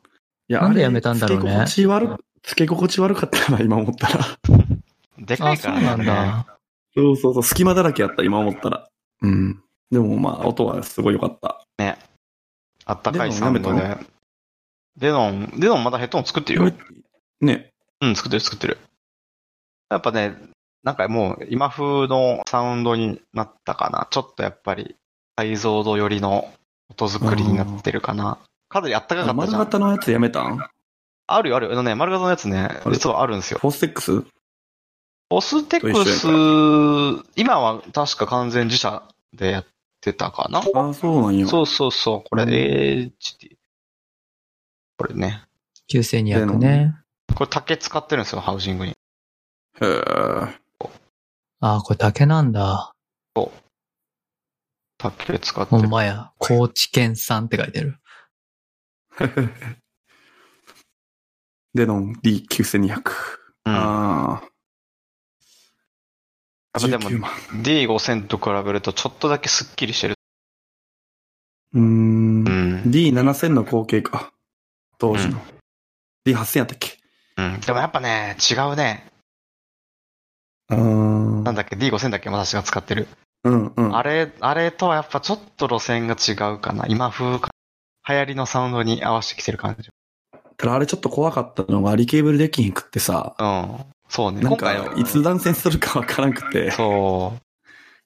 いや
なんでやめたんだろうね
あれ付け心地悪、付け心地悪かったな、今思ったら。
う。でか
あ、
いか
そう
ら
なんだ。
そうそうそう、隙間だらけやった、今思ったら。うん。でもまあ、音はすごい良かった。
あったかいサウンド
デノン
で。デノン、デノンまだヘッドホン作ってるよ。
ね。
うん、作ってる作ってる。やっぱね、なんかもう今風のサウンドになったかな。ちょっとやっぱり解像度寄りの音作りになってるかな。かなりあったかかった
丸
じゃん。
型のやつやめたん
あるよあるよ。あのね、丸型のやつね、
あれ
実はあるんですよ。
フォーステックス
オステックス
と一、
今は確か完全自社でやってたかな。
ああ、そうなんよ。
そうそうそう、これ
うん
HD。これね。
9200ね。
これ竹使ってるんですよ、ハウジングに。
へ え。
あー、これ竹なんだ。
竹使って
ほん
る。
まや。高知県産って書いてる。
デノン D9200。
うん
ああ。
やっぱでも
19万
D5000 と比べるとちょっとだけスッキリしてる。
うーん
う。ん。
D7000 の後継か。当時の。D8000 やったっけ
うん。でもやっぱね、違うね。
うーん。
なんだっけ、D5000 だっけ、私が使ってる。
うんうん。
あれ、あれとはやっぱちょっと路線が違うかな。今風か。流行りのサウンドに合わせてきてる感じ。
ただあれちょっと怖かったのが、リケーブルできひんくってさ、
うん。そうね。
なん
今回
か
は、
いつ断線するかわからんくて、
そう。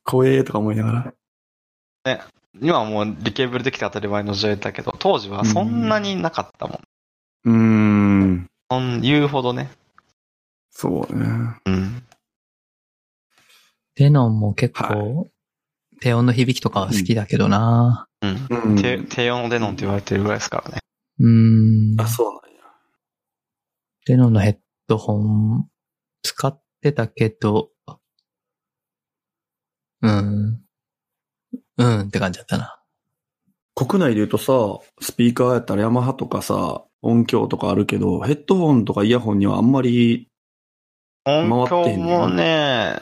怖えとか思いながら。
今はもうリケーブルできて当たり前の時代だけど、当時はそんなになかったもん。
うーん。
そん言うほどね。
そうね。
うん。
デノンも結
は
構、低音の響きとかは好きだけどな
うん。
うん
低低音のデノンって言われてるぐらいですからね。
うーん。
あ、そうなんや。
デノンのヘッドホン、使ってたけど、うん。うんって感じだったな。
国内で言うとさ、スピーカーやったらヤマハとかさ、音響とかあるけど、ヘッドホンとかイヤホンにはあんまり、
音
回って
響
んねや
もね、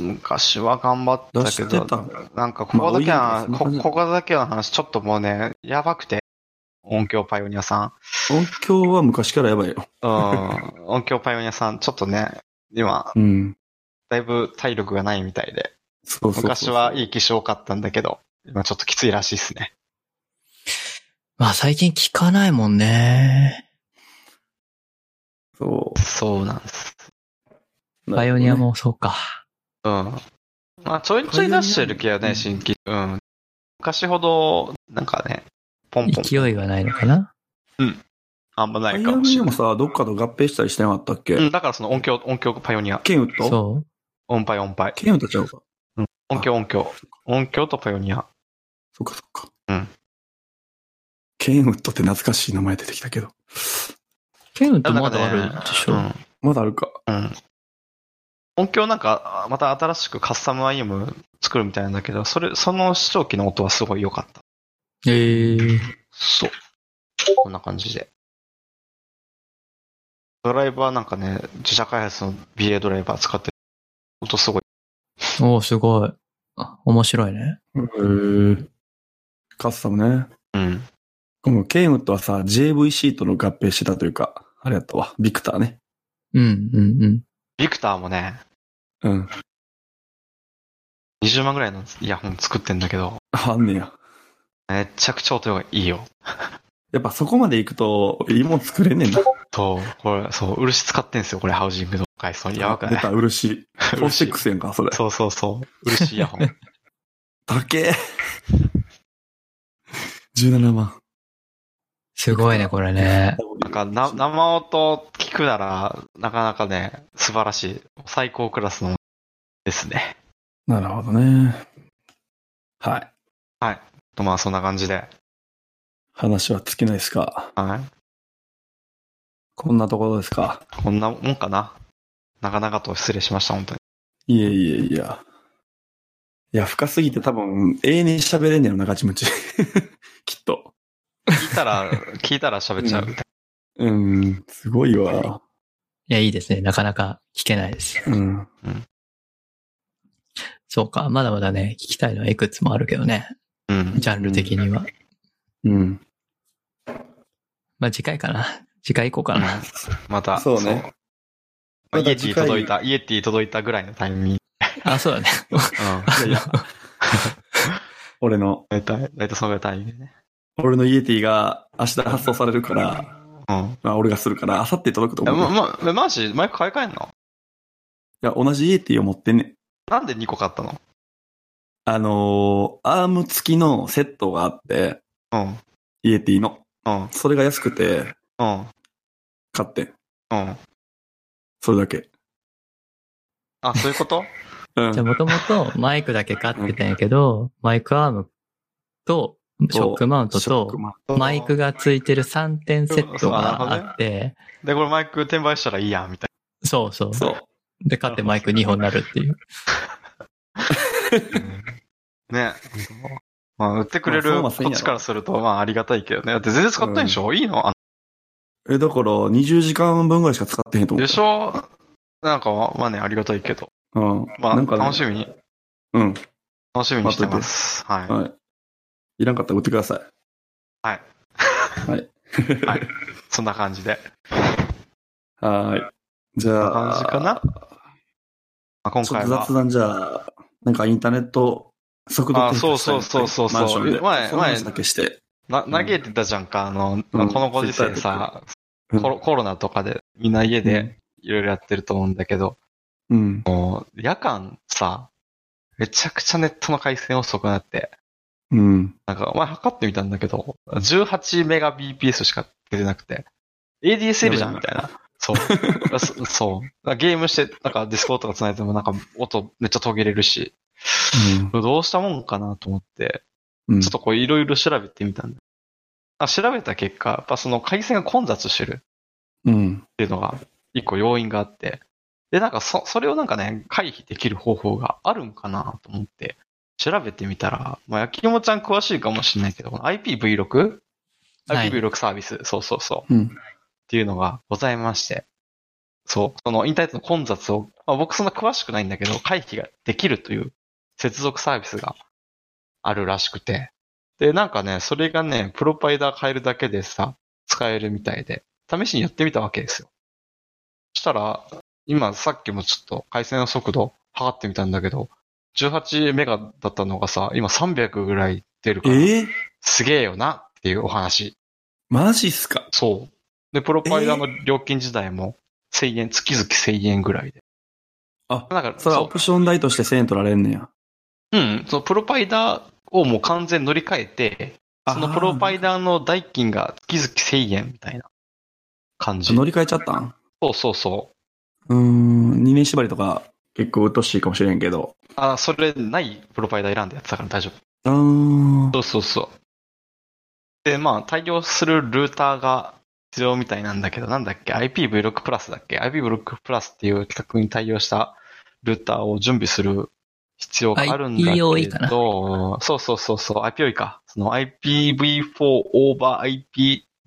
昔は頑張ってたけ
出してた
ど
んだ、
なんかここだけ
まあ
は
多いよねそ
こ
んな、感じだ
ここだけの話、ちょっともうね、やばくて。音響パイオニアさ
音響は昔からやばいよ。
ん。うん。 音響パイオニアさん、ちょっとね、今、
うん。
だいぶ体力がないみたいで、
そうそうそう
昔はいい機種多かったんだけど、今ちょっときついらしいですね。
まあ最近聞かないもんね。
そ
そうなんです。
う。
パイオニア。もそうか。
うん。まあ、ちょいちょい出してるけど
う
ね、
ん
新規。うん。昔ほど、なんかね、ポンポン、
勢いがないのかな。
あんまな
パ
い
イ
か
オ
もし
ニ
れな
アも
い。
さ、どっかと合併したりしてなかったっけ、
うん、だからその音響、音響パイオニア。
ケンウッド
そ
音パイ音パイ。
ケンウッドちゃうか。
音響音響。音響とパイオニア。
そっかそっか。
うん。
ケンウッドって懐かしい名前出てきたけど。
う。ケンウッド
な
ま
んか
だあ
ね
るでしょ。
うん。
まだあるか。
うん音響なんか、あまた新しくカスタム IM 作るみたいなんだけど、それ、その視聴器の音はすごい良かった。
ええ
そう。こんな感じで。ドライバーなんかね、自社開発の BA ドライバー使ってる。音すごい。
おーすごい。あ面白いね。
へーカスタムね。
うん。
このケンウッドはさ、JVC との合併してたというか、あれやったわ。ビクターね。
うん、うん、うん。
ビクターもね、
うん。
20万ぐらいのイヤホン作ってんだけど、
あんねや。
めっちゃくちゃ音がいいよ。
やっぱそこまで行くと、いいもん作れんねんな。
そう、これ、そう、漆使ってんすよ、これ、ハウジングの外装に。やばく
出
ない
た、 漆。フォーシッ ク
漆
スやんか、それ。
そうそうそう。漆 イヤホン。
高え。17万。
すごいね、これね。
なんかな、生音聞くなら、なかなかね、素晴らしい。最高クラスのですね。
なるほどね。はい。
とまあ、そんな感じで。
話は尽きないですか。
は
こんなところですか。
い。こんなもんかな。なかなかと失礼しました、本当に。
いえいえいや。いいや、深すぎて多分、永遠に喋れんねやろな、ガチムチ。 きっと。
聞いたら、聞いたら喋っちゃうみたい
うん、すごいわ。
いや、いいですね。なかなか聞けないです。
うん。
そうか。まだまだね、聞きたいのはいくつもあるけどね。
な。うん。
ジャンル的には。
うん。
まあ、次回かな。次回行こうかな。
また、
そうね
まあ
ま
イエ
た
ティ
次回
届いた、イエティ届いたぐらいのタイミング。
あ、そうだね。
い やいや 俺の、
大体、大体そのぐらいのタイミングでね。
俺のイエティが明日発送されるから、
うん。
まあ俺がするから、明後日届くと
え、
思う。
ま、
い
ま、えマジマイク買い替えんの
や、同じイエティを持ってんねん。
なんで2個買ったの
あのーアーム付きのセットがあって、
うん。
イエティの。
うん。
それが安くて、
うん。
買ってん。
うん。
それだけ。
あ、そういうこと
う
じゃあ、
ん。
もともとマイクだけ買ってたんやけど、マイクアームと、ショックマウント
ショ
と
ック、マン
マイクがついてる3点セットがあって、
で、これマイク転売したらいいやん、みたい
そうそう。
そう。
で、買ってマイク2本になるっていう。
な。ね。まあ、売ってくれ
まあ
る
そう
こ
は
っ
せんやろ
ちからすると、まあ、ありがたいけどね。だって全然使ってないでしょ、いいのあ
え、だから、20時間分ぐらいしか使ってへんと思う。
でしょなんか、まあね、ありがたいけど。
うん。
まあ、
なんかね
楽しみに、
うん。
楽しみにしてます。はい。
はい。いらんかったら売ってください。
はい。
はい。
はいそんな感じで。
はーい。じ
こん
ゃ
な
あ、
感じかな。まあ、今
ちょっ
回
と
は
雑。談じゃあ、なんかインターネット速度
あ
低下したり
そうそうそうそう
マンションで
前
その話だけして。
な、嘆いてたじゃんか、あの、
うん
このご時世さ、
うん
コロ、コロナとかで、みんな家でいろいろやってると思うんだけど、
うん。
もう、夜間さ、めちゃくちゃネットの回線遅くなって、
うん。
なんか、お前測ってみたんだけど、18メガ BPS しか出てなくて、ADSL じゃんみたい な。そう。あそそう。ゲームして、なんかディスコードとか繋いでもなんか音めっちゃ途切れるし、どうしたもんかなと思って、
うん。
ちょっとこういろいろ調べてみたんだ。あ調べた結果、やっぱその回線が混雑してるっ
うん。
ていうのが一個要因があって、で、なんかそ、それをなんかね、回避できる方法があるんかなと思って、調べてみたら、まあ、焼き芋ちゃん詳しいかもしれないけど、この IPv6?IPv6
はい
サービス、そうそうそう。
うん。
っていうのがございまして、そう、そのインターネットの混雑を、まあ、僕そんな詳しくないんだけど、回避ができるという接続サービスがあるらしくて、で、なんかね、それがね、プロパイダー変えるだけでさ、使えるみたいで、試しにやってみたわけですよ。そしたら、今さっきもちょっと回線の速度測ってみたんだけど、18メガだったのがさ、今300ぐらい出るから、
えー
すげえよなっていうお話。
マジっすか
そう。で、プロパイダーの料金自体も1000円、月々1000円ぐらいで。
あ
なんか、
それは
そ
オプション代として1000円取られんねや。
う。うん、そのプロパイダーをもう完全に乗り換えて、そのプロパイ
ダ
ダーの代金が月々1000円みたいな感じ。
乗り換えちゃったん
そうそうそう
ーん。2年縛りとか結構うっとしいかもしれんけど。
う。あ、それないプロパイダー選んでやってたから大丈夫。
うーん。
そうそうそう。で、まあ、対応するルーターが必要みたいなんだけど、なんだっけ ?IPv6 プラスだっけ ?IPv6 プラスっていう規格に対応したルーターを準備する必要があるんだけ
IPOE かな
ど、そうそうそうそう、IPOE か。その IPv4 オーバー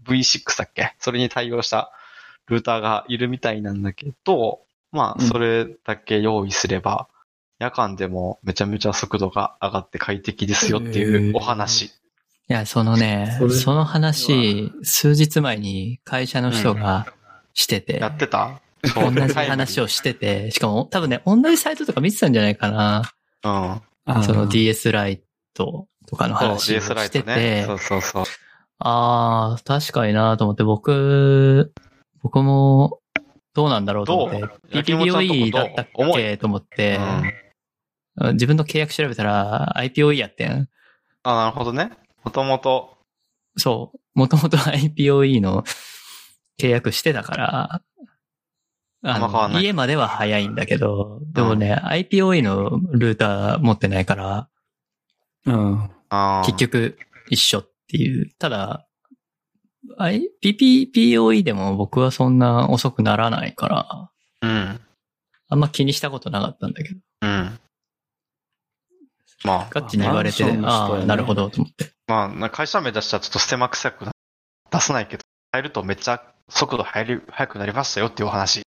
IPv6 だっけそれに対応したルーターがいるみたいなんだけど、まあ、
うん
それだけ用意すれば、夜間でもめちゃめちゃ速度が上がって快適ですよっていうお話。
いや、そのね、
そ
そ
れ
の話、数日前に会社の人がしてて、
やってた
同じ話をしてて、しかも多分ね、同じサイトとか見てたんじゃないかな。
うん。
あー
その DS ライトとかの
そう、
話を
DS ライ
して
ト
て、
ね。そうそうそう。
ああ、確かになと思って、僕、僕も、どうなんだろうと思
ど
っ
う
て、
焼き芋ちゃんとこどう
PPOE だったっ
重
けと思って、
うん
自分の契約調べたら IPOE やってん。
あ、なるほどね。もともと、
そう。もともと IPOE の契約してたから、あ
あんま変わん
の、
ない
家までは早いんだけど、でもね、IPOE のルーター持ってないから、
うん。
あー
結。局一緒っていう。ただ、I- PPPOE でも僕はそんな遅くならないから、
うん。
あんま気にしたことなかったんだけど。
うん。まあ、
ガッチに言われて、
マンションの人
あ
や
あ、
ね
なるほど、と思って。
まあ、な会社名出したらちょっとステマ臭くな出せないけど、入るとめっちゃ速度入り、速くなりましたよっていうお話。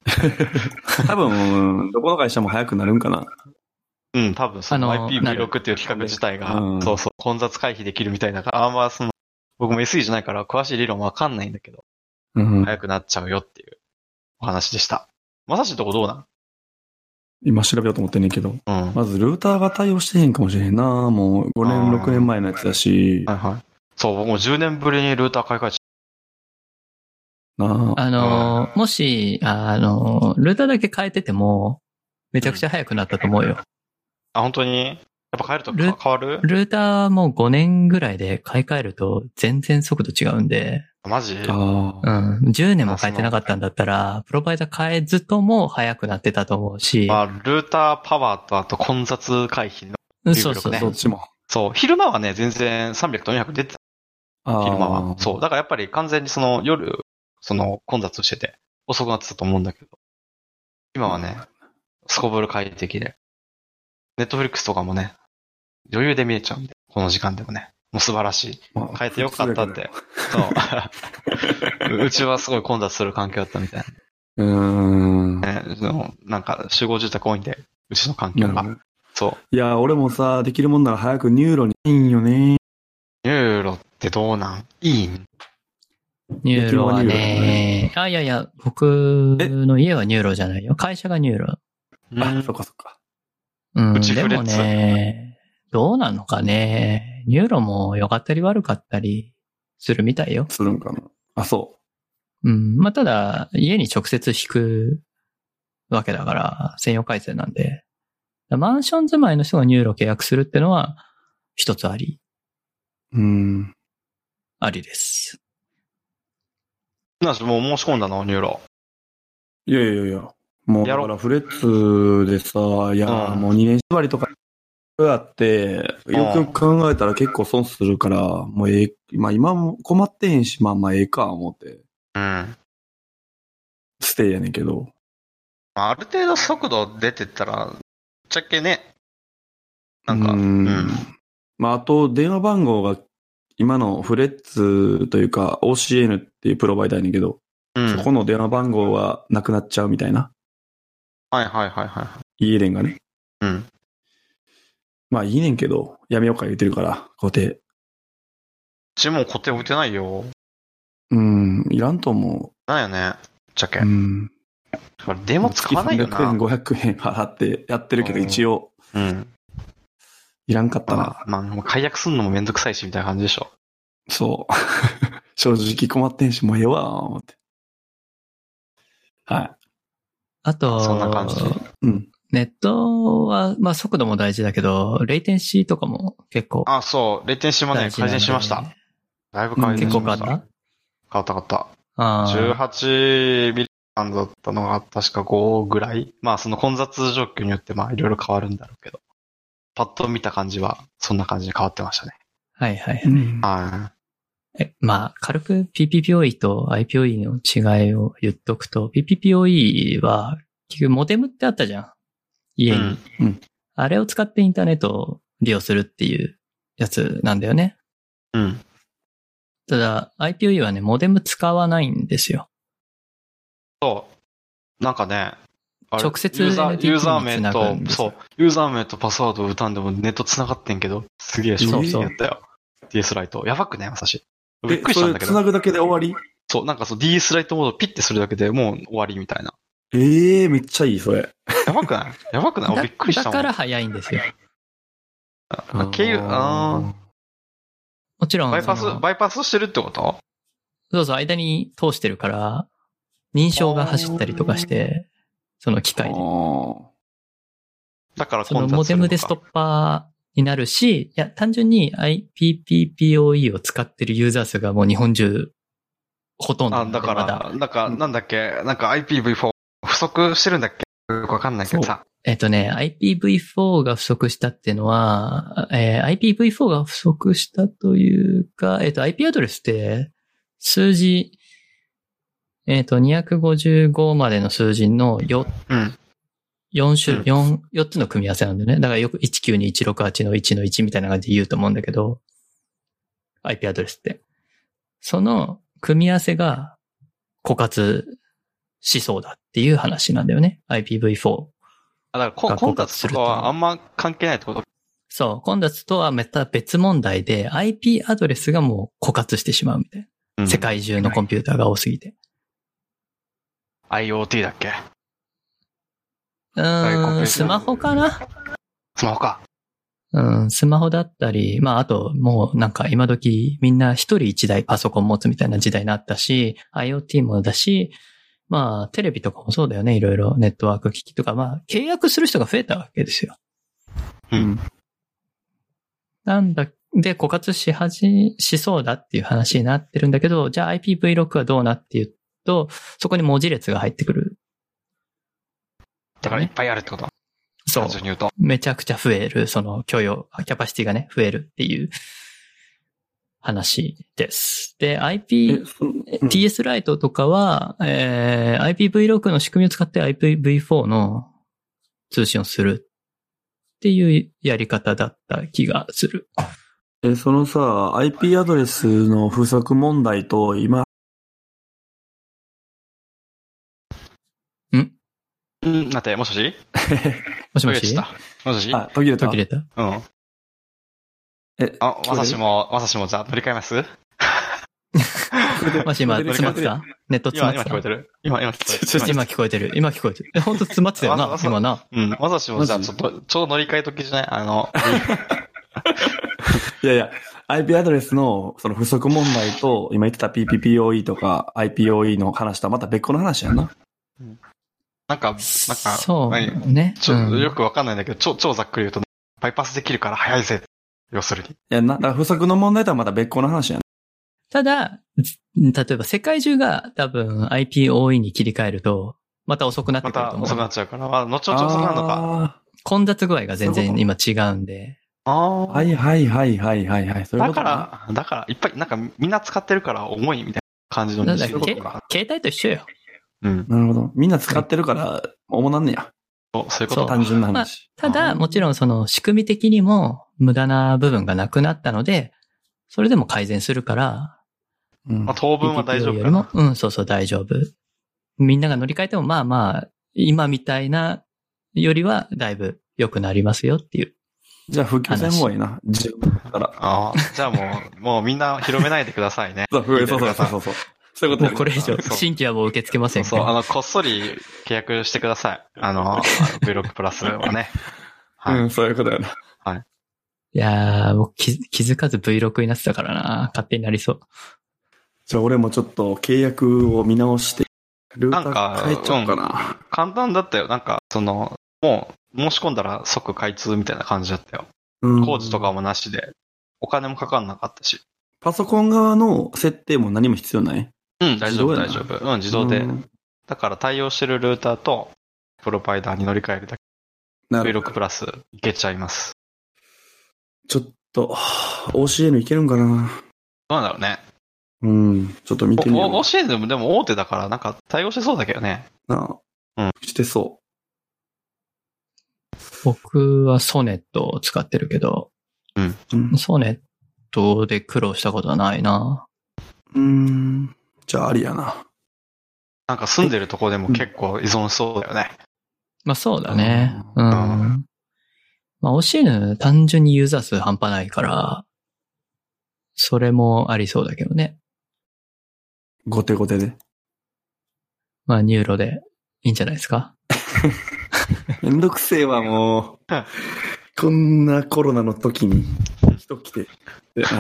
多分、どこの会社も早くなるんかな。
うん、多分その
あの
IPv6 っていう企画自体が、
うん
そうそう、混雑回避できるみたいだから、あんまその、僕も SE じゃないから詳しい理論わかんないんだけど、
うん
速くなっちゃうよっていうお話でした。まさしんとこどうな
今調べようと思ってんねんけど。
んうん。
まず、ルーターが対応してへんかもしれへんな。もう、5年、
あー
6年前のやつだし、
はいはい。そう、僕も10年ぶりにルーター買い替えちゃっ
なあ
あのー、もし、あのー、ルーターだけ変えてても、めちゃくちゃ早くなったと思うよ。
た。あ、本当にやっぱ変えると
ル
か変わる
ルーターも5年ぐらいで買い替えると全然速度違うんで、
マジ
あー
うん、10年も変えてなかったんだったら、プロバイダー変えずとも速くなってたと思うし、
まあ、ルーターパワーとあと混雑回避の。
うんそうそう
ね
そう
どっ。ちも。
そう、昼間はね、全然300と400出てた、
あー
昼間は。そう、だからやっぱり完全にその夜、その混雑してて、遅くなってたと思うんだけど、今はね、すこぶる快適で、ネットフリックスとかもね、余裕で見れちゃうんで、この時間でもね、もう素晴らしい。
まあ
変えてよかったって。。そう。う ちはすごい混雑する環境だったみたいう
ーん。な
なね。そのなんか集合住宅多いんで、うちの環境
るほ
が。
ど。
そう。
いや、俺もさ、できるもんなら早くニューロにいいんよね。
ニューロってどうなんいいん
ニューロは
ニューロは
ね
ね、
あ、いやいや、僕の家はニューロじゃないよ。会社がニューロ。
あ、そっかそっか。
うん、
うち
で
フレッ
も
ツ
ね、どうなのかね、ニューロも良かったり悪かったりするみたいよ。
するんかな。あ、そ
うん、まあ、ただ、家に直接引くわけだから、専用回線なんで。マンション住まいの人がニューロ契約するってのは、一つあり、
う。うん。
ありです。
なんしもう申し込んだのニューロ。
いやいやいや。もう、
や
だ
ろ
からフレッツでさ、いや、
うん
もう2年縛りとか、あって、よくよく考えたら結構損するから、もうええ、まあ今も困ってへんし、まあまあええか、思って、
うん。
ステイやねんけど。
まあある程度速度出てたら、ぶっちゃけね、なんか、
う
うん
ん。まああと、電話番号が、今のフレッツというか、OCN っていうプロバイダーやねんけど、
うん
そこの電話番号はなくなっちゃうみたいな。
はいはいはいは
家電がね。
い。うん。
まあいいねんけど、やめようか言ってるから、固定。
うちも固定置いてないよ。
うん、いらんと思
なんやね。ぶっちゃけ。
う。うん。
これ電話使わないよな。
月300円、500円払ってやってるけど、
うん
一応、
うん。
いらんかった
まあ
な。、
まあ、もう解約すんのもめんどくさいし、みたいな感じでしょ。
そう。 正直困ってんし、もうええわ、思って。は
あと、
そんな感じで。
い。うん。
ネットは、まあ、速度も大事だけど、レイテンシーとかも結構
あ、そう。レッテンシもね、
大事
改
なので
善しました。だいぶ改善
結
し
構
まし。
かったた
変わった変わった。
あー
18ミリアンドだったのが確か5ぐらい。まあその混雑状況によってまあいろいろ変わるんだろうけど。パッと見た感じはそんな感じに変わってましたね。
はいはい。
は
えまあ、軽く PPPoE と IPoE の違いを言っとくと、PPPoE は、結局モデムってあったじゃん。
い。
家に。
うん。
あれを使ってインターネットを利用するっていうやつなんだよね。
うん。
ただ、IPoE はね、モデム使わないんですよ。
そう。なんかね、あれ
直接
ユーザ
NTT
ーユーザー
に
名
繋がるん
と、
です
そ
よ
う、ユーザー名とパスワードを打たんでもネット繋がってんけど、すげえ衝撃やったよ。DS ライト。やばくないまさし。びっ
え
く、りしたん
それ
だけ
繋
ど。
ぐだけで終わり
そう、なんかそう DS ライトモードピッてするだけでもう終わりみたいな。
ええめっちゃいい、それ。
やばくないやばくない俺
だ
びっくりしたも
だ
ん。
から早いんですよ。
あ経由、あー
もちろん
バイパス
その、
バイパスしてるってこと
そうそう、間に通してるから、認証が走ったりとかして、その機
あ
械で。
ー
だから
その
混雑する
モデムでストッパーになるし、いや、単純に IPPPoE を使ってるユーザー数がもう日本中、ほとんどな
あ、
んで
だか
まだ
ら、なんか、なんだっけ、なんか IPv4 不足してるんだっけよくわかんないけどさ。
えっとね、IPv4 が不足したっていうのは、えー IPv4 が不足したというか、えっ、と、IP アドレスって、数字、えっ、と、255までの数字の4
うん。
4種、
うん
四四つの組み合わせなんでね。だからよく19218の1の1みたいな感じで言うと思うんだけど、IP アドレスって。その組み合わせが枯渇しそうだっていう話なんだよね。IPv4。
あ、だからコン
が
コン
枯
タ
渇す
ツ
る
と
と
かはあんま関係ないってこと
そう、混雑とはまた別問題で IP アドレスがもう枯渇してしまうみたいな。
うん
世界中のコンピューターが多すぎて。
IoT だっけ
う
いコンピュー
ー
ター
ん、スマホかな
スマホか。
うん、スマホだったり、まああともうなんか今時みんな一人一台パソコン持つみたいな時代になったし、IoT もだし、まあテレビとかもそうだよね、いろいろネットワーク機器とか、まあ契約する人が増えたわけですよ。
うん。
なんだ、で枯渇しはじ、しそうだっていう話になってるんだけど、じゃあ IPv6 はどうなっていうと、そこに文字列が入ってくる。
だからいっぱいあるってこと。
そう
単。純に言うと。
めちゃくちゃ増える、その許容、キャパシティがね、増えるっていう話です。で、IP、
そんうん
TS ライトとかは、えー、IPv6 の仕組みを使って IPv4 の通信をするっていうやり方だった気がする。
え、そのさ、IP アドレスの不足問題と、今、
うん、なって、もしもし
もしも
途切れ
して
たもしもし
あ、途切れた
途切。れた
うん。
え、
あ、まさしも、まさしもじゃあ乗り換えます
もし今、
途切
詰
れた
まってたネット詰ま
今、
っ
今聞
て
こえて
た
る今、今聞こえてる。
今聞こえてる。今聞こえてる。え本当詰まってたよ
わ
な、
ざわ
今な。
うん。まさしも、
マ
じ
ジ
ゃあ、ちょっと、ちょうど乗り換え時じゃないあの、
いやいや、IP アドレスのその不足問題と、今言ってた PPPOE とか IPOE の話とはまた別個の話やな。
なんか、なんか、
そう
何
ね。
ちょ
うん
よくわかんないんだけど、超、超ざっくり言うと、バイパスできるから早いぜ。要するに。
いやな、だから不足の問題とはまた別個の話やな。
ただ、ず例えば世界中が多分 IPOE に切り替えると、また遅くなって
ま
くると
た
思う。
遅くなっちゃうから、まあ、後々遅くなるのか。
か。
混雑具合が全
そう
然
い
今違うんで。
ああ
は。いはいはいはいはいはい。そうい
だ
うこと
か
な、
ら、だから、いっぱい、なんか、みんな使ってるから重いみたいな感じの
なんだっけ
認識とか
携帯と一緒よ。
うん。
なるほど。みんな使ってるから、主なんねや。
そうそういうこと
そ
か。
単純な
まあ
話。
ただ、
あー
もちろんその仕組み的にも無駄な部分がなくなったので、それでも改善するから、
うん
まあ、当分は大丈夫
よ
か
りも
な。、
うん、そうそう大丈夫。みんなが乗り換えてもまあまあ、今みたいなよりはだいぶ良くなりますよっていう。
じゃあ、普及せん方がいいな。自分から。。
ああ。じゃあもう、もうみんな広めないでくださいね
そう
聞いて
そう
く
そう
ださ
そ
いう
そうそう。そういう
も
ことや
う
ね
これ以上、
そう
新規はもう受け付けませ
そ
ん
う
か
そう、
ら
あ。の、こっそり契約してください。あの、Vlog プラスは ね。はい。
うん、そういうことやな。
いやー、僕気づ気づかず V6 になってたからな。勝手になりそう。
じゃあ、俺もちょっと契約を見直して、ルーター変えちゃおうかな。
簡単だったよ。なんか、その、もう、申し込んだら即開通みたいな感じだったよ。
うん
工事とかもなしで、お金もかかんなかったし。
パソコン側の設定も何も必要ない
うん、大丈夫、大
自動
丈
やな
夫。うん、自動で
う。ん
だから対応してるルーターと、プロバイダーに乗り換えるだけ。
なる
V6 プラスいけちゃいます。
ちょっと、はぁ OCN いけるんかな
どうなんだろうね。
うん。ちょっと見てみよ
おお
う
OCN でもでも大手だから、なんか対応してそうだけどね。
な。
うん
してそ
僕はソネットを使ってるけど、
う。うん。
ソネットで苦労したことはないな。
うんじゃあ、ありやな。
なんか住んでるとこでも結構依存しそうだよね。
まあそうだね。うん。
う
まあ OCN 単純にユーザー数半端ないから、それもありそうだけどね。
ごてご てで。
まあニューロでいいんじゃないですか。
めんどくせえわ、もう
うん。
こんなコロナの時に、人来て。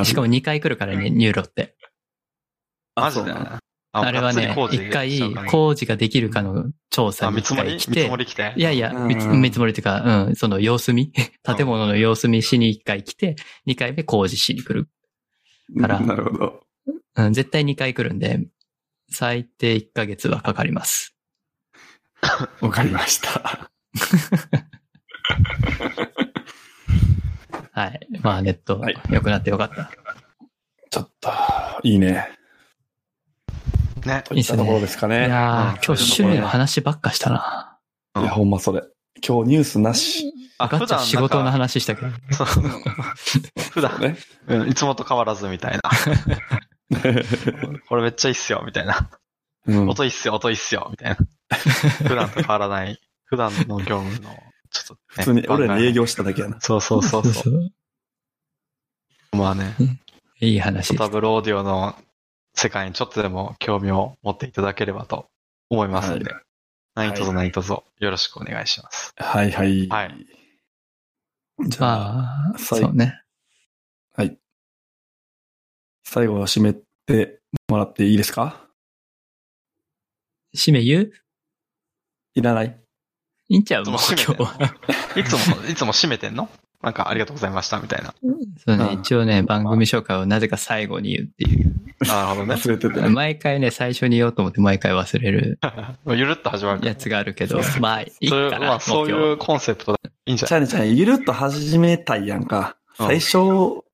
しかも2回来るからね、ニューロって。
あ
マジ
そう
で
な。ん
あれはね、
がっつり
1回
工事しちゃうからね
工事ができるかの調査
あ、
に
見
一
積もり見
回来
積
て
も、り来て。
いやいや、
うん
見積見積もりというか、うん、その様子見、建物の様子見しに一回来て、二回目工事しに来る。
だ
から
なるほど。
うん、絶対二回来るんで、最低一ヶ月はかかります。
わかりました。
はい。まあネット
はい、
良くなってよかった。
ちょっと、いいね。
ね。
といったところですかね。
いやー、
うん
今日趣味の話ばっかしたな。
いや、ほんまそれ。今日ニュースなし。
あ、
ガ
普
チャ
段
仕事の
なんか
話したけど。
そう普段、
ね。
うん、いつもと変わらずみたいな。これめっちゃいいっすよ、みたいな。
うん
音いいっすよ、音いいっすよ、みたい な。普段と変わらない。普段の業務の、ちょっと、ね。
普通に俺らに営
業。
業しただけやな。
そうそうそうそ
そう
う。まあね、
いい話
ポ
です
タ。ブルオーディオの世界にちょっとでも興味を持っていただければと思いますので、何卒何卒よろしくお願いします。
はいはい。
はい。
じゃあ、
まあ、
最
そうね。
最後は締めてもらっていいですか
締め言う
いらない。
いいんちゃうもう
もう締
今
め
日
てんの
は。
いつも、いつも締めてんのなんかありがとうございました、みたいな。
そうね、
うん
一応ね、番組紹介をなぜか最後に言うっていう。
なるほどね。
忘れてて。
毎回ね、最初に言おうと思って毎回忘れる
もうゆるっと 始まるから
やつがあるけど、まあ、いい
そ
か
ういう、
ら、
まあそう
もう
いうコンセプトだ。いいんじゃ
ちゃ
ないう
ねちゃうね、ゆるっと始めたいやんか。
うん
最初、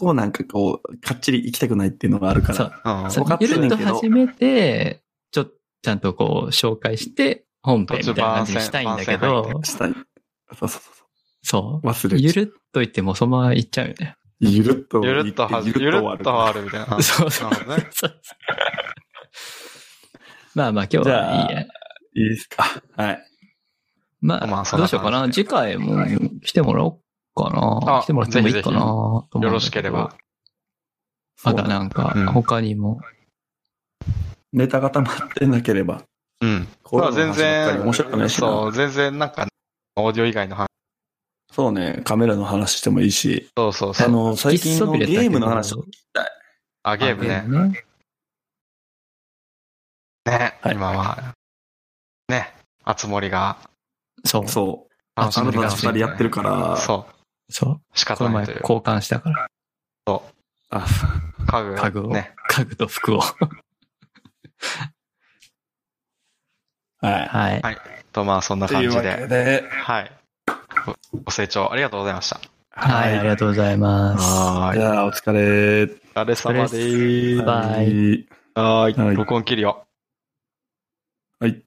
こうなんかこう、かっちり行きたくないっていうのがあるか
そ
ら
う。
うん。
そう
分かって
ゆる
るねん
っ
け
と
ど
始めて、ちょっとちゃんとこう、紹介して、本編みたいな感じにしたいんだけ
番
ど、
したい。そうそうそうそ。
そうう。
忘れ
ゆ
ちゃう
るっと言ってもそのままいっちゃうよね。
ゆるっと
ゆ
行って。
るっとはじ、
ゆ
ゆ
る
る
っ
っ
と
と
終わ
終わるみたいな。
そうそう
なるほどね。
そうまあまあ今日はいい
じゃ
や。
る。いいですか。はい。
まあ、
まあそん
ど
な
う
感
し
じ
よ
で
うかな。次回も来てもらおうかな。
あ
来てもらってもいいか
ぜ
な
ひぜひ
と思うんだど
よろしければ。
まだなんか
うん、
他にも。
ネタが溜まってなければ。
うん。
こういうの
全
話ばっかり
然、
面白くないしな
そう、全然なんか、オーディオ以外の話。
そうね、カメラの話してもいいし、
そうそうそ
あ
う。
の、最近の
喫茶
ゲ
ビレだけど
ームの話を聞きたい。
あ、ゲームね。
ね。
ね。
はい
今は、ね。あつ森が、
そう。
そう。
あ
あなたたち二人やってる
か
から、
そう。
そう。
仕
こ
方
の
な
前
いという。
交換したから。
あ、
家具。
家具を
ね。
家具と服を。
はい。
はい。
はい。と、まあ、そんな
とい
感
う
じ
わ
で
け。で、
はい。ごご清聴ありがとうございました。
はい、ありがとうございます。
は
じ
い。
ゃあ、お疲れ。
お疲れ様で
お疲れ様
ーす。
バイ
は
は
い
ーい。
はい
録音切るよ。
はい。